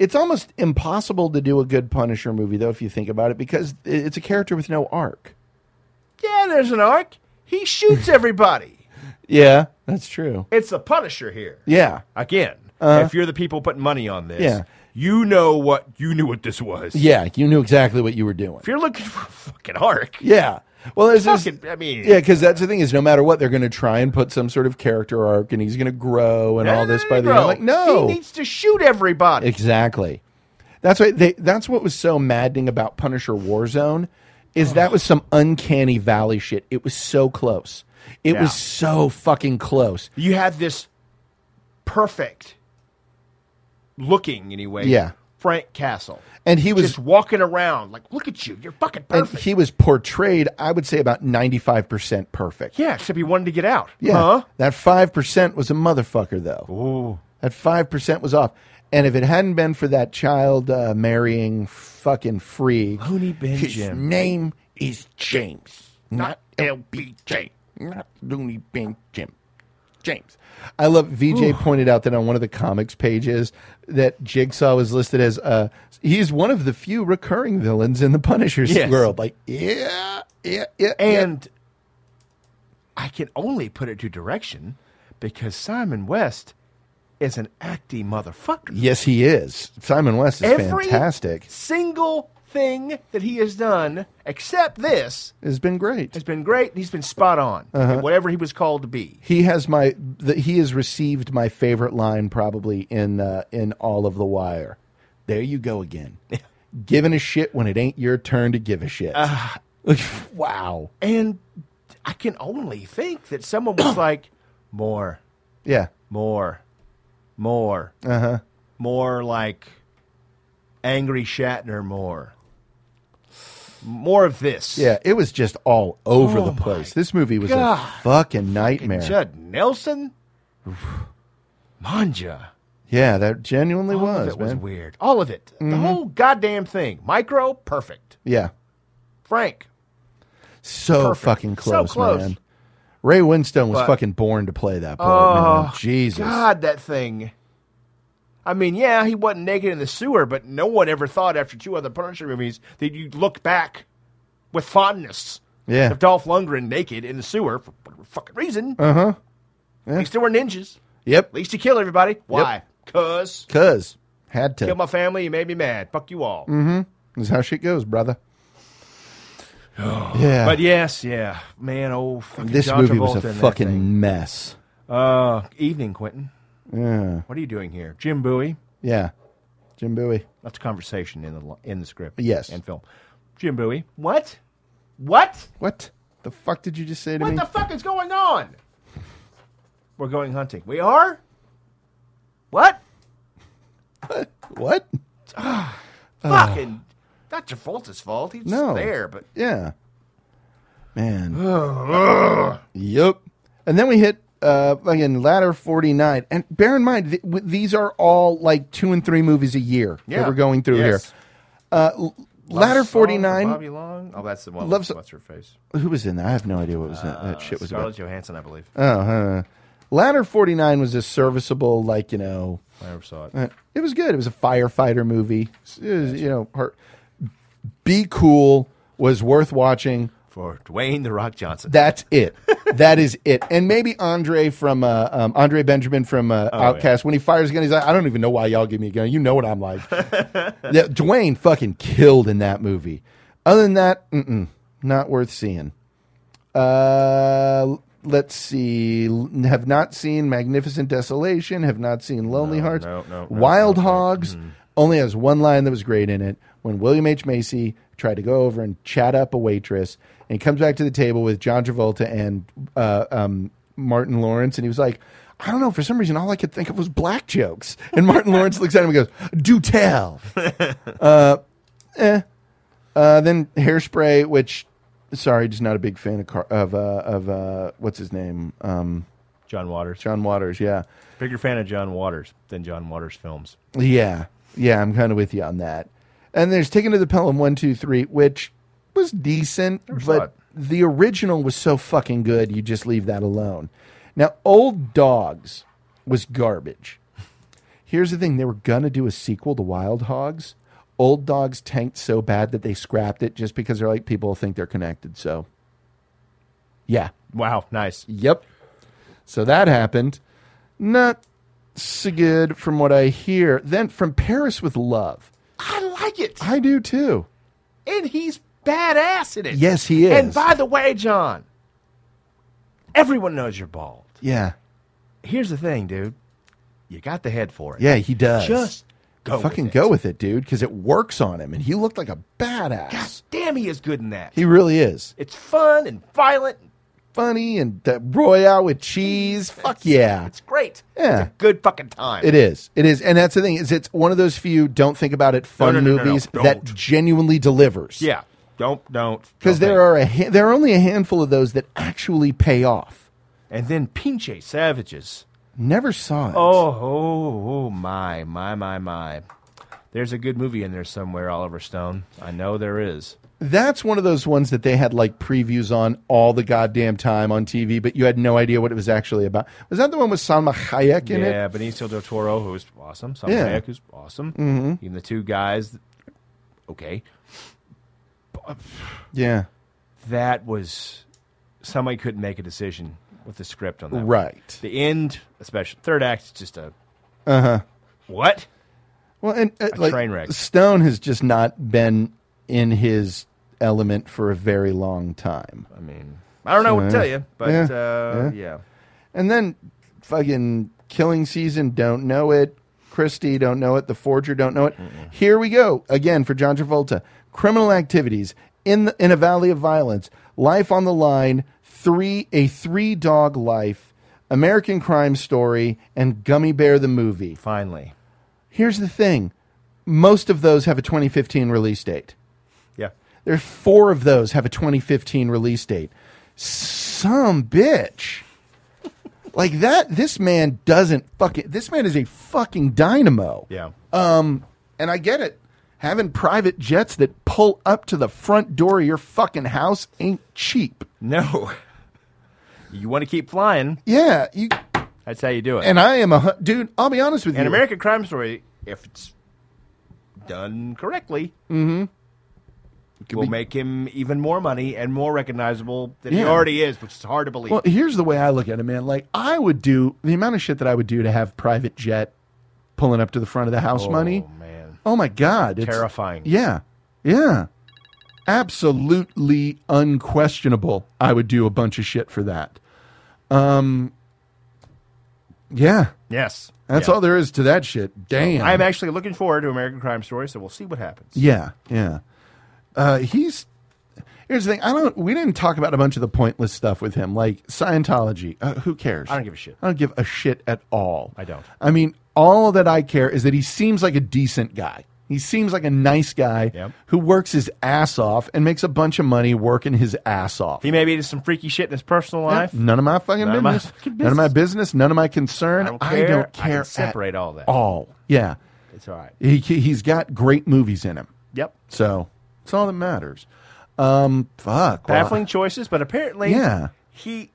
S8: It's almost impossible to do a good Punisher movie though, if you think about it, because i- it's a character with no arc.
S9: Yeah, there's an arc.
S8: (laughs)
S9: He shoots everybody.
S8: Yeah, that's true.
S9: it's the Punisher here.
S8: Yeah.
S9: Again,
S8: Uh-huh.
S9: if you're the people putting money on this,
S8: Yeah.
S9: you know what you knew what this was.
S8: Yeah, you knew exactly what you were doing.
S9: If you're looking for a fucking arc,
S8: Yeah. Well, there's this,
S9: Fucking- I mean-
S8: yeah, because that's the thing is, no matter what, they're going to try and put some sort of character arc, and he's going to grow and all this by the end. Like, no,
S9: he needs to shoot everybody.
S8: Exactly. That's why they that's what was so maddening about Punisher Warzone is that was some uncanny valley shit. It was so close. It
S9: Yeah.
S8: was so fucking close.
S9: You have this perfect looking, anyway.
S8: Yeah.
S9: Frank Castle,
S8: And he was-
S9: just walking around like, "Look at you, you're fucking perfect."
S8: And he was portrayed, I would say about 95% perfect.
S9: yeah, Uh-huh. except he wanted to get out.
S8: Yeah.
S9: Huh?
S8: That 5% was a motherfucker though.
S9: Ooh.
S8: That 5% was off. And if it hadn't been for that child uh, marrying fucking free,
S9: Looney Bin
S8: his
S9: Jim.
S8: name
S13: is James, not, LBJ, not Looney Bin Jim. James.
S8: I love VJ pointed out that on one of the comics pages that Jigsaw was listed as uh he's one of the few recurring villains in the Punisher's
S9: Yes.
S8: world. Like
S9: Yeah,
S8: yeah, yeah.
S9: And I can only put it to direction because Simon West is an acty motherfucker.
S8: yes he is. Simon West is
S9: Every
S8: fantastic.
S9: Single thing that he has done, except this,
S8: Has been great.
S9: has been great. and He's been spot on.
S8: Uh-huh.
S9: in Whatever he was called to be.
S8: He has my the, he has received my favorite line probably in uh, in all of the wire. There you go
S9: (laughs)
S8: again. Giving a shit when it ain't your turn to give a shit.
S9: Ah.
S8: (laughs) wow.
S9: And I can only think that someone was
S8: (coughs)
S9: like, more,
S8: Yeah.
S9: more, more,
S8: Uh-huh.
S9: more like angry Shatner, more, more of this.
S8: Yeah, it was just all over
S9: Oh
S8: the place. This movie was
S9: God.
S8: a fucking nightmare.
S9: Judd Nelson, Manja,
S8: yeah, that genuinely
S9: all of
S8: was,
S9: it was
S8: man.
S9: weird. All of it, the
S8: Mhm.
S9: whole goddamn thing. Micro, perfect.
S8: Yeah.
S9: Frank,
S8: So
S9: Perfect.
S8: fucking
S9: So
S8: close,
S9: close.
S8: man. Ray Winstone was
S9: But-
S8: fucking born to play that part, man.
S9: oh
S8: Jesus.
S9: God, that thing. I mean, yeah, he wasn't naked in the sewer, but no one ever thought after two other Punisher movies that you'd look back with fondness
S8: Yeah.
S9: of Dolph Lundgren naked in the sewer for whatever fucking reason.
S8: Uh huh.
S9: At least there were ninjas.
S8: Yep.
S9: At least he killed everybody. Why? Cause
S8: Cuz had to.
S9: kill my family. You made me mad. Fuck you all.
S8: Mm-hmm. Is how shit goes,
S9: (sighs)
S8: brother. yeah.
S9: But yes, yeah, man. Oh, fucking
S8: this
S9: John
S8: movie was
S9: Travolta in
S8: a
S9: that
S8: fucking mess.
S9: thing. Uh, evening, Quentin.
S8: Yeah.
S9: What are you doing here, Jim Bowie?
S8: Yeah. Jim Bowie.
S9: That's conversation in the li- in the script.
S8: Yes.
S9: and film. Jim Bowie. What? What?
S8: What? The fuck did you just say to
S9: What
S8: me?
S9: the fuck is going on? We're going hunting. We are. What?
S8: what?
S9: Fucking. Not Travolta's fault. He's
S8: No.
S9: there, but
S8: Yeah.
S9: (sighs)
S8: Man. yep. And then we hit uh again ladder 49 and bear in mind th- w- these are all like two and three movies a year
S9: Yeah.
S8: that we're going through
S9: Yes.
S8: here. Uh L-
S9: Love
S8: ladder
S9: Song for
S8: 49
S9: Bobby Long. Oh, that's the one.
S8: Love
S9: with
S8: So-
S9: what's her face? Uh,
S8: Who was in that? I have no idea what was that, that shit was
S9: Scarlett
S8: about.
S9: Johansson, I believe.
S8: Oh, huh. Ladder 49 was a serviceable, like, you know.
S9: I never saw it.
S8: uh, It was good. It was a firefighter movie. It was, you know, her, Be Cool was worth watching.
S9: For Dwayne the Rock Johnson.
S8: That's it. that is it. And maybe Andre from uh, um, Andre Benjamin from uh,
S9: Oh,
S8: Outcast. When he fires a gun, he's like, "I don't even know why y'all give me a gun. You know what I'm like." yeah, Dwayne fucking killed in that movie. Other than that, mm-mm, not worth seeing. Uh, let's see. L- Have not seen Magnificent Desolation. Have not seen Lonely Hearts.
S9: no, no, Hmm. no,
S8: Wild Hogs only has one line that was great in it. When William H Macy tried to go over and chat up a waitress, and he comes back to the table with John Travolta and uh, um, Martin Lawrence, and he was like. I don't know. For some reason, all I could think of was black jokes. And Martin Lawrence looks at him and goes, "Do
S9: (laughs)
S8: tell." uh, eh. Uh, then hairspray, which, sorry, just not a big fan of Car- of uh, of uh, what's his name, um,
S9: John Waters.
S8: John Waters. Yeah,
S9: Bigger fan of John Waters than John Waters films.
S8: yeah, yeah. I'm kind of with you on that. And there's Taken to the Pelham one two three, which was decent,
S9: saw it.
S8: but the original was so fucking good. You just leave that alone. Now, Old Dogs was garbage. Here's the thing: they were gonna do a sequel to Wild Hogs. Old Dogs tanked so bad that they scrapped it just because they're like people think they're connected. So, yeah.
S9: Wow, nice.
S8: Yep. So that happened. Not so good from what I hear. Then from Paris with Love.
S9: I like it.
S8: I do too.
S9: And he's badass in it.
S8: Yes, he is.
S9: And by the way, John, everyone knows you're bald.
S8: Yeah.
S9: Here's the thing, dude. You got the head for it.
S8: Yeah, he does.
S9: Just go
S8: fucking
S9: with it.
S8: go with it, dude, because it works on him and he looked like a badass.
S9: Damn, he is good in that.
S8: He really is.
S9: It's fun and violent.
S8: Funny and that Royale with cheese. Fuck yeah.
S9: It's great.
S8: Yeah.
S9: It's a good fucking time.
S8: It is. It is. And that's the thing, is it's one of those few don't think about it fun
S9: no, no, no, no.
S8: movies that genuinely delivers.
S9: Yeah. Don't, don't.
S8: Because there are a ha- there are only a handful of those that actually pay off.
S9: And then Pinche Savages.
S8: Never saw it.
S9: Oh, oh, oh, my, my, my, my. There's a good movie in there somewhere, Oliver Stone. I know there is.
S8: That's one of those ones that they had like previews on all the goddamn time on TV, but you had no idea what it was actually about. Was that the one with Salma Hayek in
S9: yeah,
S8: it?
S9: Benicio del Toro, who's awesome. Salma
S8: Yeah.
S9: Hayek, who's awesome.
S8: Mhm.
S9: Even the two guys. Okay.
S8: Yeah.
S9: That was. Somebody couldn't make a decision with the script on that. one.
S8: Right.
S9: The end, especially. Third act is just a.
S8: Uh huh.
S9: What?
S8: Well, and uh,
S9: A
S8: like,
S9: train wreck.
S8: Stone has just not been in his element for a very long time.
S9: I mean, I don't know what to tell you, but,
S8: yeah,
S9: uh, yeah.
S8: And then fucking Killing Season, don't know it. Christie, don't know it. The Forger, don't know it. Here we go again for John Travolta. Criminal activities in the, in a valley of violence. Life on the line. Three a three dog life. American Crime Story and Gummy Bear the movie.
S9: Finally,
S8: here's the thing: most of those have a 2015 release date.
S9: Yeah.
S8: There's four of those have a 2015 release date. Some bitch. like that this man doesn't fucking this man is a fucking dynamo.
S9: Yeah.
S8: Um and I get it. Having private jets that pull up to the front door of your fucking house ain't cheap.
S9: No. (laughs) You want to keep flying.
S8: Yeah, you
S9: That's how you do it.
S8: and I am a hu- dude, I'll be honest with
S9: An
S8: you.
S9: American Crime Story, if it's done correctly,
S8: Mhm.
S9: will make him even more money and more recognizable than he
S8: Yeah.
S9: already is, which is hard to believe.
S8: Well, here's the way I look at it, man. Like I would do the amount of shit that I would do to have private jet pulling up to the front of the house
S9: Oh,
S8: money. Man. Oh my god, it's
S9: Terrifying.
S8: Yeah, yeah, absolutely unquestionable. I would do a bunch of shit for that. Um, yeah,
S9: yes.
S8: that's
S9: Yeah.
S8: all there is to that shit. Damn,
S9: I'm actually looking forward to American Crime Story, so we'll see what happens.
S8: yeah, yeah. Uh, he's here's the thing. I don't. We didn't talk about a bunch of the pointless stuff with him, like Scientology. Uh, who cares?
S9: I don't give a shit.
S8: I don't give a shit at all.
S9: I don't.
S8: I mean, all that I care is that he seems like a decent guy. He seems like a nice guy who works his ass off and makes a bunch of money working his ass off.
S9: He maybe does some freaky shit in his personal life.
S8: None of my fucking
S9: None of my
S8: business.
S9: fucking
S8: None of my business. None of my concern. I don't
S9: care. I can
S8: care at
S9: separate all that.
S8: All. Yeah.
S9: It's all right.
S8: He, he's got great movies in him.
S9: Yep.
S8: So it's all that matters. Um, fuck. well,
S9: Baffling choices, but apparently,
S8: Yeah.
S9: he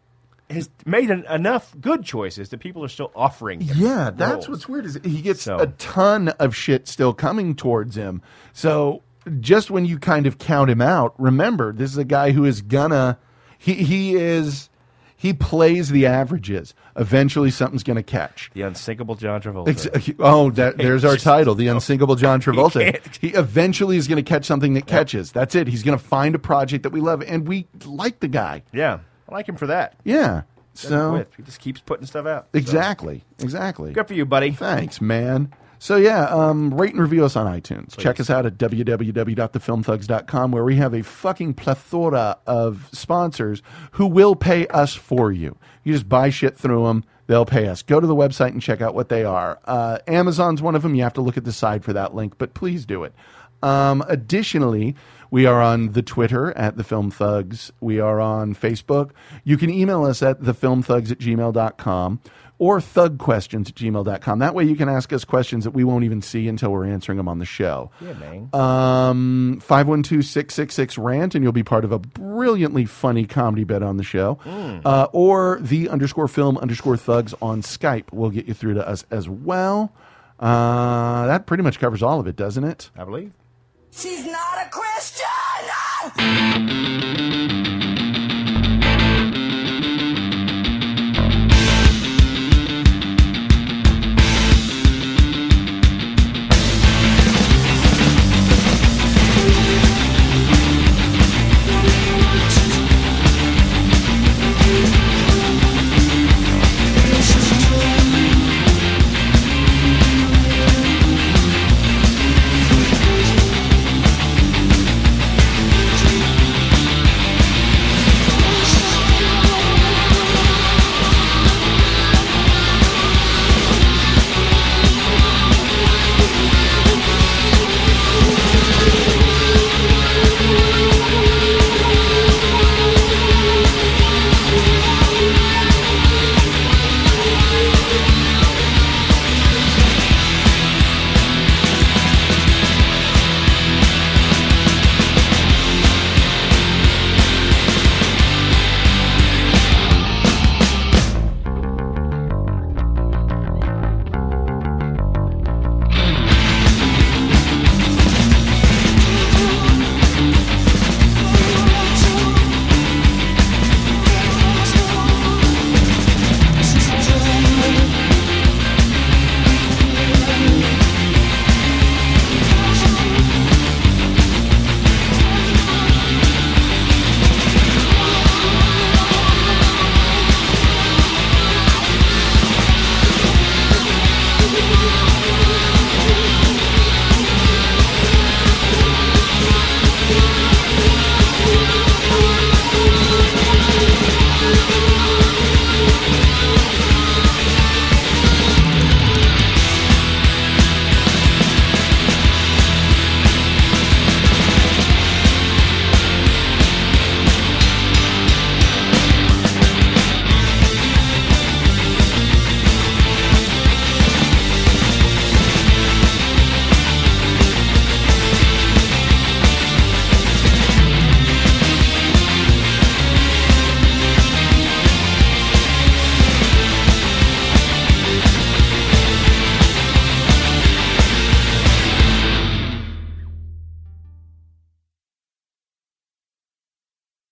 S9: has made en- enough good choices that people are still offering. Him
S8: Yeah, that's
S9: roles.
S8: what's weird is he gets
S9: So-
S8: a ton of shit still coming towards him. So just when you kind of count him out, remember this is a guy who is gonna he he is he plays the averages. Eventually, something's gonna catch.
S9: the unsinkable John Travolta.
S8: Ex- oh,
S9: (laughs)
S8: that, there's our title, the unsinkable John Travolta.
S9: Oh. can't-
S8: He eventually is going to catch something that catches. That's it. He's going to find a project that we love, and we like the guy.
S9: Yeah, I like him for that.
S8: Yeah.
S9: Doesn't
S8: So
S9: quit. he just keeps putting stuff out. So,
S8: exactly, exactly.
S9: Good for you, buddy.
S8: Thanks, man. So yeah, um, rate and review us on iTunes. Check us out at www.thefilmthugs.com, where we have a fucking plethora of sponsors who will pay us for you. You just buy shit through them; they'll pay us. Go to the website and check out what they are. Uh, Amazon's one of them. You have to look at the side for that link, but please do it. Um, additionally, we are on the Twitter at The Film Thugs. We are on Facebook. You can email us at thefilmthugs at gmail.com or thugquestions at gmail.com. That way you can ask us questions that we won't even see until we're answering them on the show.
S9: Yeah, man.
S8: Um, 512-666-RANT, and you'll be part of a brilliantly funny comedy bit on the show.
S9: Mm.
S8: Uh, or the underscore film underscore thugs on Skype will get you through to us as well. Uh, that pretty much covers all of it, doesn't it?
S9: I believe.
S11: She's not a Christian!